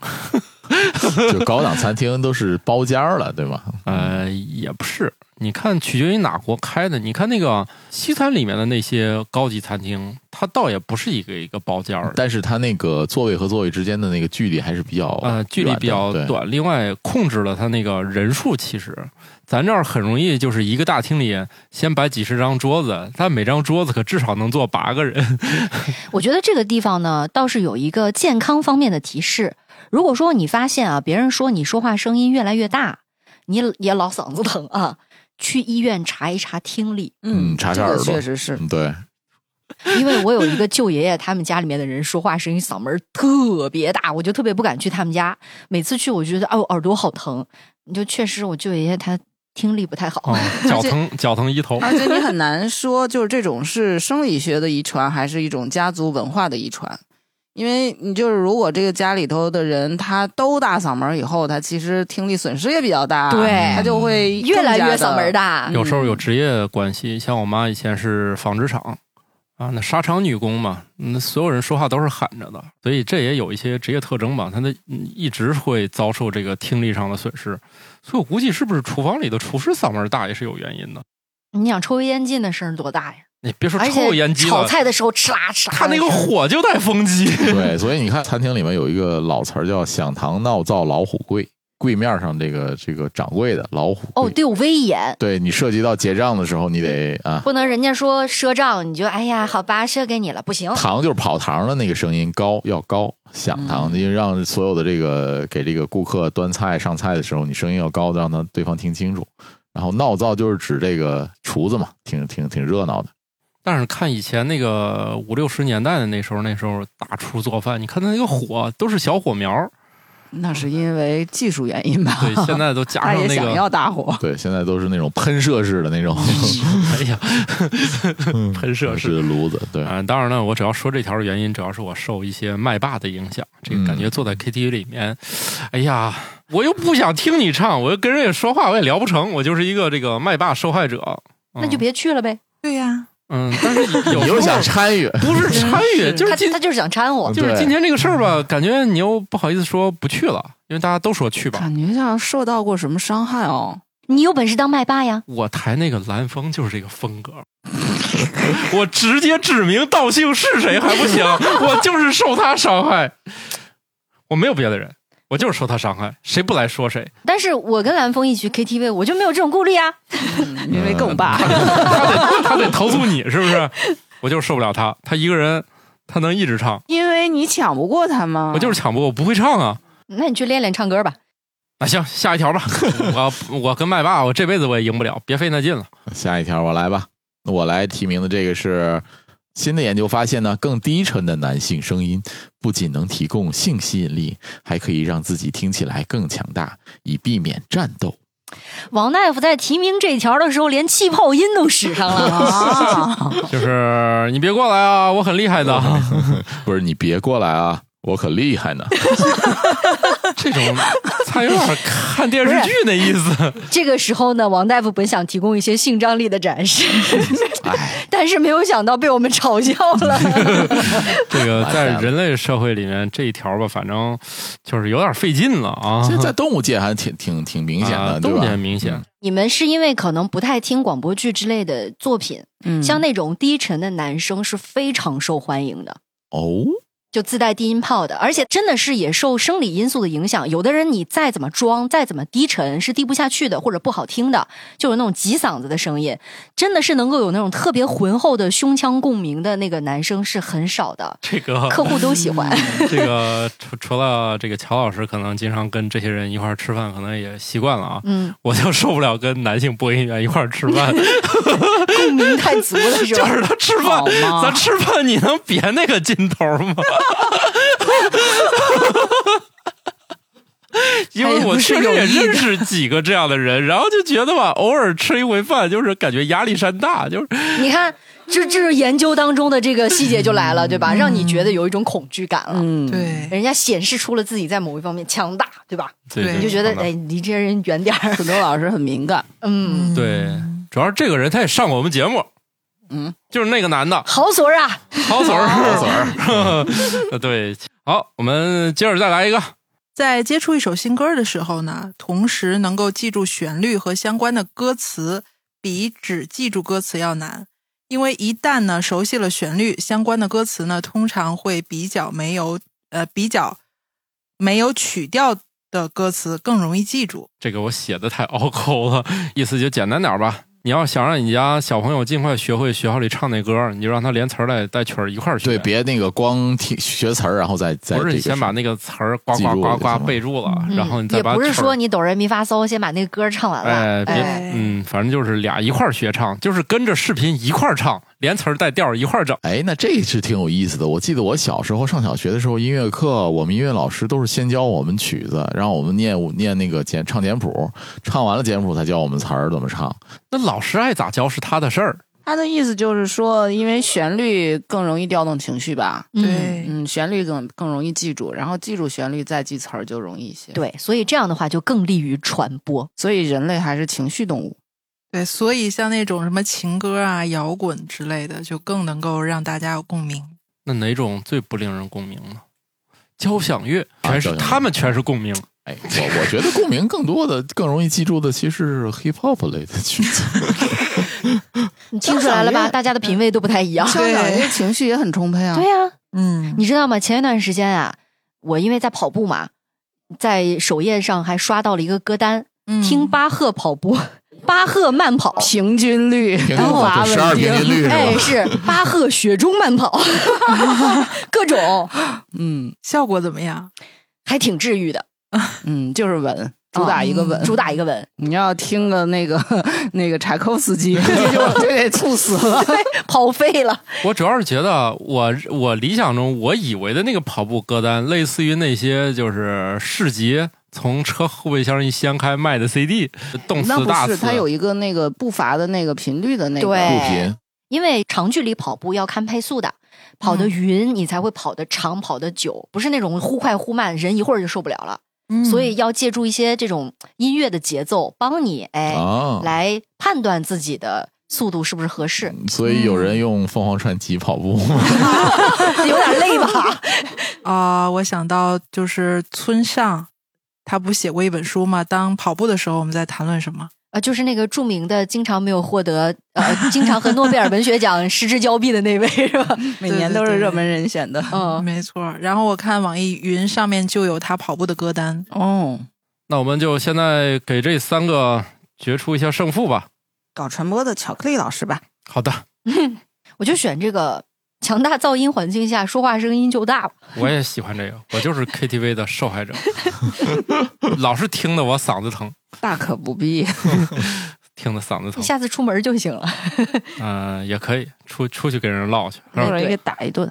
Speaker 2: 就高档餐厅都是包间儿了，对吧？
Speaker 1: 呃，也不是。你看，取决于哪国开的。你看那个西餐里面的那些高级餐厅，它倒也不是一个一个包间儿的，
Speaker 2: 但是它那个座位和座位之间的那个距离还是比较
Speaker 1: 呃，距离
Speaker 2: 嗯远的
Speaker 1: 比较
Speaker 2: 对
Speaker 1: 短，另外控制了它那个人数。其实，咱这儿很容易就是一个大厅里先摆几十张桌子，但每张桌子可至少能坐八个人。
Speaker 3: 我觉得这个地方呢，倒是有一个健康方面的提示。如果说你发现啊，别人说你说话声音越来越大，你也老嗓子疼啊，去医院查一查听力。
Speaker 2: 嗯，查
Speaker 6: 这
Speaker 2: 查耳
Speaker 6: 个
Speaker 2: 朵，
Speaker 6: 确实是。
Speaker 2: 嗯对，
Speaker 3: 因为我有一个舅爷爷，他们家里面的人说话声音嗓门儿特别大，我就特别不敢去他们家。每次去，我就觉得哦，耳朵好疼。你就确实，我舅爷爷他听力不太好。
Speaker 1: 啊，
Speaker 2: 哦
Speaker 1: 脚疼，脚疼一头。
Speaker 6: 而且你很难说，就是这种是生理学的遗传，还是一种家族文化的遗传。因为你就是，如果这个家里头的人他都大嗓门儿以后，他其实听力损失也比较大，
Speaker 3: 对
Speaker 6: 他就会
Speaker 3: 越来越嗓门儿
Speaker 6: 大。
Speaker 3: 大
Speaker 6: 嗯，
Speaker 1: 有时候有职业关系，像我妈以前是纺织厂啊，那纱厂女工嘛，那所有人说话都是喊着的，所以这也有一些职业特征吧。她的嗯一直会遭受这个听力上的损失，所以我估计是不是厨房里的厨师嗓门大也是有原因的。
Speaker 3: 你想抽油烟进的声儿多大呀？
Speaker 1: 你别说
Speaker 3: 而
Speaker 1: 抽油烟
Speaker 3: 且
Speaker 1: 机
Speaker 3: 炒
Speaker 1: 了，
Speaker 3: 菜的时候哧啦哧啦的声儿，
Speaker 1: 他那个火就带风机。
Speaker 2: 对，所以你看，餐厅里面有一个老词儿叫“响堂闹灶老虎柜”，柜面上这个这个掌柜的老虎
Speaker 3: 哦，
Speaker 2: 柜
Speaker 3: 得有威严。
Speaker 2: 对你涉及到结账的时候，你得啊，
Speaker 3: 不能人家说赊账，你就哎呀，好吧，赊给你了，不行。
Speaker 2: 堂就是跑堂的那个声音高，要高响堂，因为让所有的这个给这个顾客端菜上菜的时候，你声音要高，让他对方听清楚。然后闹灶就是指这个厨子嘛，挺挺挺热闹的。
Speaker 1: 但是看以前那个五六十年代的那时候，那时候大厨做饭，你看他那个火都是小火苗儿，
Speaker 6: 那是因为技术原因吧？
Speaker 1: 对，现在都加
Speaker 6: 他
Speaker 1: 上
Speaker 6: 也
Speaker 1: 那
Speaker 6: 想
Speaker 1: 个，
Speaker 6: 要大火，
Speaker 2: 对，现在都是那种喷射式的那种
Speaker 1: 哎呀，喷射
Speaker 2: 式
Speaker 1: 式
Speaker 2: 的嗯炉子，对，
Speaker 1: 啊，当然了，我主要说这条的原因，主要是我受一些麦霸的影响。这个
Speaker 2: 嗯
Speaker 1: 感觉坐在 KTV 里面，哎呀，我又不想听你唱，我又跟人家说话，我也聊不成，我就是一个这个麦霸受害者。嗯
Speaker 3: 那就别去了呗。
Speaker 7: 对呀、
Speaker 1: 嗯，但是有
Speaker 2: 你
Speaker 1: 时候
Speaker 2: 又想参与，
Speaker 1: 不是参 与，就是
Speaker 3: 他
Speaker 1: 今嗯
Speaker 3: 他就是想掺和，
Speaker 1: 就是
Speaker 2: 对
Speaker 1: 今天这个事儿吧，感觉你又不好意思说不去了，因为大家都说去吧。
Speaker 6: 感觉像受到过什么伤害 哦。
Speaker 3: 你有本事当麦霸呀！
Speaker 1: 我台那个蓝风就是这个风格， 我直接指名道姓是谁还不行？我就是受他伤害，我没有别的人，我就是受他伤害，谁不来说谁，
Speaker 3: 但是我跟蓝峰一起去 KTV，我就没有这种顾虑啊。
Speaker 6: 嗯因为更霸，
Speaker 1: 他得投诉你是不是？我就是受不了他，他一个人他能一直唱，
Speaker 6: 因为你抢不过他吗？
Speaker 1: 我就是抢不过，我不会唱啊。
Speaker 3: 那你去练练唱歌吧。
Speaker 1: 那行，下一条吧。我我跟麦霸，我这辈子我也赢不了，别费那劲了。
Speaker 2: 下一条我来吧，我来提名的这个是新的研究发现呢，更低沉的男性声音不仅能提供性吸引力，还可以让自己听起来更强大，以避免战斗。
Speaker 3: 王大夫在提名这条的时候，连气泡音都使上了。
Speaker 6: 啊，
Speaker 1: 就是你别过来啊，我很厉害的。
Speaker 2: 不是你别过来啊，我可厉害呢。
Speaker 1: 这种他有点看电视剧那意思。
Speaker 3: 这个时候呢，王大夫本想提供一些性张力的展示，
Speaker 1: 啊
Speaker 2: 哎，
Speaker 3: 但是没有想到被我们嘲笑了。
Speaker 1: 这个
Speaker 2: 完蛋
Speaker 1: 在
Speaker 2: 了
Speaker 1: 人类社会里面这一条吧，反正就是有点费劲了啊。
Speaker 2: 其实，在动物界还挺挺挺明显的，
Speaker 1: 啊
Speaker 2: 对
Speaker 1: 动
Speaker 2: 吧？
Speaker 1: 物很明显
Speaker 2: 嗯。
Speaker 3: 你们是因为可能不太听广播剧之类的作品，
Speaker 6: 嗯
Speaker 3: 像那种低沉的男声是非常受欢迎的。
Speaker 2: 哦，
Speaker 3: 就自带低音炮的，而且真的是也受生理因素的影响。有的人你再怎么装，再怎么低沉，是低不下去的，或者不好听的，就有那种急嗓子的声音，真的是能够有那种特别浑厚的胸腔共鸣的那个男生是很少的，
Speaker 1: 这个
Speaker 3: 客户都喜欢。
Speaker 1: 这个除除了这个乔老师，可能经常跟这些人一块儿吃饭，可能也习惯了啊。
Speaker 3: 嗯，
Speaker 1: 我就受不了跟男性播音员一块儿吃 饭，
Speaker 3: 共鸣太足了，是
Speaker 1: 就
Speaker 3: 吧？
Speaker 1: 是他吃饭
Speaker 6: 好，吗
Speaker 1: 咱吃饭你能别那个劲头 吗？因
Speaker 2: 哎
Speaker 1: 为我确实也认识几个这样的人，然后就觉得吧，偶尔吃一回饭，就是感觉压力山大，就是
Speaker 3: 你看，这这是研究当中的这个细节就来了，对吧？让你觉得有一种恐惧感了。
Speaker 6: 嗯，
Speaker 7: 对，
Speaker 3: 人家显示出了自己在某一方面强大，对吧？
Speaker 1: 对
Speaker 7: 对
Speaker 3: 你就觉得
Speaker 1: 可能
Speaker 3: 哎，离这些人远点儿。
Speaker 6: 土豆老师很敏感，
Speaker 3: 嗯，
Speaker 1: 对，主要是这个人他也上过我们节目，
Speaker 6: 嗯，
Speaker 1: 就是那个男 的，
Speaker 3: 好嘴儿啊！
Speaker 1: 好嘴儿，好嘴
Speaker 2: 哦
Speaker 1: 儿， 对，好，我们接着再来一个，
Speaker 7: 在接触一首新歌的时候呢，同时能够记住旋律和相关的歌词，比只记住歌词要难。因为一旦呢熟悉了旋律，相关的歌词呢通常会比较没有呃比较没有曲调的歌词更容易记住。
Speaker 1: 这个我写的太拗口了，意思就简单点儿吧。你要想让你家小朋友尽快学会学校里唱那歌，你就让他连词儿带带曲儿一块儿学。
Speaker 2: 对，别那个光听学词儿，然后再再
Speaker 1: 不是你
Speaker 2: 这个
Speaker 1: 先把那个词儿呱
Speaker 2: 记
Speaker 1: 呱
Speaker 2: 住
Speaker 1: 呱
Speaker 2: 了就行
Speaker 1: 呱
Speaker 2: 了
Speaker 1: 背住了，
Speaker 3: 嗯
Speaker 1: 然后你再把
Speaker 3: 也不
Speaker 1: 曲
Speaker 3: 是
Speaker 1: 儿
Speaker 3: 说你哆来咪发嗦，先把那个歌唱完了。
Speaker 1: 哎别
Speaker 3: 哎
Speaker 1: 嗯，反正就是俩一块儿学唱，就是跟着视频一块儿唱，连词儿带调儿一块儿整。
Speaker 2: 哎，那这是挺有意思的。我记得我小时候上小学的时候，音乐课我们音乐老师都是先教我们曲子，让我们念念那个简唱简谱，唱完了简谱才教我们词儿怎么唱。
Speaker 1: 那老师爱咋教是他的事儿，
Speaker 6: 他的意思就是说，因为旋律更容易调动情绪吧，
Speaker 3: 嗯，
Speaker 6: 嗯，旋律更更容易记住，然后记住旋律再记词儿就容易一些。，
Speaker 3: 对，所以这样的话就更利于传播。
Speaker 6: 所以人类还是情绪动物。
Speaker 7: 对，所以像那种什么情歌啊、摇滚之类的，就更能够让大家有共鸣。
Speaker 1: 那哪种最不令人共鸣呢？交响乐全是、
Speaker 2: 啊交响乐
Speaker 1: 他们全是共鸣，
Speaker 2: 哎，我我觉得共鸣更多的、更容易记住的其实是 hip hop 类的曲子。
Speaker 3: 你听出来
Speaker 6: 交
Speaker 3: 了
Speaker 6: 响
Speaker 3: 吧？
Speaker 6: 乐
Speaker 3: 大家的品味都不太一样。
Speaker 6: 交响乐情绪也很充嗯沛啊。
Speaker 3: 对呀、
Speaker 7: 嗯，
Speaker 3: 你知道吗？前一段时间啊，我因为在跑步嘛，在首页上还刷到了一个歌单，
Speaker 6: 嗯
Speaker 7: 嗯
Speaker 3: 听巴赫跑步，巴赫慢跑。
Speaker 6: 平均律，
Speaker 2: 平均
Speaker 3: 然后
Speaker 2: 法
Speaker 3: 啊
Speaker 2: 对十二平均律是吧？
Speaker 3: 哎，是巴赫雪中慢 跑，各种
Speaker 6: 嗯
Speaker 7: 效果怎么样？
Speaker 3: 还挺治愈的。
Speaker 6: 嗯，就是稳，主打一个稳。
Speaker 3: 主打一个稳。
Speaker 6: 你要听个那个那个柴可夫斯 基，估计就就得猝死了。
Speaker 3: 跑废了，
Speaker 1: 我主要是觉得我我理想中我以为的那个跑步歌单，类似于那些就是市集从车后备箱一掀开卖的 CD，动
Speaker 6: 那
Speaker 1: 次
Speaker 6: 不
Speaker 1: 大
Speaker 6: 是，
Speaker 1: 次。
Speaker 6: 它有一个那个步伐的那个频率的那个。
Speaker 3: 对
Speaker 2: 步频，
Speaker 3: 因为长距离跑步要看配速的，跑得匀你才会跑得长、跑得久，不是那种忽快忽慢，人一会儿就受不了了。
Speaker 7: 嗯
Speaker 3: 所以要借助一些这种音乐的节奏，帮你哎、
Speaker 2: 啊，
Speaker 3: 来判断自己的速度是不是合适，
Speaker 2: 所以有人用凤凰传奇跑步吗？
Speaker 3: 有点累吧？
Speaker 7: 啊、我想到就是村上，他不写过一本书吗？当跑步的时候，我们在谈论什么？
Speaker 3: 啊，就是那个著名的，经常没有获得呃，经常和诺贝尔文学奖失之交臂的那位是吧？
Speaker 6: 每年都
Speaker 7: 对
Speaker 6: 是
Speaker 7: 对对
Speaker 6: 热门人选的。
Speaker 3: 嗯，
Speaker 7: 没错。然后我看网易云上面就有他跑步的歌单。
Speaker 6: 哦，
Speaker 1: 那我们就现在给这三个决出一下胜负吧。
Speaker 6: 搞传播的巧克力老师吧，
Speaker 1: 好的，
Speaker 3: 我就选这个强大噪音环境下说话声音就大吧。
Speaker 1: 我也喜欢这个，我就是 KTV 的受 害者，老是听得我嗓子疼，
Speaker 6: 大可不必。
Speaker 1: 听得嗓子疼
Speaker 3: 你。下次出门就行了。
Speaker 1: 嗯、也可以出出去给人唠去，是
Speaker 6: 那
Speaker 1: 吧？
Speaker 6: 人给打一顿。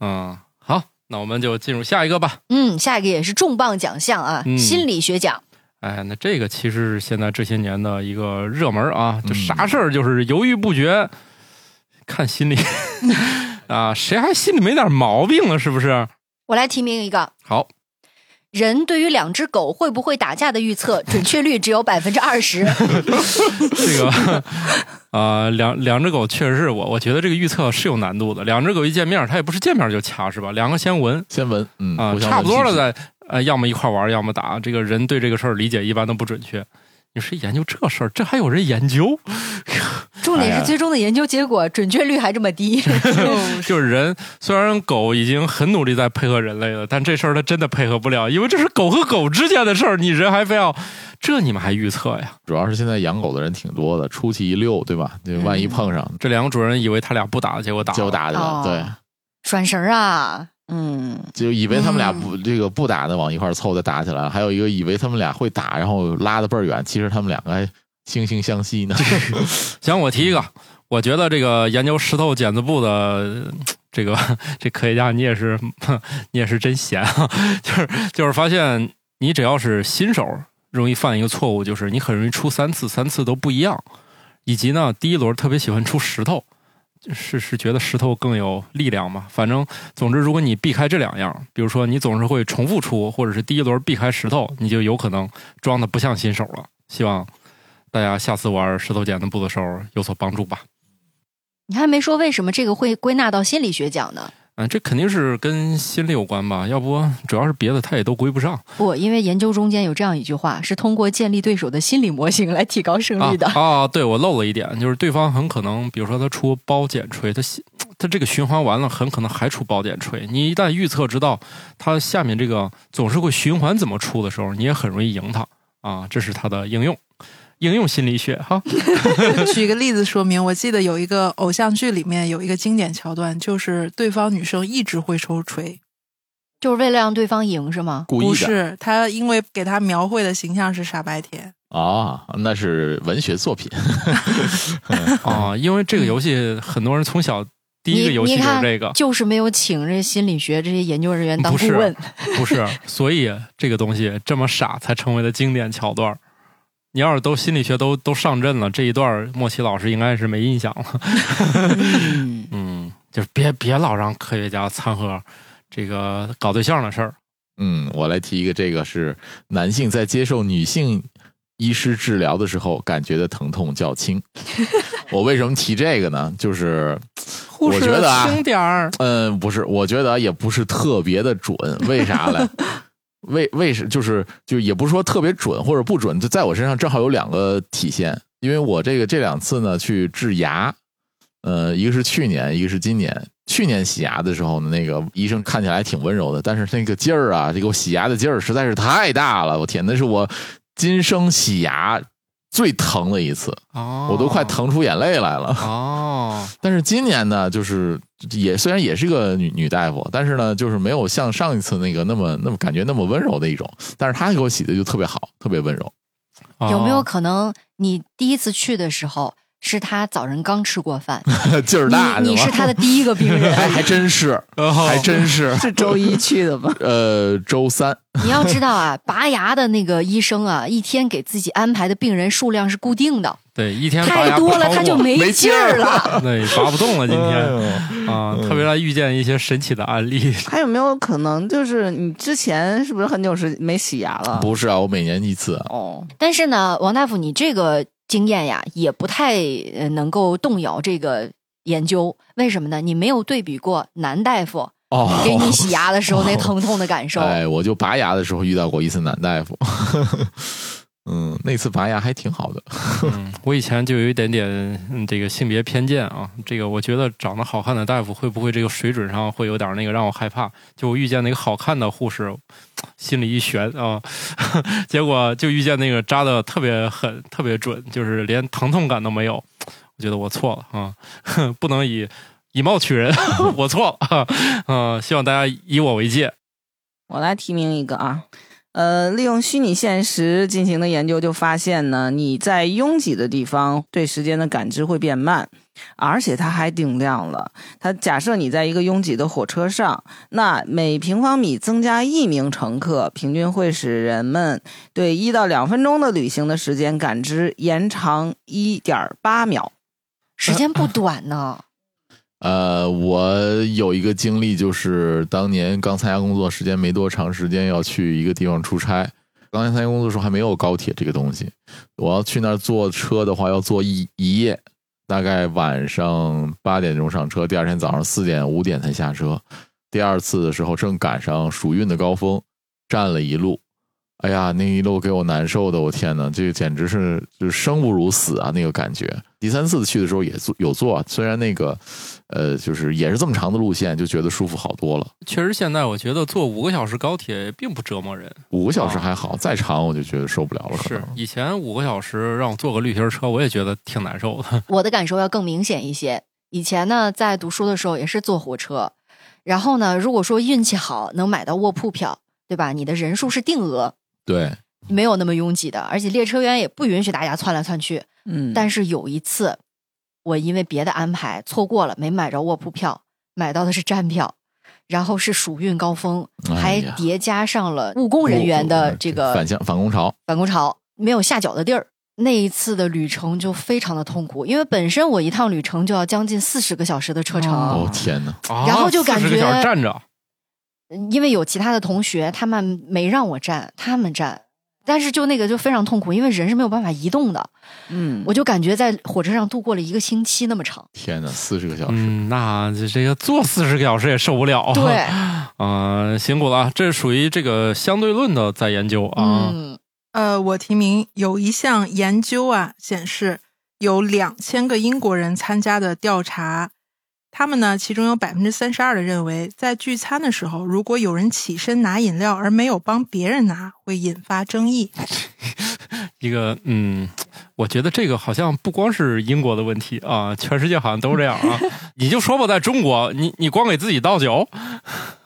Speaker 1: 嗯，好，那我们就进入下一个吧。
Speaker 3: 嗯，下一个也是重磅奖项啊，
Speaker 1: 嗯
Speaker 3: 心理学奖。
Speaker 1: 哎，那这个其实是现在这些年的一个热门啊，就
Speaker 2: 嗯
Speaker 1: 啥事儿就是犹豫不决，看心里啊，谁还心里没点毛病了？是不是？
Speaker 3: 我来提名一个，
Speaker 1: 好，
Speaker 3: 人对于两只狗会不会打架的预测准确率只有百分之 二十。
Speaker 1: 这个 啊、两两只狗确实是我，我觉得这个预测是有难度的。两只狗一见面，它也不是见面就掐，是吧？两个先闻
Speaker 2: 先闻，嗯，
Speaker 1: 啊、
Speaker 2: 互相
Speaker 1: 差不多
Speaker 2: 闻
Speaker 1: 了
Speaker 2: 气息
Speaker 1: 再呃，要么一块玩，要么打。这个人对这个事儿理解一般都不准确。你说谁研究这事儿？这还有人研究？
Speaker 3: 重
Speaker 1: 哎
Speaker 3: 点是最终的研究结果准确率还这么 低。
Speaker 1: 就是人虽然狗已经很努力在配合人类了，但这事儿它真的配合不了，因为这是狗和狗之间的事儿，你人还非要这你们还预测呀？
Speaker 2: 主要是现在养狗的人挺多的，出去一溜，对吧？就万一碰上
Speaker 1: 这两个主人以为他俩不打，结果打了
Speaker 2: 就打起来，
Speaker 3: 嗯哦
Speaker 2: 对，
Speaker 3: 转神儿啊，
Speaker 6: 嗯，
Speaker 2: 就以为他们俩不这个不打的往一块儿凑的打起来了，还有一个以为他们俩会打，然后拉的倍儿远，其实他们两个还惺惺相惜呢。
Speaker 1: 行，我提一个，我觉得这个研究石头剪子布的呃这个 这科学家，你也是 你也是真闲啊， 就是就是发现你只要是新手，容易犯一个错误，就是你很容易出三次，三次都不一样，以及呢第一轮特别喜欢出石头。是是觉得石头更有力量嘛？反正总之，如果你避开这两样，比如说你总是会重复出，或者是第一轮避开石头，你就有可能装的不像新手了。希望大家下次玩石头剪子布的时候有所帮助吧。
Speaker 3: 你还没说为什么这个会归纳到心理学奖呢？
Speaker 1: 嗯，这肯定是跟心理有关吧，要不主要是别的他也都归不上
Speaker 3: 不，因为研究中间有这样一句话，是通过建立对手的心理模型来提高胜
Speaker 1: 啊
Speaker 3: 率的。
Speaker 1: 啊！对我漏了一点，就是对方很可能，比如说他出包剪吹，他心他这个循环完了，很可能还出包剪吹。你一旦预测知道他下面这个总是会循环怎么出的时候，你也很容易赢他啊！这是他的应用，应用心理学哈。
Speaker 7: 举一个例子说明，我记得有一个偶像剧里面有一个经典桥段，就是对方女生一直会抽锤，
Speaker 3: 就是为了让对方赢是 吗？
Speaker 2: 故
Speaker 7: 不
Speaker 2: 意的
Speaker 7: 是她，因为给她描绘的形象是傻白甜。
Speaker 2: 啊，那是文学作品。
Speaker 1: 啊，因为这个游戏很多人从小第一个游戏
Speaker 3: 你你
Speaker 1: 就是
Speaker 3: 看
Speaker 1: 这个，
Speaker 3: 就是没有请这心理学这些研究人员当
Speaker 1: 啊不
Speaker 3: 顾
Speaker 1: 是
Speaker 3: 问，
Speaker 1: 不是，所以这个东西这么傻才成为了经典桥段儿。你要是都心理学都都上阵了，这一段儿莫奇老师应该是没印象了。
Speaker 6: 嗯
Speaker 1: 嗯，就是别别老让科学家掺和这个搞对象的事儿。
Speaker 2: 嗯，我来提一个，这个是男性在接受女性医师治疗的时候感觉的疼痛较 轻。我为什么提这个呢？就是
Speaker 7: 护士
Speaker 2: 我觉得啊
Speaker 7: 轻点儿，
Speaker 2: 嗯，不是，我觉得也不是特别的准，为啥嘞？为为什就是就也不是说特别准或者不准，就在我身上正好有两个体现，因为我这个这两次呢去治牙，呃，一个是去年，一个是今年。去年洗牙的时候呢，那个医生看起来挺温柔的，但是那个劲儿啊，这个我洗牙的劲儿实在是太大了，我天，那是我今生洗牙最疼的一次，
Speaker 1: 哦
Speaker 2: 我都快疼出眼泪来了。
Speaker 1: 哦，哦，
Speaker 2: 但是今年呢，就是也虽然也是个女女大夫，但是呢，就是没有像上一次那个那么那么感觉那么温柔的一种，但是她给我洗的就特别好，特别温柔。
Speaker 1: 哦啊
Speaker 3: 有没有可能你第一次去的时候是他早晨刚吃过饭，
Speaker 2: 劲儿大，
Speaker 3: 你你是
Speaker 2: 吧
Speaker 3: 他的第一个病
Speaker 2: 哎，还
Speaker 3: 人？
Speaker 2: 真是，
Speaker 1: 哦
Speaker 2: 还真是，
Speaker 6: 是周一去的吗？
Speaker 2: 呃，周三，
Speaker 3: 你要知道啊，拔牙的那个医生啊，一天给自己安排的病人数量是固定的，
Speaker 1: 对一天拔
Speaker 3: 太
Speaker 1: 牙不
Speaker 3: 多了
Speaker 1: 超
Speaker 3: 他就
Speaker 1: 过
Speaker 3: 没
Speaker 2: 没劲
Speaker 3: 劲儿
Speaker 2: 儿
Speaker 3: 了。
Speaker 1: 对拔不动了今天
Speaker 2: 哎
Speaker 1: 啊，特别来遇见一些神奇的案例，
Speaker 6: 还有没有可能就是你之前是不是很久时没洗牙
Speaker 2: 呦
Speaker 6: 了？
Speaker 2: 不是啊，我每年一次，
Speaker 6: 哦，
Speaker 3: 但是呢，王大夫，你这个经验呀，也不太呃能够动摇这个研究。为什么呢？你没有对比过男大夫
Speaker 2: 哦，
Speaker 3: 给你洗牙的时候那疼痛的感受。
Speaker 2: 哎，我就拔牙的时候遇到过一次男大夫， 嗯，那次拔牙还挺好的，
Speaker 1: 嗯，我以前就有一点点嗯这个性别偏见啊，这个我觉得长得好看的大夫会不会这个水准上会有点那个让我害怕？就我遇见那个好看的护士，心里一悬啊， 结果就遇见那个扎的特别狠、特别准，就是连疼痛感都没有。我觉得我错了啊， 不能以以貌取人， 我错了 啊，希望大家以我为戒。
Speaker 6: 我来提名一个啊，呃，利用虚拟现实进行的研究就发现呢，你在拥挤的地方对时间的感知会变慢，而且它还定量了。它假设你在一个拥挤的火车上，那每平方米增加一名乘客，平均会使人们对一到两分钟的旅行的时间感知延长一点八秒。
Speaker 3: 时间不短呢。
Speaker 2: 呃，我有一个经历，就是当年刚参加工作时间没多长时间，要去一个地方出差。刚才参加工作的时候还没有高铁这个东西，我要去那儿坐车的话，要坐一一夜，大概晚上八点钟上车，第二天早上四点五点才下车。第二次的时候正赶上暑运的高峰，站了一路，哎呀，那一路给我难受的，我天呐，这简直是就是生不如死啊，那个感觉。第三次去的时候也坐有坐，啊虽然那个呃，就是也是这么长的路线，就觉得舒服好多了。
Speaker 1: 确实，现在我觉得坐五个小时高铁并不折磨人。
Speaker 2: 五个小时还好，再长我就觉得受不了了。可
Speaker 1: 哦是
Speaker 2: 能
Speaker 1: 以前五个小时让我坐个绿皮儿车，我也觉得挺难受 的。
Speaker 3: 我的感受要更明显一些。以前呢，在读书的时候也是坐火车，然后呢，如果说运气好能买到卧铺票，对吧？你的人数是定额，
Speaker 2: 对，
Speaker 3: 没有那么拥挤的，而且列车员也不允许大家窜来窜去。
Speaker 6: 嗯
Speaker 3: 但是有一次，我因为别的安排错过了，没买着卧铺票，买到的是站票，然后是暑运高峰，
Speaker 2: 哎
Speaker 3: 还
Speaker 2: 呀
Speaker 3: 叠加上了务工人员的这个
Speaker 2: 反向反攻潮，
Speaker 3: 返工潮，没有下脚的地儿。那一次的旅程就非常的痛苦，因为本身我一趟旅程就要将近四十个小时的车程，
Speaker 1: 啊
Speaker 6: 哦
Speaker 2: 哦天哪！
Speaker 1: 然
Speaker 3: 后就感觉
Speaker 1: 个小时站着，
Speaker 3: 因为有其他的同学，他们没让我站，他们站，但是就那个就非常痛苦，因为人是没有办法移动的，
Speaker 6: 嗯，
Speaker 3: 我就感觉在火车上度过了一个星期那么长。
Speaker 2: 天哪，四十个小时，
Speaker 1: 嗯，那这这个坐四十个小时也受不了啊。
Speaker 3: 对，
Speaker 1: 嗯、辛苦了 啊，这是属于这个相对论的在研究啊。
Speaker 3: 嗯，
Speaker 7: 呃，我提名有一项研究啊，显示有两千个英国人参加的调查，他们呢，其中有百分之三十二的认为，在聚餐的时候，如果有人起身拿饮料而没有帮别人拿，会引发争议。
Speaker 1: 一个嗯，我觉得这个好像不光是英国的问题啊，全世界好像都这样 啊。你就说吧，在中国，你你光给自己倒酒，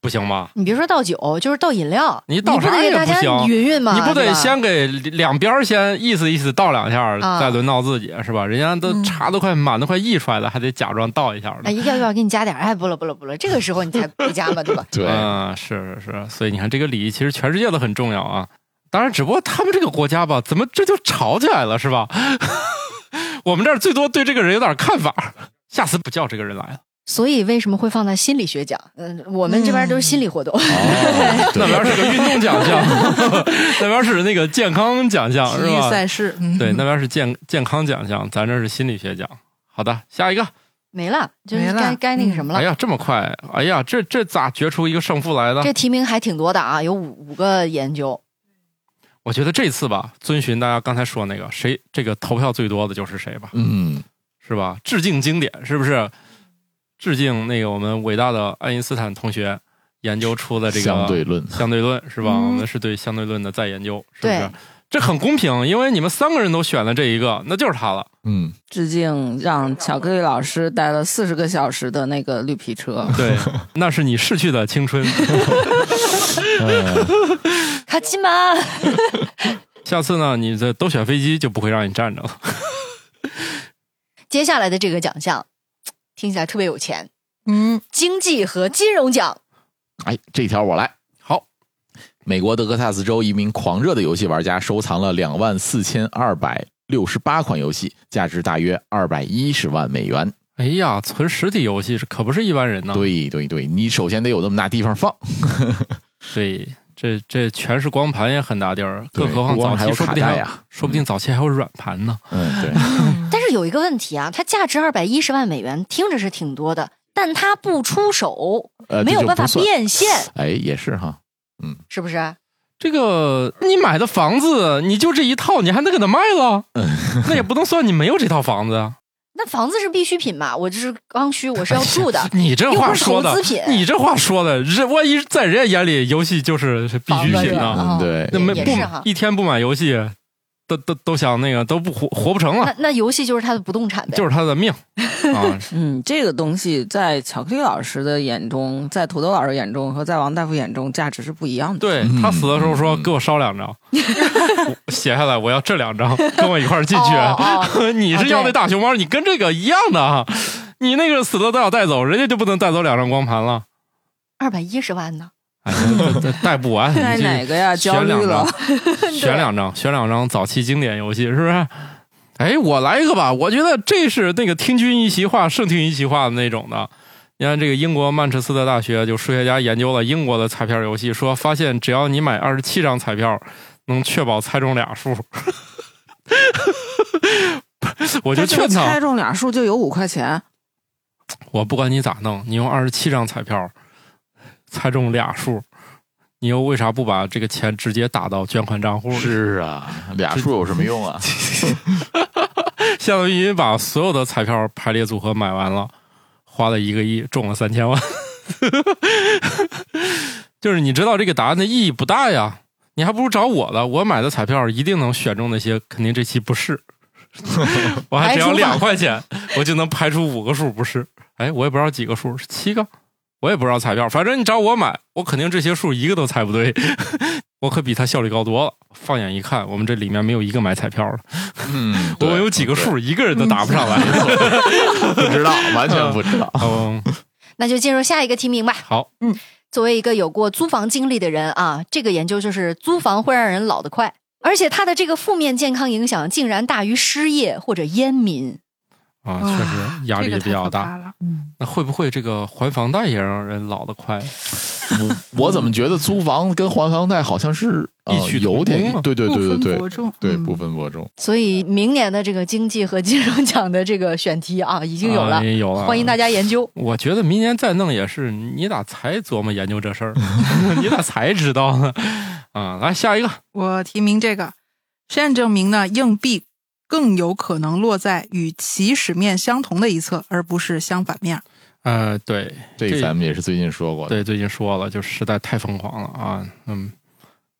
Speaker 1: 不行吧？
Speaker 3: 你别说倒酒，就是倒饮料，
Speaker 1: 你倒
Speaker 3: 不
Speaker 1: 啥
Speaker 3: 得给
Speaker 1: 也
Speaker 3: 大
Speaker 1: 不
Speaker 3: 家
Speaker 1: 行
Speaker 3: 匀匀吗？
Speaker 1: 你不
Speaker 3: 对
Speaker 1: 得
Speaker 3: 吧
Speaker 1: 先给两边儿先意思意思倒两下儿，
Speaker 3: 啊
Speaker 1: 再轮到自己是吧？人家都
Speaker 7: 嗯
Speaker 1: 茶都快满都快溢出来了，还得假装倒一下儿
Speaker 3: 哎，
Speaker 1: 呢。
Speaker 3: 要不要给你加点儿？哎，不了不了不了，这个时候你才不加嘛，对吧？
Speaker 2: 对，哦
Speaker 1: 嗯，是是是，所以你看这个礼仪其实全世界都很重要啊。当然，只不过他们这个国家吧，怎么这就吵起来了是吧？ 我们这儿最多对这个人有点看法，下次不叫这个人来了。
Speaker 3: 所以为什么会放在心理学讲？嗯，我们这边都是心理活动。
Speaker 2: 哦，
Speaker 1: 那边
Speaker 2: 对，
Speaker 1: 是个运动奖 项，那边是那个健康奖项
Speaker 7: 体
Speaker 1: 是
Speaker 7: 育
Speaker 1: 吧？
Speaker 7: 赛事，嗯，
Speaker 1: 对，那边是健健康奖项，咱这是心理学奖。好的，下一个。
Speaker 3: 没了，就是
Speaker 7: 没了
Speaker 3: 该该那个什么了。
Speaker 1: 哎呀，这么快！哎呀，这这咋决出一个胜负来的？
Speaker 3: 这提名还挺多的啊，有五五个研究。
Speaker 1: 我觉得这次吧，遵循大家刚才说那个，谁这个投票最多的就是谁吧，
Speaker 2: 嗯，
Speaker 1: 是吧？致敬经典，是不是？致敬那个我们伟大的爱因斯坦同学研究出的这个
Speaker 2: 相对论，
Speaker 1: 相对论，是吧？
Speaker 7: 嗯
Speaker 1: 我们是对相对论的再研究，是不
Speaker 3: 对
Speaker 1: 是？这很公平，因为你们三个人都选了这一个，那就是他 了。
Speaker 2: 嗯，
Speaker 6: 致敬让巧克力老师待了四十个小时的那个绿皮车。
Speaker 1: 对，那是你逝去的青 春。
Speaker 2: 呃
Speaker 3: 卡基玛，
Speaker 1: 下次呢，你这都选飞机就不会让你站着了。
Speaker 3: 接下来的这个奖项听起来特别有钱，
Speaker 7: 嗯，
Speaker 3: 经济和金融奖。
Speaker 2: 哎，这条我来。
Speaker 1: 好，
Speaker 2: 美国德克萨斯州一名狂热的游戏玩家收藏了两万四千二百六十八款游戏，价值大约二百一十万美元。
Speaker 1: 哎呀，存实体游戏是可不是一般人呢。
Speaker 2: 对对对，你首先得有那么大地方放，
Speaker 1: 对，这这全是光盘也很大地儿，更何况
Speaker 2: 不光
Speaker 1: 早
Speaker 2: 还有
Speaker 1: 期说
Speaker 2: 卡
Speaker 1: 不定还
Speaker 2: 带
Speaker 1: 有
Speaker 2: 呀。
Speaker 1: 说不定早期还有软盘呢。
Speaker 2: 嗯，对，
Speaker 3: 但是有一个问题啊，它价值二百一十万美元，听着是挺多的，但它不出手，
Speaker 2: 呃，
Speaker 3: 没有办法
Speaker 2: 这就不算。
Speaker 3: 变现，
Speaker 2: 哎，也是哈，
Speaker 3: 是不是？
Speaker 1: 这个你买的房子，你就这一套，你还能给它卖了？
Speaker 2: 嗯
Speaker 1: 那也不能算你没有这套房子啊。哎
Speaker 3: 那房子是必需品嘛，我这是刚需，我是要 住的。
Speaker 1: 你这话说的
Speaker 3: 又不是投资，品
Speaker 1: 你这话说的，人万一在人家眼里，游戏就是必需
Speaker 3: 房子
Speaker 1: 品
Speaker 3: 是
Speaker 1: 呢、
Speaker 3: 吧
Speaker 2: 嗯，对
Speaker 1: 啊那没
Speaker 3: 也
Speaker 1: 不
Speaker 3: 是哈
Speaker 1: 一天不买游戏，都都都想那个都不活活不成了
Speaker 3: 那，那游戏就是它的不动产呗，
Speaker 1: 就是他的命啊！
Speaker 6: 嗯，这个东西在巧克力老师的眼中，在土豆老师眼中和在王大夫眼中价值是不一样的。
Speaker 1: 对
Speaker 2: 嗯
Speaker 1: 他死的时候说：“
Speaker 2: 嗯
Speaker 1: 给我烧两张， 我写下来，我要这两张，跟我一块儿进去。啊
Speaker 3: 哦
Speaker 1: 你是要那大熊猫，你跟这个一样的啊，你那个死的都要带走，人家就不能带走两张光盘了，
Speaker 3: 二百一十万呢。
Speaker 1: 哎，这这带不 完。
Speaker 6: 带
Speaker 1: 哎你
Speaker 6: 哪
Speaker 1: 这
Speaker 6: 个呀？焦
Speaker 1: 选
Speaker 6: 虑
Speaker 1: 两
Speaker 6: 了
Speaker 1: 张。，选两张，选两张早期经典游戏，是不是？”哎，我来一个吧，我觉得这是那个听君一席话胜听一席话的那种的。你看，这个英国曼彻斯特大学就数学家研究了英国的彩票游戏，说发现只要你买二十七张彩票，能确保猜中俩数。 我就
Speaker 6: 他
Speaker 1: 劝
Speaker 6: 这个猜
Speaker 1: 他，
Speaker 6: 中俩数就有五块钱，
Speaker 1: 我不管你咋弄，你用二十七张彩票猜中俩数，你又为啥不把这个钱直接打到捐款账户里？
Speaker 2: 是啊， 俩数有什么用啊？
Speaker 1: 相当于把所有的彩票排列组合买完了，花了一个亿，中了三千万。 就是你知道这个答案的意义不大呀，你还不如找我的，我买的彩票一定能选中那些肯定这期不是，我还只要
Speaker 3: 排除法
Speaker 1: 两块钱，我就能排除五个数不是。哎，我也不知道几个数，是七个，我也不知道彩票，反正你找我买，我肯定这些数一个都猜不对， 我可比他效率高多了。放眼一看，我们这里面没有一个买彩票的。
Speaker 2: 嗯，
Speaker 1: 我
Speaker 2: 对
Speaker 1: 有几个数，一个人都答不上来。
Speaker 2: 不知道， 完全不知道。
Speaker 1: 嗯，
Speaker 3: 那就进入下一个提名吧。
Speaker 1: 好，
Speaker 3: 作为一个有过租房经历的人啊，这个研究就是租房会让人老得快，而且它的这个负面健康影响竟然大于失业或者烟民。
Speaker 1: 啊，
Speaker 7: 哇
Speaker 1: 确实 压力也比较
Speaker 7: 这个太可怕
Speaker 1: 大。
Speaker 7: 了
Speaker 1: 那会不会这个还房贷也让人老得快？
Speaker 2: 我怎么觉得租房跟还房贷好像是呃
Speaker 1: 异曲同工
Speaker 2: 有点
Speaker 1: 啊
Speaker 2: 对对对对
Speaker 7: 不
Speaker 2: 对
Speaker 7: 分伯仲
Speaker 2: 对
Speaker 7: 嗯
Speaker 2: 不分伯仲。
Speaker 3: 所以明年的这个经济和金融奖的这个选题啊，已经有了，
Speaker 1: 啊有了，
Speaker 3: 欢迎大
Speaker 1: 家。
Speaker 3: 家研究。
Speaker 1: 我觉得明年再弄也是，你咋才琢磨研究这事儿？ 你咋才知道呢？啊，来下一个，
Speaker 7: 我提名这个，实验证明呢，硬币更有可能落在与起始面相同的一侧，而不是相反面。
Speaker 1: 呃，对，
Speaker 2: 这
Speaker 1: 这
Speaker 2: 咱们也是最近说过的。
Speaker 1: 对，最近说了，就实在太疯狂了啊。嗯，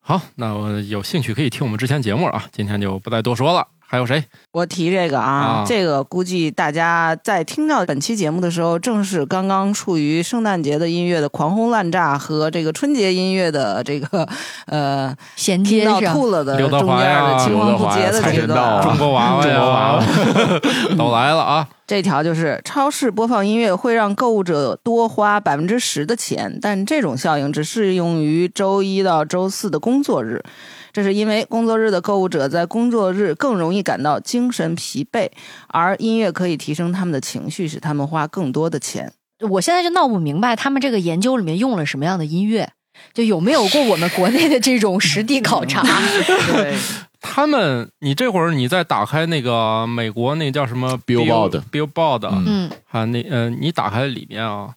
Speaker 1: 好，那我有兴趣可以听我们之前节目啊，今天就不再多说了。还有谁？
Speaker 6: 我提这个啊，
Speaker 1: 啊
Speaker 6: 这个估计大家在听到本期节目的时候，正是刚刚处于圣诞节的音乐的狂轰滥炸和这个春节音乐的这个呃
Speaker 3: 衔接
Speaker 6: 听到
Speaker 3: 上，
Speaker 6: 吐了的
Speaker 1: 刘德
Speaker 6: 呃中
Speaker 1: 华
Speaker 6: 间
Speaker 1: 呀
Speaker 6: 的青黄
Speaker 2: 刘德
Speaker 6: 不
Speaker 2: 华
Speaker 6: 接
Speaker 2: 呀
Speaker 6: 的
Speaker 2: 财
Speaker 6: 阶
Speaker 2: 神
Speaker 6: 段
Speaker 2: 到
Speaker 6: 啊。
Speaker 1: 中国娃娃呀，
Speaker 2: 中国娃娃
Speaker 1: 都来了 啊！
Speaker 6: 这条就是超市播放音乐会让购物者多花百分之十的钱，但这种效应只适用于周一到周四的工作日。这是因为工作日的购物者在工作日更容易感到精神疲惫，而音乐可以提升他们的情绪，使他们花更多的钱。
Speaker 3: 我现在就闹不明白他们这个研究里面用了什么样的音乐，就有没有过我们国内的这种实地考察？
Speaker 6: 嗯对，
Speaker 1: 他们，你这会儿你再打开那个美国那叫什么
Speaker 2: Billboard
Speaker 1: Billboard，
Speaker 2: 嗯
Speaker 3: 嗯，
Speaker 1: 还有那呃，你打开里面啊，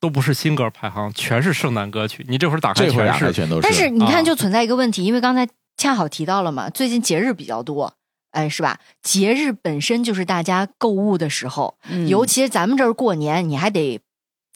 Speaker 1: 都不是新歌排行，全是圣诞歌曲。你这会儿打开
Speaker 2: 这回
Speaker 1: 全
Speaker 2: 打开
Speaker 1: 是
Speaker 2: 全都
Speaker 3: 但是你
Speaker 1: 啊
Speaker 3: 看，就存在一个问题，因为刚才恰好提到了嘛，最近节日比较多，哎，是吧？节日本身就是大家购物的时候，
Speaker 6: 嗯
Speaker 3: 尤其咱们这儿过年，你还得。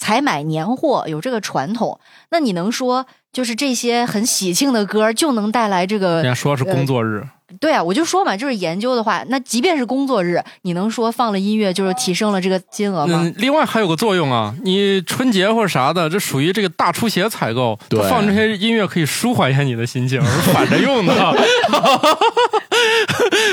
Speaker 3: 采买年货有这个传统，那你能说就是这些很喜庆的歌就能带来这
Speaker 1: 人
Speaker 3: 个
Speaker 1: 家说是工作日，
Speaker 3: 对啊，我就说嘛，就是研究的话，那即便是工作日，你能说放了音乐就是提升了这个金额吗？
Speaker 1: 嗯，另外还有个作用啊，你春节或者啥的，这属于这个大出血采购，
Speaker 2: 对
Speaker 1: 放这些音乐可以舒缓一下你的心情，是反着用的。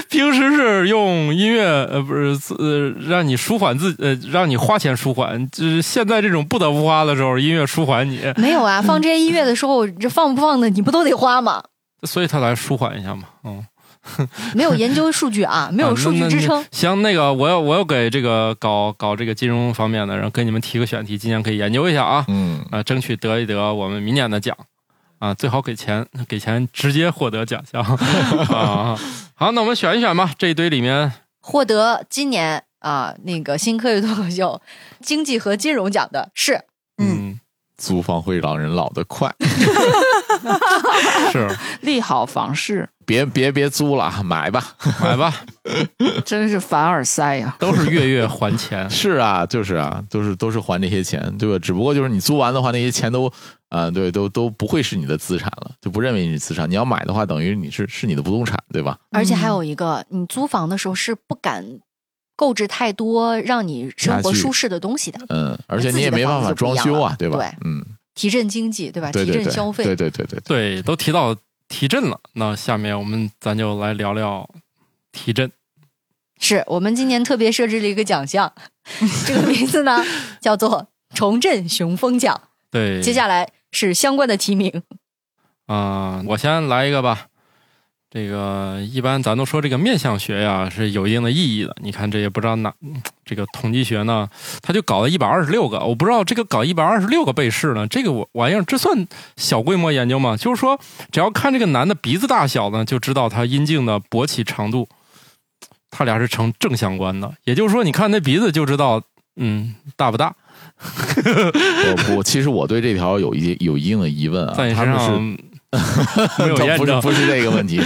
Speaker 1: 平时是用音乐，呃，不是自呃，让你舒缓自己，呃，让你花钱舒缓。就是现在这种不得不花的时候，音乐舒缓你，
Speaker 3: 没有啊，放这些音乐的时候，这放不放的你不都得花吗？
Speaker 1: 所以他来舒缓一下嘛。嗯，
Speaker 3: 没有研究数据啊，没有数据支撑
Speaker 1: 啊。那那行，那个我要我要给这个搞搞这个金融方面的人，给你们提个选题，今年可以研究一下啊。
Speaker 2: 嗯，
Speaker 1: 啊，争取得一得我们明年的奖啊，最好给钱，给钱直接获得奖项啊。好，那我们选一选吧，这一堆里面
Speaker 3: 获得今年啊、那个新科学脱口秀经济和金融奖的是
Speaker 7: 嗯，
Speaker 2: 租房会让人老得快，
Speaker 1: 嗯是
Speaker 6: 利好房市，
Speaker 2: 别别别租了啊，买吧。。
Speaker 1: 买吧，
Speaker 6: 真是凡尔赛呀、
Speaker 1: 都是月月还钱
Speaker 2: 是啊，就是啊，都是都是还这些钱，对吧？只不过就是你租完的话，那些钱都啊、对，都都不会是你的资产了，就不认为你是资产。你要买的话，等于你是是你的不动产，对吧？
Speaker 3: 而且还有一个，你租房的时候是不敢购置太多让你生
Speaker 2: 家
Speaker 3: 活
Speaker 2: 具
Speaker 3: 舒适的东西的，
Speaker 2: 嗯，而且你
Speaker 3: 自己
Speaker 2: 也
Speaker 3: 的
Speaker 2: 没
Speaker 3: 房
Speaker 2: 办
Speaker 3: 子
Speaker 2: 法
Speaker 3: 就不一
Speaker 2: 装
Speaker 3: 样
Speaker 2: 修啊
Speaker 3: 了，
Speaker 2: 对吧？
Speaker 3: 对
Speaker 2: 嗯，
Speaker 3: 提振经济，对吧？
Speaker 2: 对对
Speaker 3: 提振
Speaker 2: 对，
Speaker 3: 消费。
Speaker 2: 对对 对对对，
Speaker 1: 对，都提到提振了，那下面我们咱就来聊聊提振。
Speaker 3: 是我们今年特别设置了一个 奖项，这个名字呢叫做“重振雄风奖
Speaker 1: 对，”。
Speaker 3: 接下来是相关的提名，
Speaker 1: 啊、我先来一个吧。这个一般咱都说这个面相学呀是有一定的意义的。你看这也不知道哪嗯这个统计学呢，它就搞了一百二十六个，我不知道这个搞一百二十六个被试呢，这个我玩意儿这算小规模研究吗？就是说，只要看这个男的鼻子大小呢，就知道他阴茎的勃起长度，他俩是成正相关的。也就是说，你看那鼻子就知道，嗯，大不大？
Speaker 2: 啊我我其实我对这条有一有一定的疑问啊，
Speaker 1: 在你
Speaker 2: 他
Speaker 1: 身
Speaker 2: 们是
Speaker 1: 上没有 验
Speaker 2: 不是
Speaker 1: 证，
Speaker 2: 不是这个问题，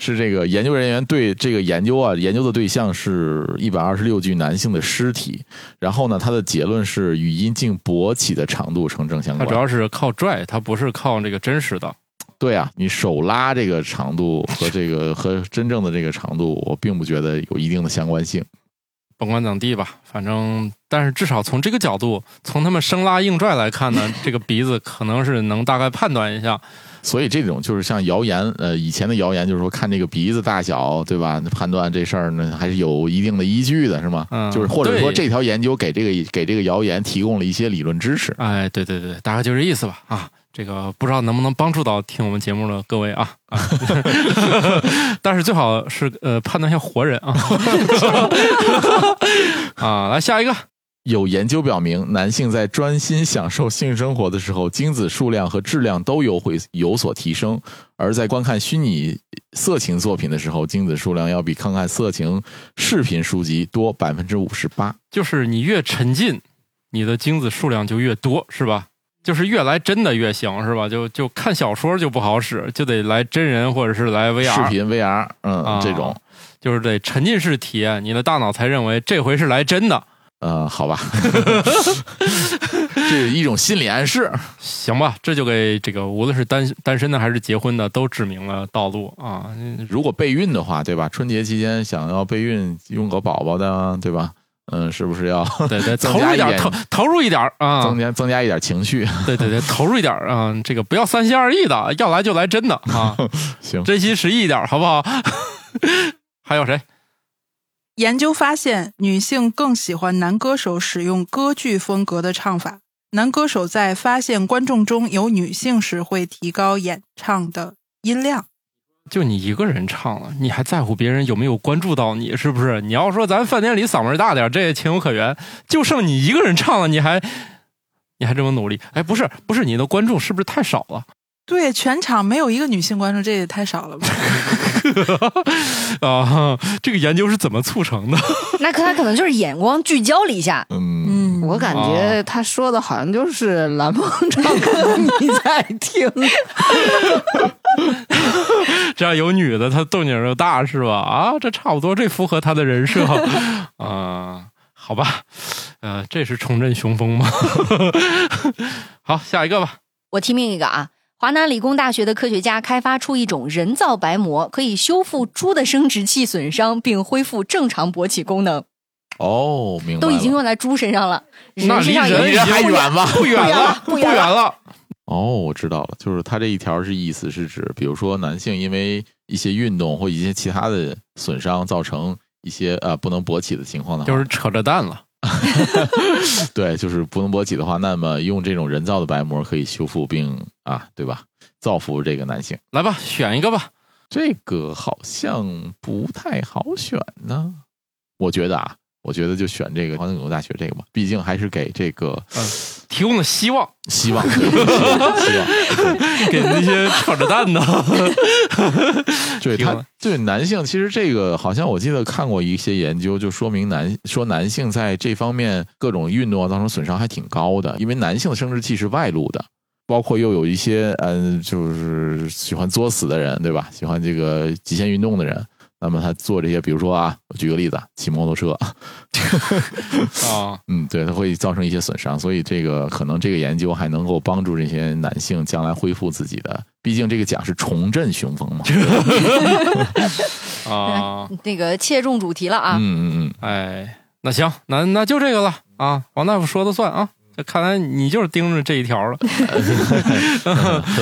Speaker 2: 是这个研究人员对这个研究啊，研究的对象是一百二十六具男性的尸体，然后呢，他的结论是与阴茎勃起的长度成正相
Speaker 1: 它主
Speaker 2: 关。
Speaker 1: 要是靠拽，它不是靠这个真实的。
Speaker 2: 对啊，你手拉这个长度和这个和真正的这个长度，我并不觉得有一定的相关性。
Speaker 1: 甭管怎么地吧，反正但是至少从这个角度，从他们生拉硬拽来看呢，这个鼻子可能是能大概判断一下。
Speaker 2: 所以这种就是像谣言，呃，以前的谣言就是说看这个鼻子大小，对吧？判断这事儿呢还是有一定的依据的，是吗？
Speaker 1: 嗯
Speaker 2: 就是或者
Speaker 1: 对
Speaker 2: 说这条研究给这个给这个谣言提供了一些理论支持。
Speaker 1: 哎，对对对，大概就这意思吧。啊，这个不知道能不能帮助到听我们节目的各位啊 啊，但是最好是呃判断一下活人啊 啊，来下一个，
Speaker 2: 有研究表明，男性在专心享受性生活的时候，精子数量和质量都有会有所提升；而在观看虚拟色情作品的时候，精子数量要比看看色情视频书籍多百分之五十八。
Speaker 1: 就是你越沉浸，你的精子数量就越多，是吧？就是越来真的越行，是吧？就就看小说就不好使，就得来真人或者是来 VR
Speaker 2: 视频 VR，嗯，
Speaker 1: 啊
Speaker 2: 这种，
Speaker 1: 就是得沉浸式体验，你的大脑才认为这回是来真的，
Speaker 2: 呃，好吧，这是一种心理暗示。
Speaker 1: 行吧？这就给这个无论是单单身的还是结婚的都指明了道路啊。 嗯
Speaker 2: 如果备孕的话，对吧？春节期间想要备孕，用个宝宝的，对吧？嗯，是不是要
Speaker 1: 对对，
Speaker 2: 增
Speaker 1: 投入
Speaker 2: 加一
Speaker 1: 点，
Speaker 2: 点
Speaker 1: 投投入一点啊
Speaker 2: 增！加增加一点情绪？
Speaker 1: 对对对，投入一点啊！这个不要三心二意的，要来就来真的啊，
Speaker 2: 行，
Speaker 1: 真心实意一点，好不好？ 还有谁？
Speaker 7: 研究发现，女性更喜欢男歌手使用歌剧风格的唱法。男歌手在发现观众中有女性时，会提高演唱的音量。
Speaker 1: 就你一个人唱了，你还在乎别人有没有关注到你？是不是？你要说咱饭店里嗓门大点儿，这也情有可原。就剩你一个人唱了，你还你还这么努力？哎，不是不是，你的观众是不是太少了？
Speaker 7: 对，全场没有一个女性观众，这也太少了吧？
Speaker 1: 啊，这个研究是怎么促成的？
Speaker 3: 那可他可能就是眼光聚焦了一下，
Speaker 2: 嗯，
Speaker 7: 嗯，
Speaker 6: 我感觉
Speaker 1: 哦
Speaker 6: 他说的好像就是蓝梦 唱 歌你在听，
Speaker 1: 这样有女的，她动静儿就大， 是吧？啊，这差不多，这符合她的人设啊、好吧，呃，这是重振雄风吗？ 好，下一个吧。
Speaker 3: 我提命一个啊，华南理工大学的科学家开发出一种人造白膜，可以修复猪的生殖器损伤，并恢复正常勃起功能，
Speaker 2: 哦，明白
Speaker 3: 都
Speaker 2: 了。
Speaker 3: 已经用在猪身上了，
Speaker 1: 那
Speaker 3: 人身
Speaker 1: 离
Speaker 3: 上
Speaker 1: 人
Speaker 3: 也
Speaker 2: 离人还远吗？
Speaker 1: 不远了，
Speaker 3: 不
Speaker 1: 不
Speaker 3: 远了
Speaker 1: 远了。
Speaker 2: 哦，我知道了，就是它这一条是意思是指，比如说男性因为一些运动或一些其他的损伤造成一些呃不能勃起的情况的话，
Speaker 1: 就是扯着蛋了。
Speaker 2: 对，就是不能勃起的话，那么用这种人造的白膜可以修复并啊，对吧？造福这个男性，
Speaker 1: 来吧，选一个吧。
Speaker 2: 这个好像不太好选呢。我觉得啊，我觉得就选这个华东理工大学这个吧，毕竟还是给这个
Speaker 1: 提供了希望，
Speaker 2: 希望，希望，希望
Speaker 1: 给那些扯着蛋的。
Speaker 2: 对
Speaker 1: 听
Speaker 2: 他
Speaker 1: 了
Speaker 2: 对男性，其实这个好像我记得看过一些研究，就说明男说男性在这方面各种运动啊造成损伤还挺高的，因为男性的生殖器是外露的，包括又有一些嗯、就是喜欢作死的人，对吧？喜欢这个极限运动的人，那么他做这些，比如说啊，我举个例子啊，骑摩托车，
Speaker 1: 啊，
Speaker 2: 嗯，对，它会造成一些损伤，所以这个可能这个研究还能够帮助这些男性将来恢复自己的，毕竟这个奖是重振雄风嘛。
Speaker 1: 啊，
Speaker 3: 那个切中主题了啊。
Speaker 2: 嗯嗯
Speaker 1: 哎，那行，那那就这个了啊。王大夫说的算啊。这看来你就是盯着这一条了
Speaker 2: 嗯，呵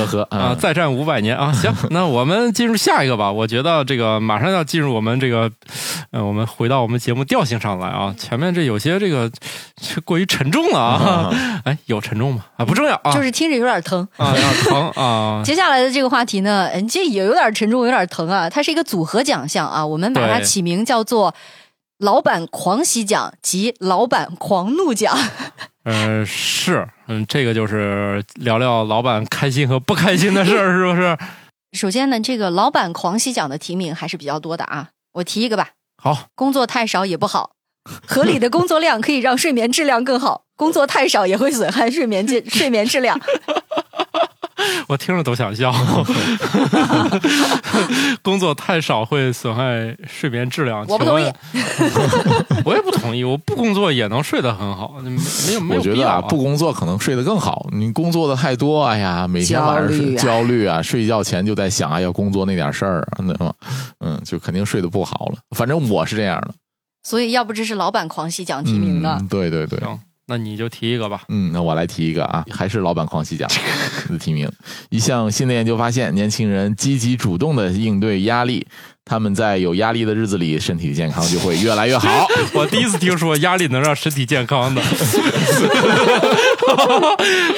Speaker 2: 呵
Speaker 1: 啊！
Speaker 2: 啊，
Speaker 1: 再战五百年啊！ 行，那我们进入下一个吧。我觉得这个马上要进入我们这个，呃，我们回到我们节目调性上来啊。前面这有些这个这过于沉重了啊。哎，有沉重吗？啊，不重要啊。
Speaker 3: 就是听着有点疼。
Speaker 1: 啊，有点疼啊。
Speaker 3: 接下来的这个话题呢，嗯，这也有点沉重，有点疼啊。它是一个组合奖项啊，我们把它
Speaker 1: 对
Speaker 3: 起名叫做“老板狂喜奖”及“老板狂怒奖”。
Speaker 1: 呃，是，嗯，这个就是聊聊老板开心和不开心的事儿，是不是？
Speaker 3: 首先呢，这个老板狂喜奖的提名还是比较多的啊。我提一个吧，
Speaker 1: 好，
Speaker 3: 工作太少也不好，合理的工作量可以让睡眠质量更 好，工作太少也会损害睡眠质睡眠质量。
Speaker 1: 我听着都想笑。 工作太少会损害睡眠质量，
Speaker 3: 我不同意
Speaker 1: 请问。 我也不同意，我不工作也能睡得很好，没没有没
Speaker 2: 我
Speaker 1: 有
Speaker 2: 觉
Speaker 1: 必
Speaker 2: 得
Speaker 1: 要、
Speaker 2: 啊，不工作可能睡得更好。你工作的太多，哎呀，每天晚上睡
Speaker 6: 焦
Speaker 2: 焦虑啊，睡觉前就在想啊，要工作那点事儿啊，那么，嗯，就肯定睡得不好了。反正我是这样的，
Speaker 3: 所以，要不这是老板狂喜奖提名的。
Speaker 2: 嗯，对对对。
Speaker 1: 行，那你就提一个吧。
Speaker 2: 嗯，那我来提一个啊，还是老板狂喜 奖的提名。一项新的研究发现，年轻人积极主动的应对压力，他们在有压力的日子里，身体健康就会越来越 好。
Speaker 1: 我第一次听说压力能让身体健康的，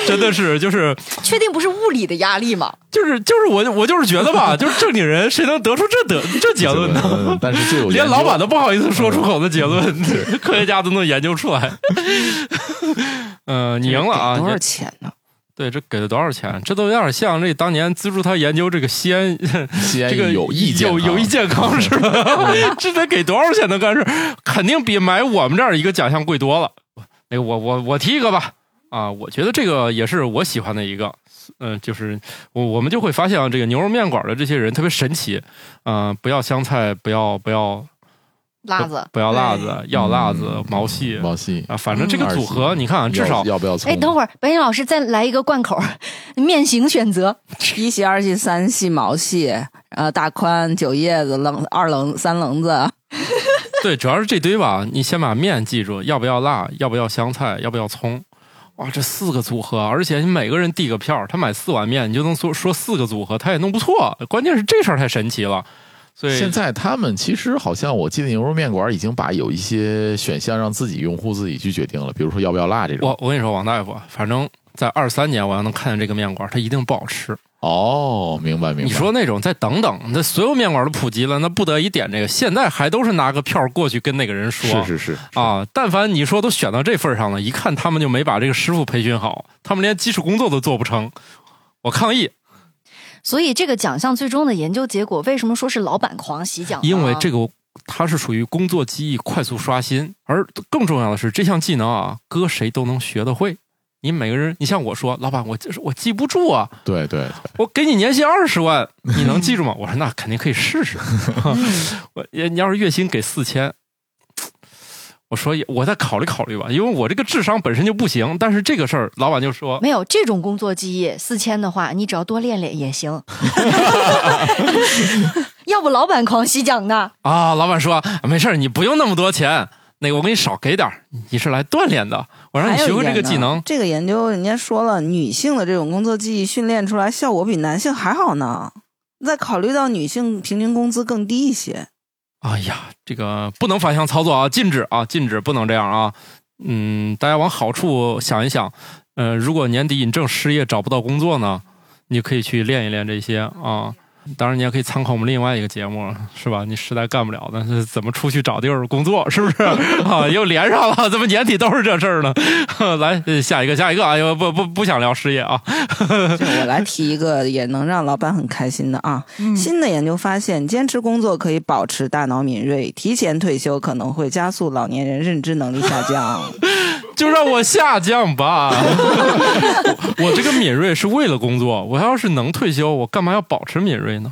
Speaker 1: 真的是就是
Speaker 3: 确定不是物理的压力吗？
Speaker 1: 就是就是我我就是觉得吧，就是正经人谁能得出这得这结论呢？
Speaker 2: 嗯但是就有
Speaker 1: 连
Speaker 2: 研究
Speaker 1: 老板都不好意思说出口的结论，
Speaker 6: 嗯
Speaker 1: 科学家都能研究出来。 嗯，你赢了啊！
Speaker 6: 给多少
Speaker 1: 你
Speaker 6: 钱呢？
Speaker 1: 对，这给了多少钱？这都有点像这当年资助他研究这个西安
Speaker 2: 吸
Speaker 6: 哎
Speaker 1: 这个
Speaker 2: 烟有啊益健
Speaker 1: 有
Speaker 2: 康，
Speaker 6: 啊
Speaker 1: 有益健康似的， 这得给多少钱能干事？肯定比买我们这儿一个奖项贵多了。那个我我我提一个吧，啊，我觉得这个也是我喜欢的一个，嗯、就是我我们就会发现啊，这个牛肉面馆的这些人特别神奇，嗯、不要香菜，不要不要
Speaker 3: 辣子。
Speaker 1: 不要辣子，要辣子
Speaker 2: 嗯，
Speaker 1: 毛细
Speaker 2: 毛细嗯
Speaker 1: 啊，反正这个组
Speaker 2: 二
Speaker 1: 合，
Speaker 2: 十
Speaker 1: 你看啊，至少
Speaker 2: 要要不要葱？
Speaker 3: 哎，等会儿白岩老师再来一个贯口，面型选择。
Speaker 6: 一系、二系、三系、毛系，呃，大宽、九叶子、棱二棱、三棱
Speaker 1: 啊
Speaker 6: 子，
Speaker 1: 对，主要是这堆吧，你先把面记住，要不要辣，要不要香菜，要不要葱。哇，这四个组合，而且你每个人递个票，他买四碗面，你就能说说四个组合，他也弄不错。关键是这事儿太神奇了，所以
Speaker 2: 现在他们其实好像，我记得牛肉面馆已经把有一些选项让自己用户自己去决定了，比如说要不要辣这种。
Speaker 1: 我我跟你说，王大夫，反正在二三年我要能看见这个面馆，它一定不好吃。
Speaker 2: 哦，明白明白。
Speaker 1: 你说那种再等等，那所有面馆都普及了，那不得已点这个。现在还都是拿个票过去跟那个人说，
Speaker 2: 是是是，
Speaker 1: 啊，但凡你说都选到这份儿上了，一看他们就没把这个师傅培训好，他们连基础工作都做不成。我抗议，
Speaker 3: 所以这个奖项最终的研究结果，为什么说是老板狂喜奖呢？
Speaker 1: 因为这个它是属于工作技艺快速刷新，而更重要的是这项技能啊，搁谁都能学得会。你每个人，你像我说，老板，我就是我记不住啊，
Speaker 2: 对对
Speaker 1: 我给你年薪二十万，你能记住吗？我说那肯定可以试试。我你要是月薪给四千，我说也我再考虑考虑吧，因为我这个智商本身就不行，但是这个事儿老板就说
Speaker 3: 没有这种工作记忆，四千的话，你只要多练练也行。 要不老板狂喜奖的，
Speaker 1: 啊，老板说没事儿，你不用那么多钱，那个我给你少给点儿，你是来锻炼的，我让你
Speaker 6: 还有
Speaker 1: 学
Speaker 6: 一
Speaker 1: 会这个
Speaker 6: 点
Speaker 1: 技
Speaker 6: 呢
Speaker 1: 能。
Speaker 6: 这个研究人家说了，女性的这种工作记忆训练出来效果比男性还好呢。再考虑到女性平均工资更低一些，
Speaker 1: 哎呀，这个不能反向操作啊，禁止啊，禁止，不能这样啊。嗯，大家往好处想一想。呃，如果年底你正失业找不到工作呢，你可以去练一练这些啊。当然，你也可以参考我们另外一个节目，是吧？你实在干不了的，那怎么出去找地儿工作？是不 是啊？又连上了，怎么年底都是这事儿呢？ 来，呃下一个，下一个啊！不不不想聊失业啊！
Speaker 6: 就我来提一个也能让老板很开心的啊。
Speaker 7: 嗯
Speaker 6: 新的研究发现，坚持工作可以保持大脑敏锐，提前退休可能会加速老年人认知能力下降。
Speaker 1: 就让我下降吧。 我这个敏锐是为了工作，我要是能退休，我干嘛要保持敏锐呢？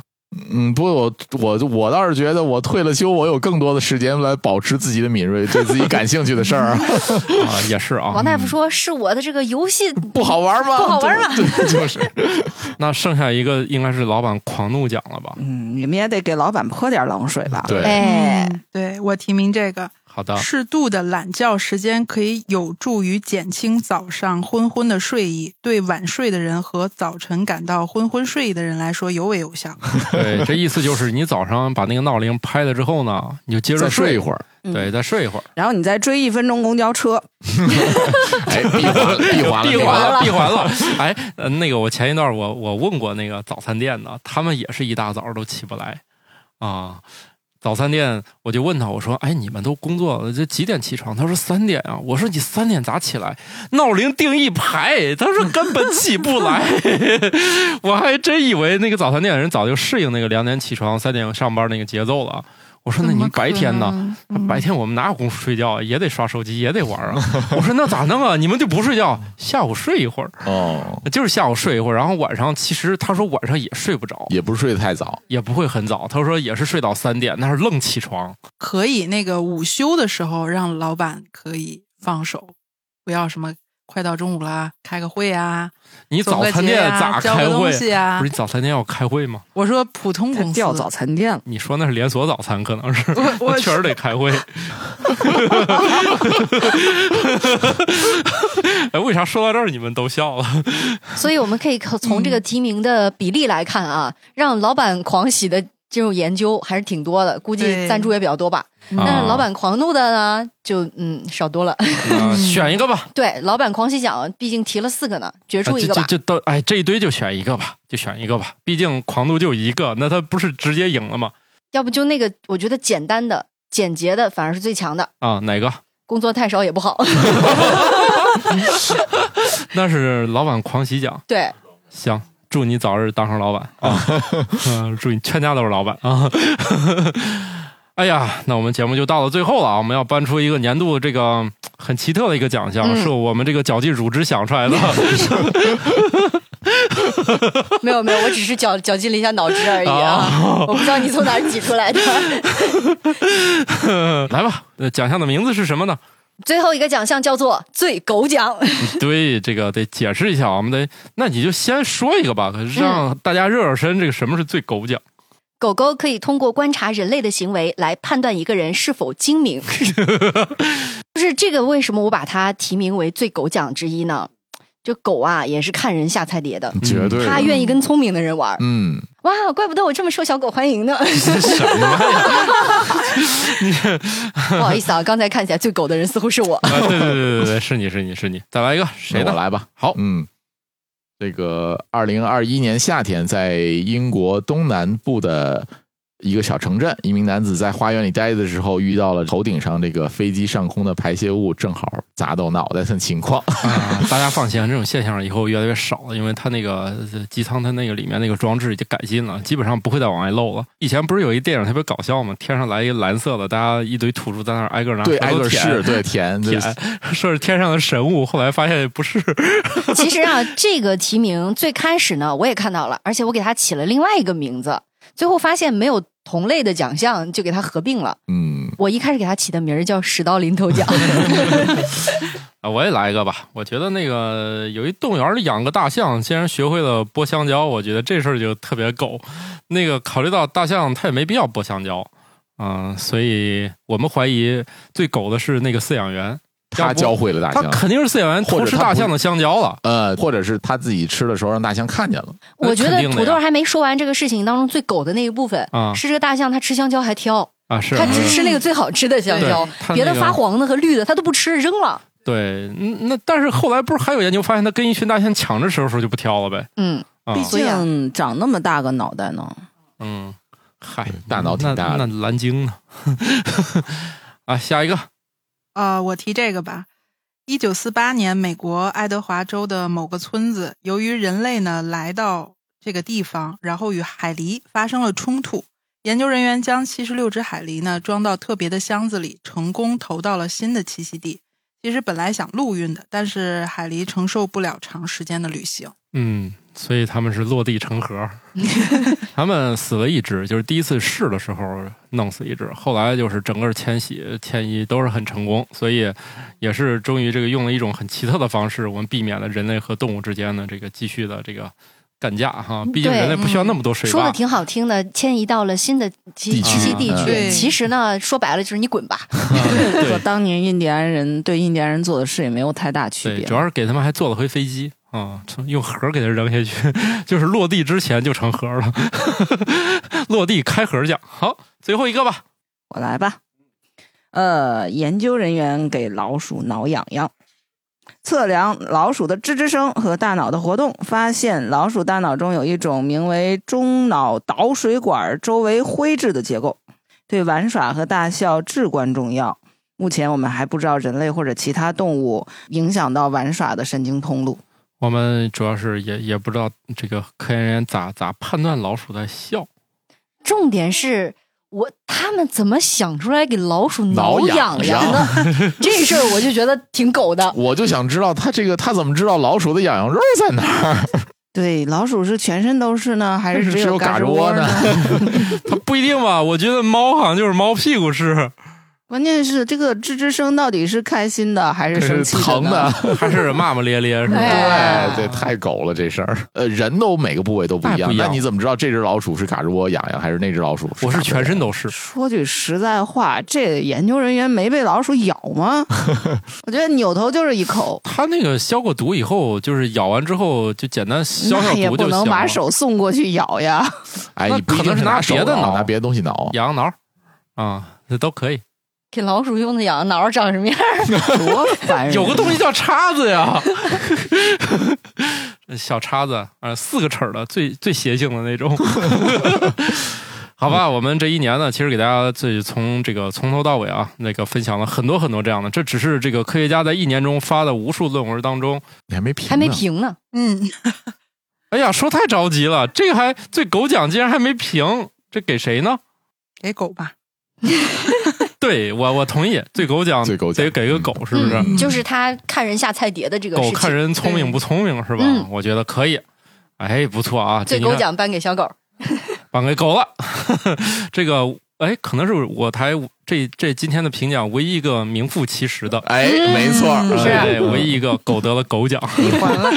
Speaker 2: 嗯，不过我我我倒是觉得，我退了休，我有更多的时间来保持自己的敏锐，对自己感兴趣的事 儿
Speaker 1: 啊，也是啊
Speaker 3: 王。大夫说是我的这个游戏
Speaker 2: 不好玩吗？
Speaker 3: 不好玩吗
Speaker 2: 对？ 对就是
Speaker 1: 那剩下一个应该是老板狂怒奖了吧？
Speaker 6: 嗯，你们也得给老板泼点冷水吧？
Speaker 2: 对，
Speaker 3: 哎，
Speaker 7: 嗯对我提名这个，
Speaker 1: 好的，
Speaker 7: 适度的懒觉时间可以有助于减轻早上昏昏的睡意，对晚睡的人和早晨感到昏昏睡意的人来说尤为有效。
Speaker 1: 对，这意思就是你早上把那个闹铃拍了之后呢，你就接
Speaker 2: 再
Speaker 1: 着
Speaker 2: 睡一
Speaker 1: 儿，
Speaker 2: 会儿，
Speaker 6: 嗯
Speaker 1: 对，再睡一会儿，
Speaker 6: 然后你再追一分钟公交车，
Speaker 2: 哎，闭环了，闭环 了，
Speaker 1: 闭
Speaker 2: 闭
Speaker 1: 环
Speaker 2: 环
Speaker 1: 了，
Speaker 2: 了。
Speaker 1: 闭环了。哎，呃那个我前一段我我问过那个早餐店的，他们也是一大早都起不来啊。早餐店我就问他，我说：“哎，你们都工作这几点起床？”他说：“三点啊。”我说：“你三点咋起来？闹铃定一排。”他说：“根本起不来。” 我还真以为那个早餐店的人早就适应那个两点起床、三点上班那个节奏了。我说：“那你们白天呢？”白天我们哪有功夫睡觉啊？也得刷手机，也得玩啊。我说那咋弄啊？你们就不睡觉，下午睡一会儿，
Speaker 2: 哦，
Speaker 1: 就是下午睡一会儿，然后晚上其实他说晚上也睡不着，
Speaker 2: 也不是睡得太早，
Speaker 1: 也不会很早。他说也是睡到三点，但是愣起床。
Speaker 7: 可以那个午休的时候让老板可以放手，不要什么快到中午啦，开个会啊，
Speaker 1: 你
Speaker 7: 走
Speaker 1: 早
Speaker 7: 个
Speaker 1: 餐
Speaker 7: 街
Speaker 1: 店
Speaker 7: 啊
Speaker 1: 咋
Speaker 7: 交
Speaker 1: 开
Speaker 7: 个
Speaker 1: 会
Speaker 7: 东？西啊
Speaker 1: 不是你？早餐店要开会吗？
Speaker 7: 我说普通
Speaker 6: 他
Speaker 7: 公司
Speaker 6: 掉早餐店了。
Speaker 1: 你说那是连锁早餐，可能是
Speaker 7: 我 我
Speaker 1: 确实得开会。哎，为啥说到这儿你们都笑了？
Speaker 2: 嗯
Speaker 3: 所以我们可以可从这个提名的比例来看啊，让老板狂喜的这种研究还是挺多的，估计
Speaker 7: 对
Speaker 3: 赞助也比较多吧。但是老板狂怒的呢，就嗯少多 了。
Speaker 1: 啊选一个吧，
Speaker 3: 对，老板狂喜奖毕竟提了四个呢，决出一个吧。
Speaker 1: 啊就就就都哎，这一堆就选一个吧，就选一个吧。毕竟狂怒就一个，那他不是直接赢了吗？
Speaker 3: 要不就那个，我觉得简单的、简洁的反而是最强的。
Speaker 1: 啊，哪个？
Speaker 3: 工作太少也不好，
Speaker 1: 那是老板狂喜奖。
Speaker 3: 对，
Speaker 1: 行，祝你早日当上老板啊！嗯，祝你全家都是老板啊！ 哎呀，那我们节目就到了最后了啊！我们要颁出一个年度这个很奇特的一个奖项，
Speaker 3: 嗯
Speaker 1: 是我们这个绞尽乳汁想出来的。
Speaker 3: 没有没有，我只是绞绞尽了一下脑汁而已啊，
Speaker 1: 哦
Speaker 3: 我不知道你从哪儿挤出来的。
Speaker 1: 来吧，呃奖项的名字是什么呢？
Speaker 3: 最后一个奖项叫做最狗奖，
Speaker 1: 嗯对，这个得解释一下，我们得，那你就先说一个吧，让大家热热身。这个什么是最狗奖？
Speaker 3: 狗狗可以通过观察人类的行为来判断一个人是否精 明。就是这个，为什么我把它提名为最狗奖之一呢？就狗啊，也是看人下菜碟
Speaker 1: 嗯
Speaker 3: 的，
Speaker 2: 绝对的。
Speaker 3: 它愿意跟聪明的人玩儿。
Speaker 2: 嗯，
Speaker 3: 哇，怪不得我这么受小狗欢迎 呢！
Speaker 1: 什么呀？
Speaker 3: 不好意思啊，刚才看起来最狗的人似乎是 我。
Speaker 1: 啊对对对对对，是你是你是你，再来一个，谁
Speaker 2: 那
Speaker 1: 的
Speaker 2: 我？来吧。
Speaker 1: 好
Speaker 2: 嗯，这个二零二一年夏天，在英国东南部的一个小城镇，一名男子在花园里待的时候，遇到了头顶上这个飞机上空的排泄物，正好砸到脑袋的 情况。
Speaker 1: 啊，大家放心，这种现象以后越来越少了，因为它那个呃机舱它那个里面那个装置已经改进了，基本上不会再往外漏了。以前不是有一电影特别搞笑吗？天上来一个蓝色的，大家一堆土著在那儿挨个拿
Speaker 2: 对，
Speaker 1: 舌
Speaker 2: 挨
Speaker 1: 头
Speaker 2: 个
Speaker 1: 舔
Speaker 2: 是，对甜，对
Speaker 1: 舔，说是天上的神物，后来发现不是。
Speaker 3: 其实啊，这个提名最开始呢，我也看到了，而且我给它起了另外一个名字，最后发现没有同类的奖项，就给它合并了。
Speaker 2: 嗯，
Speaker 3: 我一开始给它起的名儿叫“屎到临头奖
Speaker 1: 啊，我也来一个吧。我觉得那个有一动物园里养个大象，竟然学会了剥香蕉，我觉得这事儿就特别狗。那个考虑到大象它也没必要剥香蕉，嗯、所以我们怀疑最狗的是那个饲养员，要
Speaker 2: 他
Speaker 1: 不
Speaker 2: 教会了大
Speaker 1: 他
Speaker 2: 象，
Speaker 1: 肯定是饲养员
Speaker 2: 或者
Speaker 1: 偷吃
Speaker 2: 他不
Speaker 1: 大象的香蕉了。
Speaker 2: 呃，或者是他自己吃的时候让大象看见了，”。
Speaker 1: 那
Speaker 3: 我觉
Speaker 1: 肯
Speaker 3: 得
Speaker 1: 定的呀
Speaker 3: 土豆还没说完这个事情当中最狗的那一部分，
Speaker 1: 啊
Speaker 3: 是这个大象它吃香蕉还挑，
Speaker 1: 啊，是
Speaker 3: 它
Speaker 1: 嗯
Speaker 3: 只吃那个最好吃的香蕉
Speaker 1: 对它，
Speaker 3: 别的
Speaker 1: 那个
Speaker 3: 发黄的和绿的它都不吃，扔了。
Speaker 1: 对，嗯那但是后来不是还有研究发现，他跟一群大象抢着吃的时候就不挑了呗？
Speaker 3: 嗯，
Speaker 1: 啊，
Speaker 6: 毕
Speaker 3: 所以啊
Speaker 6: 竟长那么大个脑袋呢。
Speaker 1: 嗯，嗨，
Speaker 2: 大脑挺大
Speaker 1: 那
Speaker 2: 的
Speaker 1: 那蓝鲸呢？ 啊，下一个
Speaker 7: 呃，我提这个吧。一九四八年，美国爱德华州的某个村子，由于人类呢来到这个地方，然后与海狸发生了冲突。研究人员将七十六只海狸呢装到特别的箱子里，成功投到了新的栖息地。其实本来想陆运的，但是海狸承受不了长时间的旅行。
Speaker 1: 嗯，所以他们是落地成盒，他们死了一只，就是第一次试的时候弄死一只，后来就是整个迁徙迁移都是很成功，所以也是终于这个用了一种很奇特的方式，我们避免了人类和动物之间的这个继续的这个干架哈，毕竟
Speaker 3: 对
Speaker 1: 人类不需要那么多水
Speaker 3: 说
Speaker 1: 坝
Speaker 3: 的，挺好听的，迁移到了新的栖
Speaker 2: 地
Speaker 3: 栖息
Speaker 1: 区啊
Speaker 3: 地
Speaker 2: 嗯
Speaker 3: 区。
Speaker 7: 对
Speaker 3: 其实呢，说白了就是你滚吧。
Speaker 6: 和
Speaker 1: 对
Speaker 6: 当年印第安人对印第安人做的事也没有太大区
Speaker 1: 对，
Speaker 6: 别
Speaker 1: 主。要是给他们还做了回飞机啊，从用盒儿给它扔下去， 就是落地之前就成盒儿了， 落地开盒儿奖。好，最后一个吧，
Speaker 6: 我来吧。呃，研究人员给老鼠挠痒痒，测量老鼠的吱吱声和大脑的活动，发现老鼠大脑中有一种名为中脑导水管周围灰质的结构，对玩耍和大笑至关重要。目前我们还不知道人类或者其他动物影响到玩耍的神经通路。
Speaker 1: 我们主要是也也不知道这个科研人员咋咋判断老鼠在笑，
Speaker 3: 重点是我他们怎么想出来给老鼠挠
Speaker 2: 挠痒
Speaker 3: 痒痒的？这事儿我就觉得挺狗的。
Speaker 2: 我就想知道他这个他怎么知道老鼠的痒痒肉在哪儿？
Speaker 6: 对，老鼠是全身都是呢，还是
Speaker 2: 只
Speaker 6: 只
Speaker 2: 有嘎
Speaker 6: 嘎
Speaker 2: 吱
Speaker 6: 吱
Speaker 2: 窝
Speaker 6: 窝
Speaker 2: 呢
Speaker 6: 呢？
Speaker 1: 它不一定吧？ 我觉得猫好像就是猫屁股是，
Speaker 6: 关键是这个吱吱声到底是开心的还是生气
Speaker 2: 疼
Speaker 6: 呢？
Speaker 2: 的，
Speaker 1: 还是骂骂咧咧是吧？
Speaker 3: 哎
Speaker 2: 对对，太狗了这事儿。呃，人都每个部位都不一
Speaker 1: 哎那不
Speaker 2: 样，
Speaker 1: 一样
Speaker 2: 那你怎么知道这只老鼠是嘎吱窝痒痒，还是那只老鼠？
Speaker 1: 我是全身。都是，
Speaker 6: 说句实在话，这研究人员没被老鼠咬 吗？我觉得扭头就是一口，
Speaker 1: 它那个消过毒以后，就是咬完之后就简单消消
Speaker 6: 那也
Speaker 1: 毒就
Speaker 6: 不
Speaker 1: 行
Speaker 6: 能把
Speaker 1: 了。
Speaker 6: 手送过去咬 呀。
Speaker 2: 哎，
Speaker 1: 那
Speaker 2: 你不一
Speaker 1: 可能
Speaker 2: 定
Speaker 1: 是拿
Speaker 2: 拿手
Speaker 1: 别的挠
Speaker 2: 拿别的东西挠。
Speaker 1: 痒痒挠啊，这都可以。
Speaker 3: 给老鼠用的痒痒挠长什么样儿？
Speaker 6: 多烦人！啊
Speaker 1: 有个东西叫叉子呀， 小叉子，呃，四个齿儿的，最最邪性的那种。 好吧，我们这一年呢，其实给大家最从这个从头到尾啊，那个分享了很多很多这样的，这只是这个科学家在一年中发的无数论文当中。
Speaker 2: 你还没评呢，
Speaker 3: 还没评呢。
Speaker 7: 嗯，
Speaker 1: 哎呀，说太着急了，这个还最狗奖竟然还没评，这给谁呢？
Speaker 7: 给狗吧。
Speaker 1: 对我我同意，最狗奖
Speaker 2: 最狗奖
Speaker 1: 得给个狗，是不是？
Speaker 3: 嗯就是他看人下菜碟的这个事
Speaker 1: 狗
Speaker 3: 情。
Speaker 1: 看人聪明不聪明是吧？
Speaker 3: 嗯
Speaker 1: 我觉得可以，哎，不错啊，
Speaker 3: 最
Speaker 1: 这你
Speaker 3: 狗
Speaker 1: 看
Speaker 3: 奖颁给小狗。
Speaker 1: 颁给狗了。 这个哎，可能是我台这这今天的评奖唯一一个名副其实的。
Speaker 2: 哎，没错，
Speaker 1: 嗯是、啊
Speaker 2: 哎
Speaker 1: 唯一一个狗得了狗奖。
Speaker 6: 完了，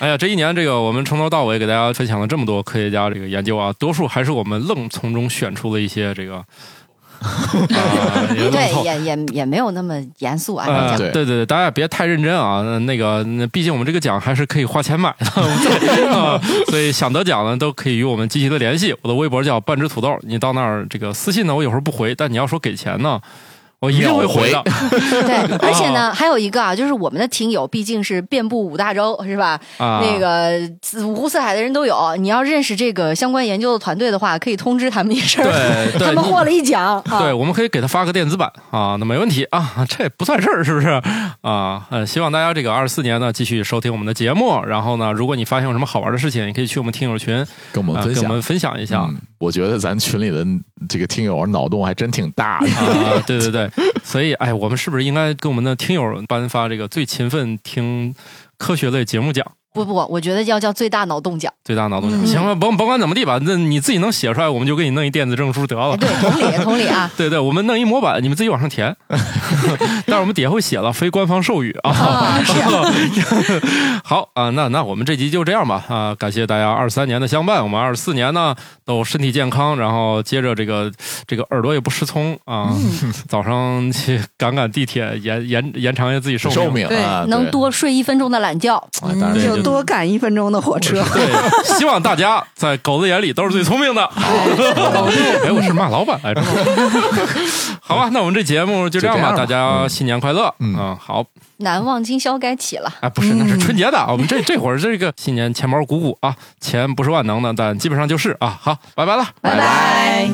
Speaker 1: 哎呀，这一年这个我们从头到尾给大家分享了这么多科学家这个研究啊，多数还是我们愣从中选出了一些这个，啊也愣
Speaker 3: 对，
Speaker 1: 凑
Speaker 3: 也也也没有那么严肃啊。
Speaker 1: 呃
Speaker 3: 人家
Speaker 2: 对
Speaker 1: 对对对，大家别太认真啊。那那个，那毕竟我们这个奖还是可以花钱买的，对啊所以想得奖呢，都可以与我们积极的联系。我的微博叫半只土豆，你到那儿这个私信呢，我有时候不回，但你要说给钱呢，我一定会回的。
Speaker 3: 对，而且
Speaker 1: 哦
Speaker 3: 呢，还有一个啊，就是我们的听友毕竟是遍布五大洲，是吧？
Speaker 1: 啊，
Speaker 3: 那个五湖四海的人都有。你要认识这个相关研究的团队的话，可以通知他们一声 儿，
Speaker 1: 对对，
Speaker 3: 他们
Speaker 1: 你
Speaker 3: 获了一奖啊。
Speaker 1: 对，我们可以给他发个电子版啊，那没问题啊，这不算事儿，是不是啊？呃，希望大家这个二四年呢继续收听我们的节目，然后呢，如果你发现有什么好玩的事情，你可以去我们听友群
Speaker 2: 跟我
Speaker 1: 啊、
Speaker 2: 们分
Speaker 1: 跟我
Speaker 2: 享
Speaker 1: 们分享一下。
Speaker 2: 嗯我觉得咱群里的这个听友脑洞还真挺大的。
Speaker 1: 啊，对对对，所以哎，我们是不是应该给我们的听友颁发这个最勤奋听科学类节目奖？
Speaker 3: 不不，我觉得要叫最大脑动奖。
Speaker 1: 最大脑洞奖。
Speaker 7: 嗯
Speaker 1: 行了，甭甭管怎么地吧，那你自己能写出来，我们就给你弄一电子证书得了。
Speaker 3: 哎，。对，同理同理啊
Speaker 1: 对对，我们弄一模板，你们自己往上 填。但是我们底下会写了非官方授予啊。
Speaker 3: 啊，是啊
Speaker 1: 好啊，那那我们这集就这样吧啊，感谢大家二三年的相伴，我们二四年呢都身体健康，然后接着这个这个耳朵也不失聪啊，
Speaker 3: 嗯
Speaker 1: 早上去赶赶地铁，延延延长一下自己 寿
Speaker 2: 寿命啊，
Speaker 3: 能
Speaker 2: 对
Speaker 3: 多睡一分钟的懒觉。
Speaker 2: 啊当然
Speaker 1: 对
Speaker 2: 是
Speaker 1: 就
Speaker 6: 就多赶一分钟的火车。
Speaker 1: 对，希望大家在狗子眼里都是最聪明的。哎，我是骂老板来着。好吧，那我们这节目就这样吧，
Speaker 2: 就这样吧
Speaker 1: 大家新年快乐。
Speaker 2: 嗯
Speaker 1: 嗯，好，
Speaker 3: 难忘今宵该起了，
Speaker 1: 哎，不是，那是春节的啊。我们这这会儿这个新年钱包鼓鼓啊，钱不是万能的，但基本上就是啊。好，拜拜了。
Speaker 3: 拜
Speaker 6: 拜。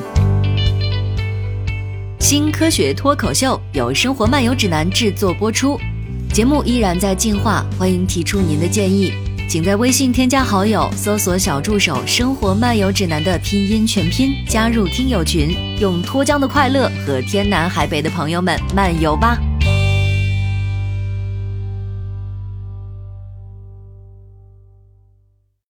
Speaker 5: 新科学脱口秀由生活漫游指南制作播出，节目依然在进化，欢迎提出您的建议，请在微信添加好友，搜索小助手“生活漫游指南”的拼音全拼，加入听友群，用脱缰的快乐和天南海北的朋友们漫游吧。